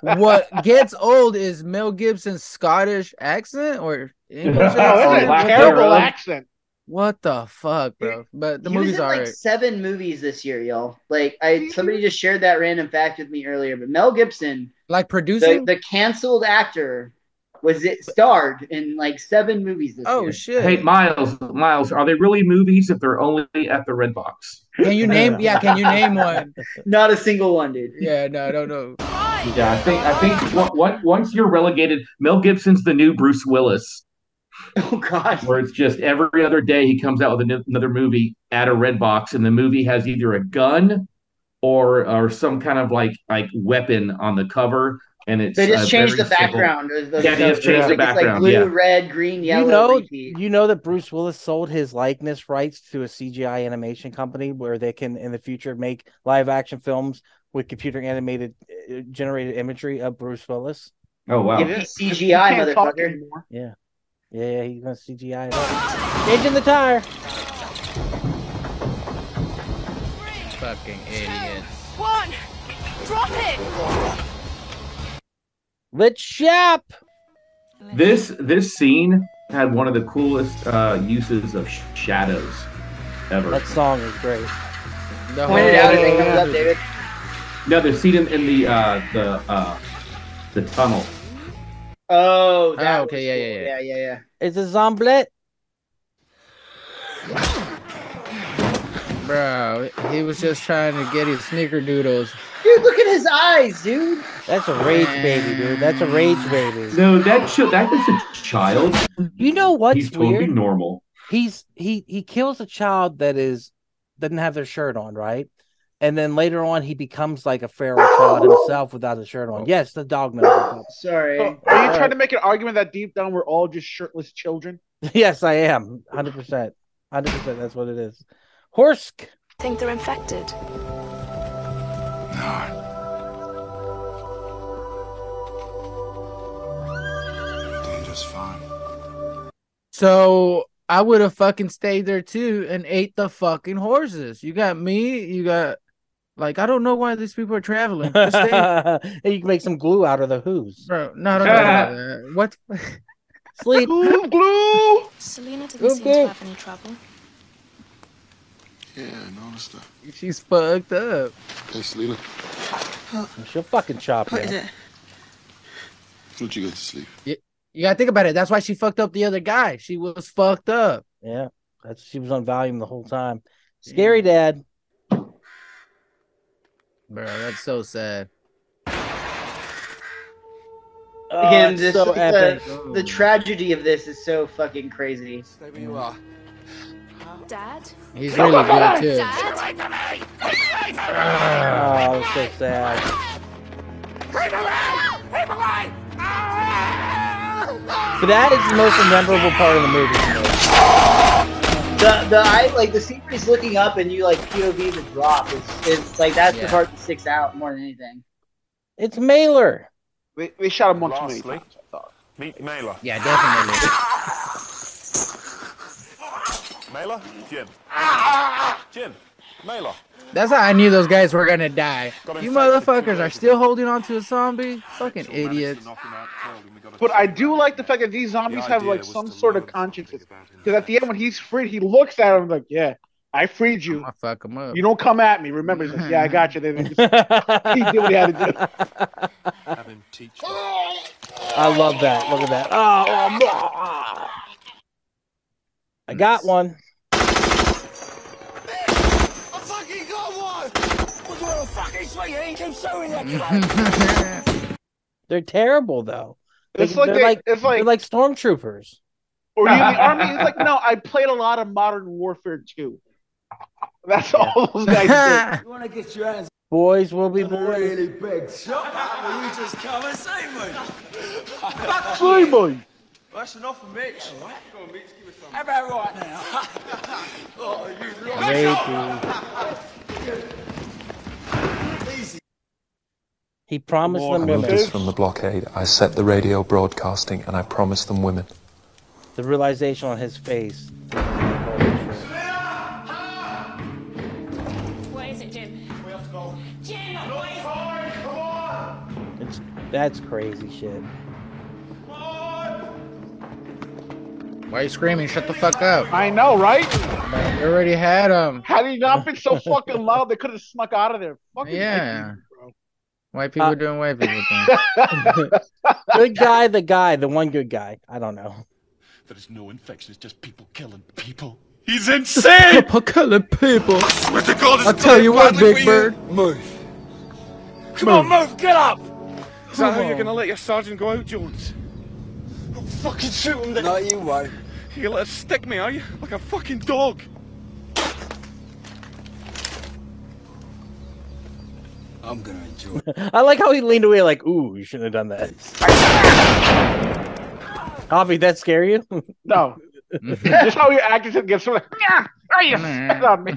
[SPEAKER 5] what gets old is Mel Gibson's Scottish accent or English
[SPEAKER 4] No,
[SPEAKER 7] No,
[SPEAKER 4] Oh,
[SPEAKER 7] that's a
[SPEAKER 5] accent?
[SPEAKER 4] lack
[SPEAKER 7] terrible
[SPEAKER 4] thereof.
[SPEAKER 7] accent.
[SPEAKER 5] What the fuck, bro? But the
[SPEAKER 3] He was
[SPEAKER 5] movie's
[SPEAKER 3] in, like
[SPEAKER 5] alright.
[SPEAKER 3] seven movies this year, y'all. Like I, somebody just shared that random fact with me earlier, but Mel Gibson,
[SPEAKER 5] Like
[SPEAKER 3] the,
[SPEAKER 5] producing?
[SPEAKER 3] the canceled actor, was it starred in like seven movies this
[SPEAKER 5] oh
[SPEAKER 3] year.
[SPEAKER 5] shit!
[SPEAKER 4] Hey, Miles, Miles, are they really movies if they're only at the Red Box?
[SPEAKER 5] Can you name? Yeah, can you name one?
[SPEAKER 3] Not a single one, dude.
[SPEAKER 5] Yeah, no, I don't know.
[SPEAKER 4] Yeah, I think I think what, what, once you're relegated, Mel Gibson's the new Bruce Willis,
[SPEAKER 3] Oh god.
[SPEAKER 4] where it's just every other day he comes out with an- another movie at a Red Box, and the movie has either a gun or or some kind of like like weapon on the cover, and it's
[SPEAKER 3] They just
[SPEAKER 4] uh,
[SPEAKER 3] changed
[SPEAKER 4] very
[SPEAKER 3] the background. of those
[SPEAKER 4] Yeah, they just
[SPEAKER 3] covers.
[SPEAKER 4] changed the
[SPEAKER 3] Like, It's like
[SPEAKER 4] background,
[SPEAKER 3] blue,
[SPEAKER 4] yeah.
[SPEAKER 3] red, green,
[SPEAKER 2] you
[SPEAKER 3] yellow.
[SPEAKER 2] know,
[SPEAKER 3] repeat.
[SPEAKER 2] you know that Bruce Willis sold his likeness rights to a CGI animation company where they can, in the future, make live action films with computer animated uh, generated imagery of Bruce Willis.
[SPEAKER 4] Simple. Oh wow!
[SPEAKER 3] Give me CGI,
[SPEAKER 7] You can't talk
[SPEAKER 3] motherfucker.
[SPEAKER 7] anymore.
[SPEAKER 2] Yeah, yeah, yeah he's gonna CGI it up. Changing the tire.
[SPEAKER 5] Fucking idiots.
[SPEAKER 10] One! Drop it!
[SPEAKER 2] Let's shop.
[SPEAKER 4] This this scene had one of the coolest uh, uses of sh- shadows ever.
[SPEAKER 2] That song is great.
[SPEAKER 5] The
[SPEAKER 3] Point it out as it
[SPEAKER 5] whole-
[SPEAKER 3] comes up, David.
[SPEAKER 4] No, they're seen in, in the uh, the uh, the tunnel.
[SPEAKER 3] Oh, that
[SPEAKER 5] Ah,
[SPEAKER 3] was
[SPEAKER 5] okay, yeah,
[SPEAKER 3] cool.
[SPEAKER 5] yeah,
[SPEAKER 3] yeah, yeah, yeah.
[SPEAKER 2] It's a zomblet.
[SPEAKER 5] Bro, he was just trying to get his snickerdoodles.
[SPEAKER 3] Dude, look at his eyes, dude.
[SPEAKER 2] That's a rage baby, dude. That's a rage baby.
[SPEAKER 4] No, that should that was a child.
[SPEAKER 2] You know what's
[SPEAKER 4] He's totally
[SPEAKER 2] weird?
[SPEAKER 4] normal.
[SPEAKER 2] he's he he kills a child that is doesn't have their shirt on, right? And then later on, he becomes like a feral child himself without a shirt
[SPEAKER 7] Oh.
[SPEAKER 2] on. Yes, the dog knows. what's
[SPEAKER 3] Sorry.
[SPEAKER 7] So, are you trying to make an argument that deep down we're all just shirtless children?
[SPEAKER 2] up. Yes, I am. Hundred percent. Hundred percent. That's what it is. Horsk.
[SPEAKER 10] Think they're infected.
[SPEAKER 8] No. Doing just fine.
[SPEAKER 5] So I would have fucking stayed there too and ate the fucking horses. You got me. You got like I don't know why these people are traveling. Just stay-
[SPEAKER 2] and you can make some glue out of the hooves.
[SPEAKER 5] Bro, no, no, no, no, no. What?
[SPEAKER 2] Sleep.
[SPEAKER 7] Glue, glue.
[SPEAKER 10] Selena doesn't
[SPEAKER 2] Goop,
[SPEAKER 10] seem
[SPEAKER 2] goop.
[SPEAKER 10] to have any trouble.
[SPEAKER 8] Yeah, I noticed that.
[SPEAKER 5] She's fucked up.
[SPEAKER 8] Hey, Selena,
[SPEAKER 2] She'll fucking chop you.
[SPEAKER 8] why
[SPEAKER 9] it?
[SPEAKER 8] you go to sleep?
[SPEAKER 5] You gotta think about it. That's why she fucked up the other guy. She was fucked up.
[SPEAKER 2] Yeah, that's she was on volume the whole time. Scary dad.
[SPEAKER 5] Bro, that's so sad.
[SPEAKER 2] Oh,
[SPEAKER 3] Again,
[SPEAKER 2] it's
[SPEAKER 3] this Uh,
[SPEAKER 2] so
[SPEAKER 3] is a-
[SPEAKER 2] epic.
[SPEAKER 3] Uh, The tragedy of this is so fucking crazy.
[SPEAKER 8] Stay where you are.
[SPEAKER 10] Dad?
[SPEAKER 5] He's really good too.
[SPEAKER 10] Dad?
[SPEAKER 7] Ah.
[SPEAKER 2] Oh, it's so sad. But that is the most memorable part of the movie. to me.
[SPEAKER 3] The the eye like the scene where he's looking up and you like POV the drop is, is like that's the
[SPEAKER 5] Yeah.
[SPEAKER 3] part that sticks out more than anything.
[SPEAKER 2] It's Mailer.
[SPEAKER 7] They, they shot him on too many
[SPEAKER 8] Lastly.
[SPEAKER 7] times, I thought.
[SPEAKER 8] Meet Mela.
[SPEAKER 5] Yeah, definitely.
[SPEAKER 8] Mela? Jim.
[SPEAKER 3] Ah,
[SPEAKER 8] Jim. Mela.
[SPEAKER 5] That's how I knew those guys were gonna die.
[SPEAKER 8] Got
[SPEAKER 5] You
[SPEAKER 8] infected two
[SPEAKER 5] motherfuckers
[SPEAKER 8] days
[SPEAKER 5] are
[SPEAKER 8] ago.
[SPEAKER 5] still holding on to a zombie? Fucking
[SPEAKER 8] Mitchell managed to
[SPEAKER 5] idiots.
[SPEAKER 8] knock him out cold and we got a
[SPEAKER 7] But I do
[SPEAKER 8] two-man
[SPEAKER 7] like the
[SPEAKER 8] team.
[SPEAKER 7] fact that these
[SPEAKER 8] The
[SPEAKER 7] zombies
[SPEAKER 8] idea
[SPEAKER 7] have like
[SPEAKER 8] was
[SPEAKER 7] some
[SPEAKER 8] to
[SPEAKER 7] sort of
[SPEAKER 8] learn something
[SPEAKER 7] consciences.
[SPEAKER 8] about him.
[SPEAKER 7] Because at the end, when he's freed, he looks at him like, "Yeah, I freed
[SPEAKER 5] I'm
[SPEAKER 7] you.
[SPEAKER 5] gonna fuck 'em up.
[SPEAKER 7] You don't come at me." Remember, he's like, "Yeah, I got you." They they just He did what he had to
[SPEAKER 8] Have him teach him.
[SPEAKER 2] I love that. Look at that. Oh, oh, blah. I got one.
[SPEAKER 8] I fucking got one! Would you want to fucking sweet? He keeps showing that
[SPEAKER 2] They're terrible though.
[SPEAKER 7] It's
[SPEAKER 2] They-
[SPEAKER 7] like,
[SPEAKER 2] they're
[SPEAKER 7] they-
[SPEAKER 2] like-
[SPEAKER 7] it's
[SPEAKER 2] They're
[SPEAKER 7] like,
[SPEAKER 2] like stormtroopers.
[SPEAKER 7] or you in the army. It's like, no, I played a lot of Modern Warfare too. That's all those guys did.
[SPEAKER 5] yeah,
[SPEAKER 8] You want to get your hands
[SPEAKER 2] Boys will be
[SPEAKER 8] on a
[SPEAKER 2] boys.
[SPEAKER 8] really big shot? Will you just come and save me?
[SPEAKER 7] Simon.
[SPEAKER 8] That's enough of Mitch. All right. Go on, Mitch, give us some. How about right now? oh, you
[SPEAKER 2] Maybe. He promised them women.
[SPEAKER 8] from the blockade. I set the radio broadcasting and I promised them women.
[SPEAKER 2] The realization on his face.
[SPEAKER 10] What is it, Jim?
[SPEAKER 8] We have to go.
[SPEAKER 10] Jim,
[SPEAKER 8] Time, come on!
[SPEAKER 2] It's that's crazy shit.
[SPEAKER 8] Come on!
[SPEAKER 5] why are you screaming? Shut the fuck up!
[SPEAKER 7] I know, right?
[SPEAKER 5] You already had him.
[SPEAKER 7] Had he not been so fucking loud, they could have snuck out of there. Fucking
[SPEAKER 5] Yeah.
[SPEAKER 7] Vikings,
[SPEAKER 5] White people
[SPEAKER 2] Uh,
[SPEAKER 5] doing white people things.
[SPEAKER 7] bro.
[SPEAKER 2] Good guy, the guy, the one good guy. I don't know.
[SPEAKER 8] There is no infection, it's just people killing people. He's insane!
[SPEAKER 5] What color people?
[SPEAKER 8] With the gold
[SPEAKER 5] I'll tell you what, Big Bird.
[SPEAKER 8] Move. Come on, move, get up! Is that how
[SPEAKER 5] on.
[SPEAKER 8] you're gonna let your sergeant go out, Jones? I'll fucking shoot him then. No, you won't. You're gonna let him stick me, are you? Like a fucking dog. I'm gonna enjoy it.
[SPEAKER 2] I like how he leaned away, like, "Ooh, you shouldn't have done that." Avi, that scare you?
[SPEAKER 7] No.
[SPEAKER 5] Mm-hmm.
[SPEAKER 7] Just how you acted to get someone like, yeah, are you spit on me?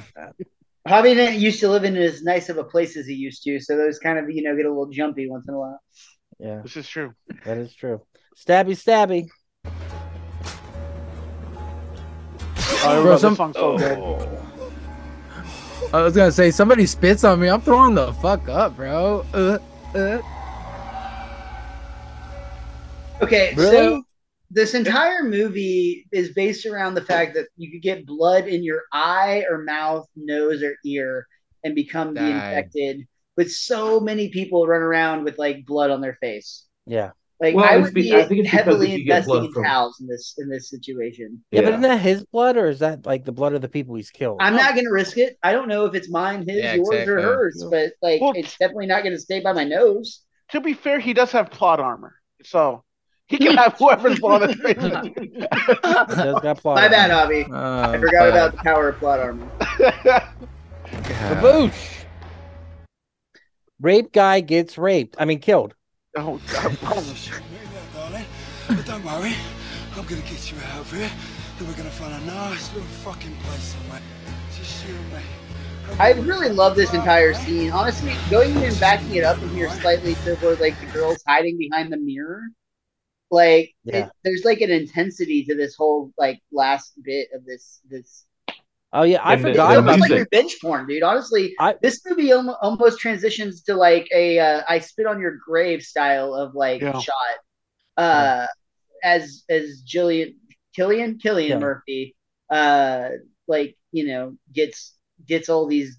[SPEAKER 3] Javi didn't used to live in as nice of a place as he used to, so those kind of you know get a little jumpy once in a while.
[SPEAKER 2] yeah,
[SPEAKER 7] This is true.
[SPEAKER 2] that is true. Stabby, stabby.
[SPEAKER 7] I
[SPEAKER 5] Bro,
[SPEAKER 7] remember
[SPEAKER 5] some- Oh.
[SPEAKER 7] this song so good.
[SPEAKER 4] Oh,
[SPEAKER 5] I was gonna say somebody spits on me. I'm throwing the fuck up, bro. Uh, uh.
[SPEAKER 3] Okay,
[SPEAKER 2] Really?
[SPEAKER 3] so this entire movie is based around the fact that you could get blood in your eye or mouth, nose or ear and become the
[SPEAKER 5] Die.
[SPEAKER 3] infected. But so many people run around with like blood on their face.
[SPEAKER 2] Yeah.
[SPEAKER 3] Like
[SPEAKER 4] Well,
[SPEAKER 3] I
[SPEAKER 4] it's
[SPEAKER 3] would
[SPEAKER 4] be-
[SPEAKER 3] be,
[SPEAKER 4] I think it's because
[SPEAKER 3] heavily
[SPEAKER 4] if you get
[SPEAKER 3] investing
[SPEAKER 4] blood
[SPEAKER 3] in
[SPEAKER 4] from-
[SPEAKER 3] towels in this in this situation.
[SPEAKER 2] yeah, but isn't that his blood or is that like the blood of the people he's killed?
[SPEAKER 3] I'm not gonna risk it. I don't know if it's mine, his,
[SPEAKER 5] Yeah,
[SPEAKER 3] yours, or
[SPEAKER 5] exactly.
[SPEAKER 3] hers, but like
[SPEAKER 7] Well-
[SPEAKER 3] it's definitely not gonna stay by my nose.
[SPEAKER 7] To be fair, he does have plot armor. So he can have whoever's blood on his face.
[SPEAKER 2] He does got plot
[SPEAKER 3] My
[SPEAKER 2] armor.
[SPEAKER 3] bad, Avi.
[SPEAKER 5] Oh,
[SPEAKER 3] I forgot about the power of plot armor.
[SPEAKER 2] Kaboosh. Rape guy gets raped. I mean, killed.
[SPEAKER 7] oh, God, bro.
[SPEAKER 8] darling. But don't worry, I'm gonna get you out of here. Then we're gonna find a nice little fucking place, mate. Just you and me.
[SPEAKER 3] I really love this entire scene. Honestly, going in and backing it up in here slightly to where like the girls hiding behind the mirror, like it-
[SPEAKER 2] Yeah.
[SPEAKER 3] there's like an intensity to this whole like last bit of this this.
[SPEAKER 2] Oh yeah, I
[SPEAKER 4] And the-
[SPEAKER 3] It's
[SPEAKER 2] forgot
[SPEAKER 4] the
[SPEAKER 2] about
[SPEAKER 3] almost like
[SPEAKER 4] music.
[SPEAKER 3] revenge porn, dude. Honestly,
[SPEAKER 2] I-
[SPEAKER 3] this movie almo- almost transitions to like a uh, "I spit on your grave" style of like
[SPEAKER 7] Yeah.
[SPEAKER 3] shot, uh, as as Jillian Killian Killian
[SPEAKER 2] Yeah.
[SPEAKER 3] Murphy, uh, like you know gets gets all these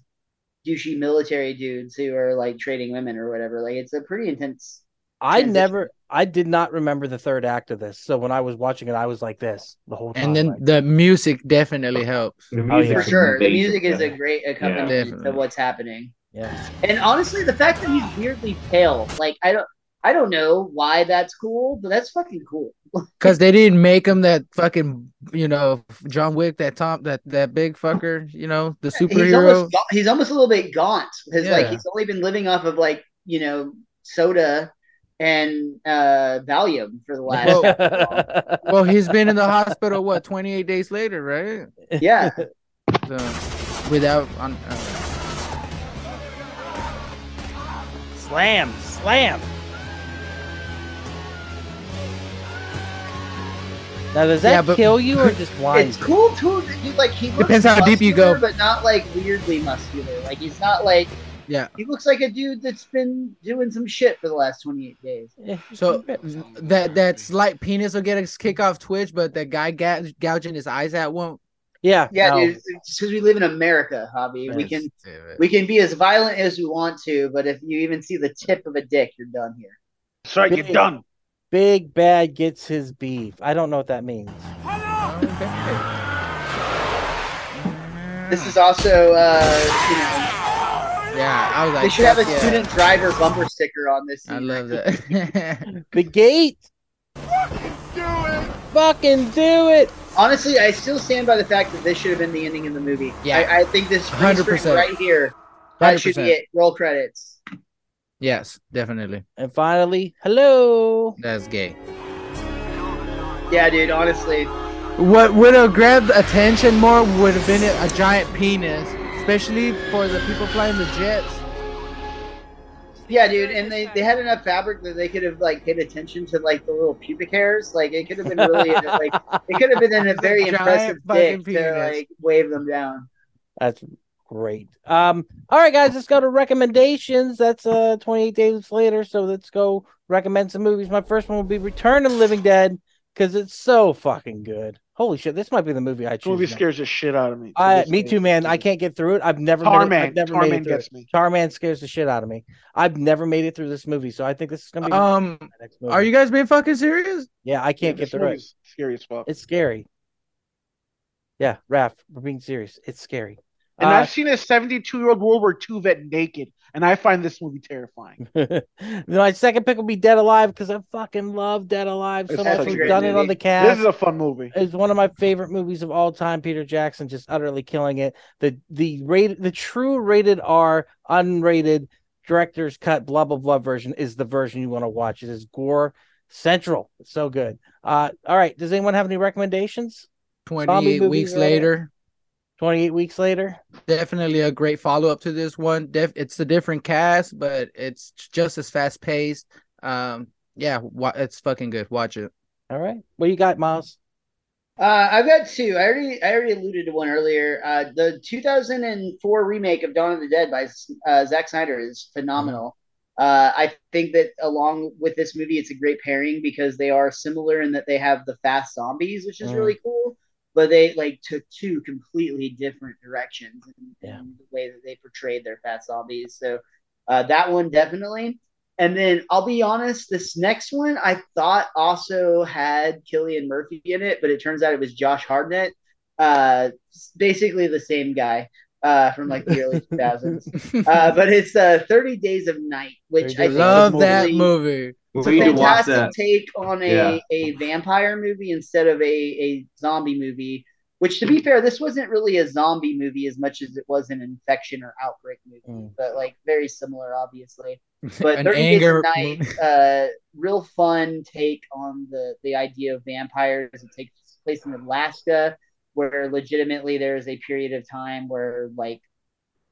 [SPEAKER 3] douchey military dudes who are like trading women or whatever. Like it's a pretty intense.
[SPEAKER 2] I
[SPEAKER 3] transition.
[SPEAKER 2] never, I did not remember the third act of this. So when I was watching it, I was like this the whole time.
[SPEAKER 5] And then
[SPEAKER 2] like-
[SPEAKER 5] the music definitely helps.
[SPEAKER 4] The
[SPEAKER 2] Oh, yeah.
[SPEAKER 4] music's
[SPEAKER 3] for sure. The
[SPEAKER 4] amazing.
[SPEAKER 3] music is a great accompaniment to
[SPEAKER 5] Definitely.
[SPEAKER 3] what's happening.
[SPEAKER 2] Yeah.
[SPEAKER 3] And honestly, the fact that he's weirdly pale, like I don't, I don't know why that's cool, but that's fucking cool.
[SPEAKER 5] Cause they didn't make him that fucking, you know, John Wick, that Tom, that that big fucker, you know, the
[SPEAKER 3] He's
[SPEAKER 5] superhero.
[SPEAKER 3] almost, ga- he's almost a little bit gaunt because like
[SPEAKER 5] Yeah.
[SPEAKER 3] he's only been living off of like you know soda and uh Valium for the last.
[SPEAKER 5] Well, he's been in the hospital what 28 days later, right?
[SPEAKER 3] yeah,
[SPEAKER 5] So, without on. uh,
[SPEAKER 2] slam, slam. Now, does that
[SPEAKER 5] Yeah, but-
[SPEAKER 2] kill you or just
[SPEAKER 3] it's
[SPEAKER 2] blinds? you?
[SPEAKER 3] cool too. That you, like he looks
[SPEAKER 5] Depends how deep you
[SPEAKER 3] muscular,
[SPEAKER 5] go.
[SPEAKER 3] but not like weirdly muscular. Like he's not like
[SPEAKER 5] Yeah.
[SPEAKER 3] He looks like a dude that's been doing some shit for the last twenty eight days.
[SPEAKER 2] Yeah.
[SPEAKER 5] So that that slight penis will get a kick off Twitch, but that guy gou- gouging his eyes out won't.
[SPEAKER 2] yeah,
[SPEAKER 3] Yeah,
[SPEAKER 2] no.
[SPEAKER 3] dude. It's because we live in America, Hobby. We can
[SPEAKER 5] Stupid.
[SPEAKER 3] we can be as violent as we want to, but if you even see the tip of a dick, you're done here.
[SPEAKER 7] That's right, you're done.
[SPEAKER 2] Big bad gets his beef. I don't know what that means.
[SPEAKER 3] This is also, uh, you know,
[SPEAKER 5] yeah, I was like,
[SPEAKER 3] they should have a
[SPEAKER 5] fuck yeah.
[SPEAKER 3] student driver bumper sticker on this.
[SPEAKER 5] I
[SPEAKER 3] scene.
[SPEAKER 5] love that.
[SPEAKER 2] The gate fucking do it.
[SPEAKER 3] Honestly, I still stand by the fact that this should have been the ending of the movie.
[SPEAKER 5] Yeah.
[SPEAKER 3] I, I think this freeze frame
[SPEAKER 5] 100%.
[SPEAKER 3] right here. That should
[SPEAKER 5] 100%.
[SPEAKER 3] be it. Roll credits.
[SPEAKER 5] Yes, definitely.
[SPEAKER 2] And finally, hello.
[SPEAKER 5] That's gay.
[SPEAKER 3] Yeah, dude. Honestly,
[SPEAKER 5] What would have grabbed attention more would have been a giant penis, especially for the people flying the jets.
[SPEAKER 3] yeah, dude. And they, they had enough fabric that they could have like paid attention to like the little pubic hairs. Like it could have been really like it could have been in a very
[SPEAKER 5] Giant
[SPEAKER 3] impressive
[SPEAKER 5] fucking
[SPEAKER 3] dick to
[SPEAKER 5] penis.
[SPEAKER 3] like wave them down.
[SPEAKER 2] That's great. Um, all right, guys, let's go to recommendations. That's uh 28 days later, so let's go recommend some movies. My first one will be Return of the Living Dead because it's so fucking good. Holy shit, this might be the movie I
[SPEAKER 7] This
[SPEAKER 2] choose.
[SPEAKER 7] movie
[SPEAKER 2] now.
[SPEAKER 7] scares the shit out of me.
[SPEAKER 2] Uh, me too, man. I can't get through it. I've never made it.
[SPEAKER 7] Tarman.
[SPEAKER 2] I've never made it
[SPEAKER 7] Tarman
[SPEAKER 2] through
[SPEAKER 7] gets
[SPEAKER 2] it.
[SPEAKER 7] me.
[SPEAKER 2] Tarman scares the shit out of me. I've never made it through this movie, so I think this is gonna be
[SPEAKER 7] Uh,
[SPEAKER 2] my
[SPEAKER 5] Um,
[SPEAKER 2] next movie.
[SPEAKER 5] are you guys being fucking serious?
[SPEAKER 2] Yeah, I can't
[SPEAKER 7] This
[SPEAKER 2] get through it.
[SPEAKER 7] movie's Scary as fuck.
[SPEAKER 2] It's scary. Yeah, Raph, we're being serious. It's scary.
[SPEAKER 7] And
[SPEAKER 2] Uh,
[SPEAKER 7] I've seen a 72 year old World War II vet naked, and I find this movie terrifying.
[SPEAKER 2] My second pick will be Dead Alive because I fucking love Dead Alive so
[SPEAKER 7] It's
[SPEAKER 2] much.
[SPEAKER 7] such a
[SPEAKER 2] We've
[SPEAKER 7] great
[SPEAKER 2] done it on
[SPEAKER 3] movie.
[SPEAKER 2] the
[SPEAKER 7] This
[SPEAKER 2] cast.
[SPEAKER 7] is a fun movie.
[SPEAKER 2] It's one of my favorite movies of all time. Peter Jackson just utterly killing it. The the rated the true rated R unrated director's cut blah blah blah version is the version you want to watch. It is gore central. It's so good. Uh, all right. Does anyone have any recommendations? Zombie
[SPEAKER 5] 28
[SPEAKER 2] movies
[SPEAKER 5] weeks
[SPEAKER 2] are-
[SPEAKER 5] later,
[SPEAKER 2] Twenty eight weeks later.
[SPEAKER 5] definitely a great follow up to this one. Def- it's a different cast, but it's just as fast paced. Um, yeah, wa- it's fucking good. Watch it.
[SPEAKER 2] All right. What you got, Miles?
[SPEAKER 3] Uh, I've got two. I already I already alluded to one earlier. Uh, the 2004 remake of Dawn of the Dead by uh, Zack Snyder is phenomenal. Uh, I think that along with this movie, it's a great pairing because they are similar in that they have the fast zombies, which is
[SPEAKER 2] Mhm.
[SPEAKER 3] really cool. But they like took two completely different directions in,
[SPEAKER 2] Yeah.
[SPEAKER 3] in the way that they portrayed their fast zombies. So uh, that one definitely. And then I'll be honest, this next one I thought also had Killian Murphy in it, but it turns out it was Josh Hardnett, uh, basically the same guy uh, from like the early 2000s. Uh, but it's uh, 30 Days of Night, which I
[SPEAKER 2] Days of
[SPEAKER 3] think
[SPEAKER 5] Love
[SPEAKER 3] is
[SPEAKER 5] that
[SPEAKER 3] really-
[SPEAKER 5] movie.
[SPEAKER 3] It's
[SPEAKER 4] We
[SPEAKER 3] a
[SPEAKER 4] need to watch
[SPEAKER 3] fantastic
[SPEAKER 4] that.
[SPEAKER 3] take on a,
[SPEAKER 4] Yeah.
[SPEAKER 3] a vampire movie instead of a, a zombie movie, which to be fair, this wasn't really a zombie movie as much as it was an infection or outbreak movie,
[SPEAKER 2] Mm.
[SPEAKER 3] but like very similar, obviously but
[SPEAKER 5] An
[SPEAKER 3] 30
[SPEAKER 5] anger
[SPEAKER 3] Days
[SPEAKER 5] movie.
[SPEAKER 3] of Night, uh, real fun take on the the idea of vampires. It takes place in Alaska, where legitimately there is a period of time where like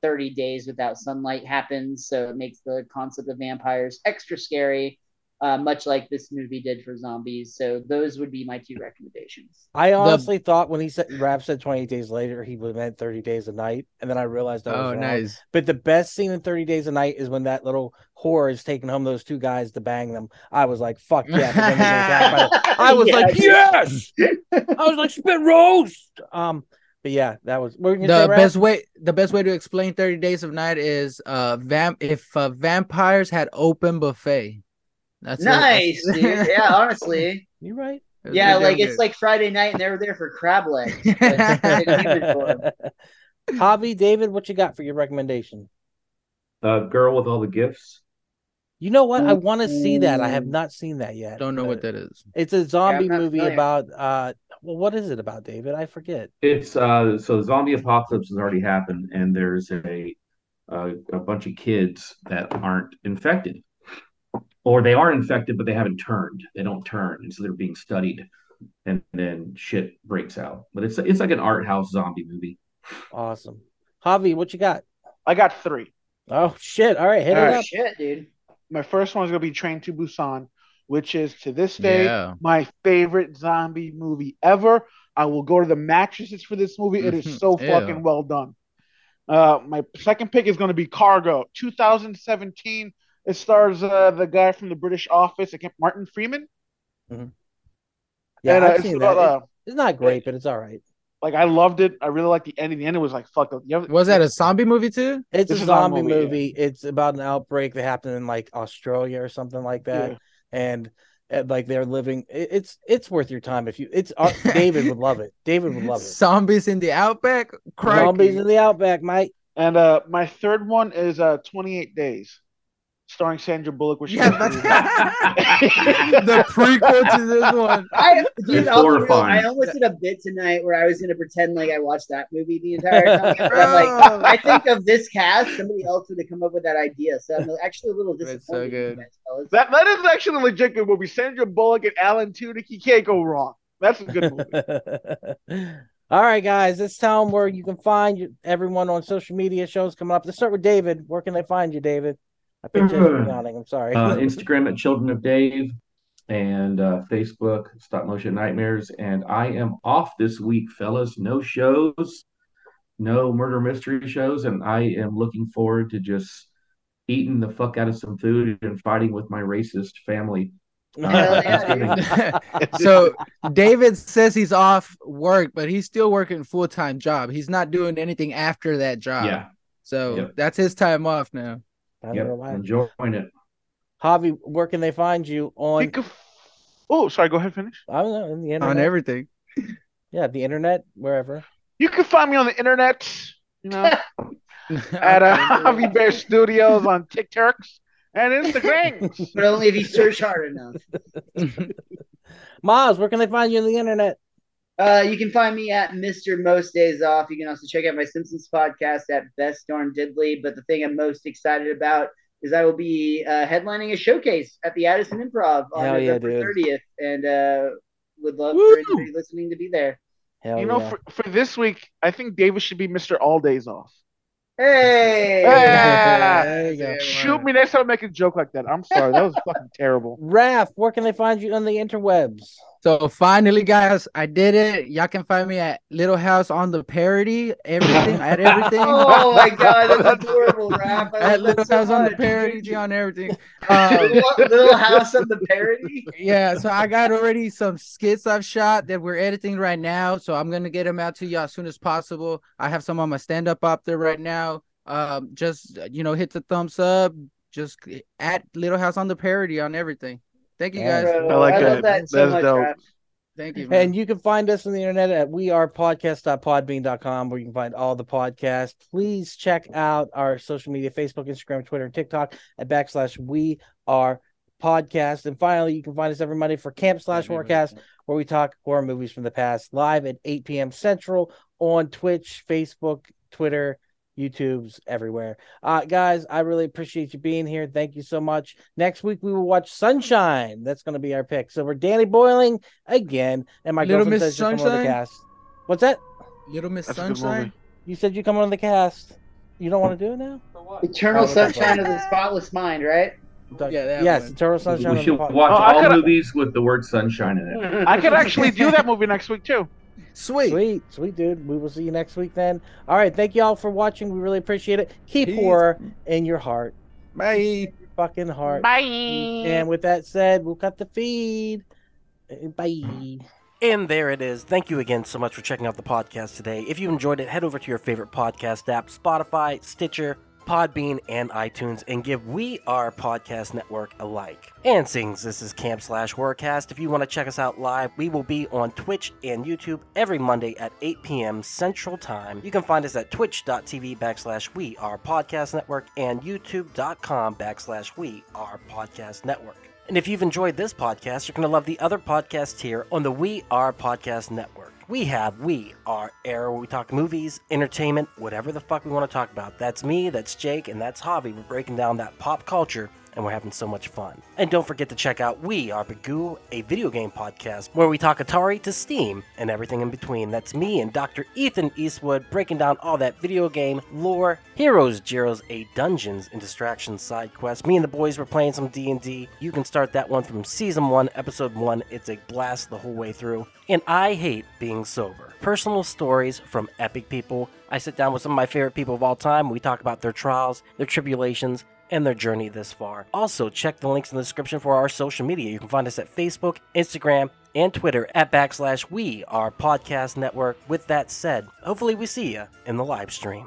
[SPEAKER 3] 30 days without sunlight happens, so it makes the concept of vampires extra scary. Uh, much like this movie did for zombies, so those would be my two recommendations.
[SPEAKER 2] I honestly thought when he said Rap said 28 days later, he would meant 30 days a night, and then I realized I was
[SPEAKER 5] Oh,
[SPEAKER 2] wrong.
[SPEAKER 5] nice.
[SPEAKER 2] But the best scene in 30 Days a Night is when that little whore is taking home those two guys to bang them. I was like, fuck yeah. but then they get attacked by the- I was like, yes. I was like, spit roast. Um, but yeah, that was what were you gonna
[SPEAKER 5] the
[SPEAKER 2] say, Raph?
[SPEAKER 5] best way the best way to explain 30 days of night is uh vamp if uh, vampires had open buffet that's it.
[SPEAKER 3] Nice,
[SPEAKER 5] That's-
[SPEAKER 3] dude. Yeah, honestly.
[SPEAKER 2] You right?
[SPEAKER 5] That's
[SPEAKER 3] Yeah,
[SPEAKER 5] pretty
[SPEAKER 3] like
[SPEAKER 5] damn
[SPEAKER 3] it's
[SPEAKER 5] good.
[SPEAKER 3] like Friday night and they were there for crab legs. but in human form.
[SPEAKER 2] Hobby David, what you got for your recommendation?
[SPEAKER 4] The uh, girl with all the gifts.
[SPEAKER 2] You know what? I want to see that. I have not seen that yet.
[SPEAKER 5] don't know
[SPEAKER 2] but
[SPEAKER 5] what that is
[SPEAKER 2] It's a zombie
[SPEAKER 3] not
[SPEAKER 2] movie
[SPEAKER 3] familiar.
[SPEAKER 2] about uh well what is it about David? I forget.
[SPEAKER 4] It's uh so the zombie apocalypse has already happened, and there's a a, a bunch of kids that aren't infected, or they are infected but they haven't turned. They don't turn, and so they're being studied, and then shit breaks out. But it's it's like an art house zombie movie.
[SPEAKER 2] Awesome. Javi, what you got?
[SPEAKER 7] I got three.
[SPEAKER 2] Oh shit. All right, hit
[SPEAKER 7] All
[SPEAKER 2] it
[SPEAKER 7] right.
[SPEAKER 2] up.
[SPEAKER 3] Shit, dude.
[SPEAKER 7] My first one is going to be Train to Busan, which is to this day
[SPEAKER 5] yeah
[SPEAKER 7] my favorite zombie movie ever. I will go to the mattresses for this movie. It is so
[SPEAKER 5] Mm-hmm. Ew.
[SPEAKER 7] fucking well done. Uh, my second pick is going to be Cargo, 2017. It stars uh, the guy from the British Office, I can't- Martin Freeman.
[SPEAKER 2] Yeah,
[SPEAKER 7] And, uh,
[SPEAKER 2] I've
[SPEAKER 7] it's
[SPEAKER 2] seen
[SPEAKER 7] about,
[SPEAKER 2] that.
[SPEAKER 7] uh,
[SPEAKER 2] It's not great, but it's all right.
[SPEAKER 7] like I loved it. I really liked the ending. The ending was like fuck. The other,
[SPEAKER 5] was that a zombie movie too
[SPEAKER 2] It's
[SPEAKER 7] This
[SPEAKER 2] a
[SPEAKER 7] is not a
[SPEAKER 2] zombie
[SPEAKER 7] movie, yeah.
[SPEAKER 2] movie. It's about an outbreak that happened in like Australia or something like that,
[SPEAKER 7] Yeah.
[SPEAKER 2] and, and, like they're living. it- it's it's worth your time if you. It's uh, David would love it. David would love it.
[SPEAKER 5] zombies in the outback Crikey.
[SPEAKER 2] Zombies in the outback, mate.
[SPEAKER 7] And uh, my third one is uh, 28 Days. starring Sandra Bullock. Where she
[SPEAKER 5] Yeah, but- the prequel to this one.
[SPEAKER 3] I, dude,
[SPEAKER 4] It's
[SPEAKER 3] I'll be real,
[SPEAKER 4] horrifying.
[SPEAKER 3] I almost did a bit tonight where I was going to pretend like I watched that movie the entire time. But I'm like,
[SPEAKER 5] Bro.
[SPEAKER 3] I think of this cast, somebody else would have come up with that idea. So I'm actually a little disappointed.
[SPEAKER 5] That's so
[SPEAKER 3] in you
[SPEAKER 5] good.
[SPEAKER 3] guys, fellas.
[SPEAKER 7] that that is actually a legit good movie. Sandra Bullock and Alan Tudyk. You can't go wrong. That's a good movie.
[SPEAKER 2] All right, guys, let's tell them where you can find you- everyone on social media shows coming up. Let's start with David. Where can they find you, David? I picked you up yawning. I'm sorry.
[SPEAKER 4] uh, Instagram at Children of Dave and uh, Facebook Stop Motion Nightmares. And I am off this week, fellas. No shows, no murder mystery shows, and I am looking forward to just eating the fuck out of some food and fighting with my racist family. Uh,
[SPEAKER 3] Hell yeah, dude.
[SPEAKER 5] Oh. so David says he's off work, but he's still working full time job. He's not doing anything after that job.
[SPEAKER 4] yeah,
[SPEAKER 5] So
[SPEAKER 4] Yep.
[SPEAKER 5] that's his time off now.
[SPEAKER 2] Time to
[SPEAKER 4] yep.
[SPEAKER 2] relax.
[SPEAKER 4] enjoying it.
[SPEAKER 2] Javi, where can they find you
[SPEAKER 7] You
[SPEAKER 2] on?
[SPEAKER 7] can f- oh, sorry. Go ahead, finish.
[SPEAKER 2] I don't know, in the internet.
[SPEAKER 5] On everything.
[SPEAKER 2] Yeah, the internet, wherever.
[SPEAKER 7] You can find me on the internet. You know, at uh, Javi Bear Studios on TikToks and Instagrams.
[SPEAKER 3] But only if you search hard enough.
[SPEAKER 2] Miles, where can they find you on the internet?
[SPEAKER 3] Uh, you can find me at Mr. Most Days Off. You can also check out my Simpsons podcast at Best Darn Diddley. But the thing I'm most excited about is I will be uh, headlining a showcase at the Addison Improv on
[SPEAKER 2] Hell yeah,
[SPEAKER 3] November
[SPEAKER 2] dude.
[SPEAKER 3] 30th, and uh, would love
[SPEAKER 5] Woo!
[SPEAKER 3] for anybody listening to be there.
[SPEAKER 2] Hell
[SPEAKER 7] you know,
[SPEAKER 2] yeah.
[SPEAKER 7] for, for this week, I think David should be Mr. All Days Off.
[SPEAKER 3] Hey,
[SPEAKER 7] Yeah.
[SPEAKER 5] There you go.
[SPEAKER 7] Shoot me next time I make a joke like that. I'm sorry. That was fucking terrible.
[SPEAKER 2] Raph, where can they find you on the interwebs?
[SPEAKER 5] So finally, guys, I did it. Y'all can find me at Little House on the Parody. Everything at everything.
[SPEAKER 3] oh my god, that's adorable, Raph. I
[SPEAKER 5] at
[SPEAKER 3] love
[SPEAKER 5] Little
[SPEAKER 3] that so
[SPEAKER 5] House on the
[SPEAKER 3] much.
[SPEAKER 5] Parody, G on everything. Um,
[SPEAKER 3] Little- Little House of the Parody.
[SPEAKER 5] yeah, so I got already some skits I've shot that we're editing right now. So I'm gonna get them out to y'all as soon as possible. I have some on my stand up up there right now. Um, just you know, hit the thumbs up. Just at Little House on the Parody on everything. Thank you guys.
[SPEAKER 3] Bro,
[SPEAKER 7] I like
[SPEAKER 3] love
[SPEAKER 7] that.
[SPEAKER 3] that so
[SPEAKER 7] That's
[SPEAKER 3] much,
[SPEAKER 7] dope.
[SPEAKER 3] Raph.
[SPEAKER 5] Thank you. Man.
[SPEAKER 2] And you can find us on the internet at wearepodcast.podbean.com, where you can find all the podcasts. Please check out our social media Facebook, Instagram, Twitter, and TikTok at backslash we are podcast. And finally, you can find us every Monday for Camp slash Horrorcast, where we talk horror movies from the past live at 8 p.m. Central on Twitch, Facebook, Twitter, YouTube's everywhere. Uh, guys, I really appreciate you being here. Thank you so much. Next week, we will watch Sunshine. That's going to be our pick. So we're Danny Boiling again. And my
[SPEAKER 5] Little
[SPEAKER 2] girlfriend
[SPEAKER 5] Miss
[SPEAKER 2] says you come on the
[SPEAKER 5] Sunshine?
[SPEAKER 2] cast. What's that?
[SPEAKER 5] Little Miss
[SPEAKER 7] That's a good
[SPEAKER 5] Sunshine.
[SPEAKER 7] movie.
[SPEAKER 2] You said you come on the cast. You don't want to do it now?
[SPEAKER 3] Eternal
[SPEAKER 2] Oh, that's
[SPEAKER 3] Sunshine of
[SPEAKER 2] right.
[SPEAKER 3] the Spotless Mind, right?
[SPEAKER 5] Yeah, that
[SPEAKER 2] yes,
[SPEAKER 5] one.
[SPEAKER 2] Eternal Sunshine.
[SPEAKER 4] We
[SPEAKER 2] of
[SPEAKER 4] should
[SPEAKER 2] the Spotless-
[SPEAKER 4] watch
[SPEAKER 7] Oh, I
[SPEAKER 4] all
[SPEAKER 7] could've-
[SPEAKER 4] movies with the word sunshine in it.
[SPEAKER 7] I could actually do that movie next week, too.
[SPEAKER 5] Sweet.
[SPEAKER 2] Sweet, sweet dude. We will see you next week then. All right, thank you all for watching. We really appreciate it. Keep
[SPEAKER 5] Peace.
[SPEAKER 2] horror in your heart,
[SPEAKER 5] Bye.
[SPEAKER 2] fucking heart.
[SPEAKER 7] Bye. Mm.
[SPEAKER 2] And with that said, we'll cut the feed. Uh, Bye.
[SPEAKER 1] And there it is. Thank you again so much for checking out the podcast today. If you enjoyed it, head over to your favorite podcast app Spotify, Stitcher, Podbean, and iTunes and give We Are Podcast Network a like. And since this is Camp Slash Horrorcast, if you want to check us out live, we will be on Twitch and YouTube every Monday at 8 p.m. Central Time. You can find us at twitch.tv backslash We Are Podcast Network and youtube.com backslash We Are Podcast Network. And if you've enjoyed this podcast, you're going to love the other podcasts here on the We Are Podcast Network. We have We Are Air, where we talk movies, entertainment, whatever the fuck we want to talk about. That's me, that's Jake, and that's Javi. We're breaking down that pop culture, and we're having so much fun. And don't forget to check out We Are Bagoo, a video game podcast where we talk Atari to Steam and everything in between. That's me and Dr. Ethan Eastwood breaking down all that video game lore, heroes, Jiros, a dungeons and distractions side quests. Me and the boys were playing some D&D. You can start that one from season 1, episode 1. It's a blast the whole way through. And I hate being sober. Personal stories from epic people. I sit down with some of my favorite people of all time. We talk about their trials, their tribulations, and their journey this far. Also, check the links in the description for our social media. You can find us at Facebook, Instagram, and Twitter at backslash we are podcast network. With that said, hopefully we see you in the live stream.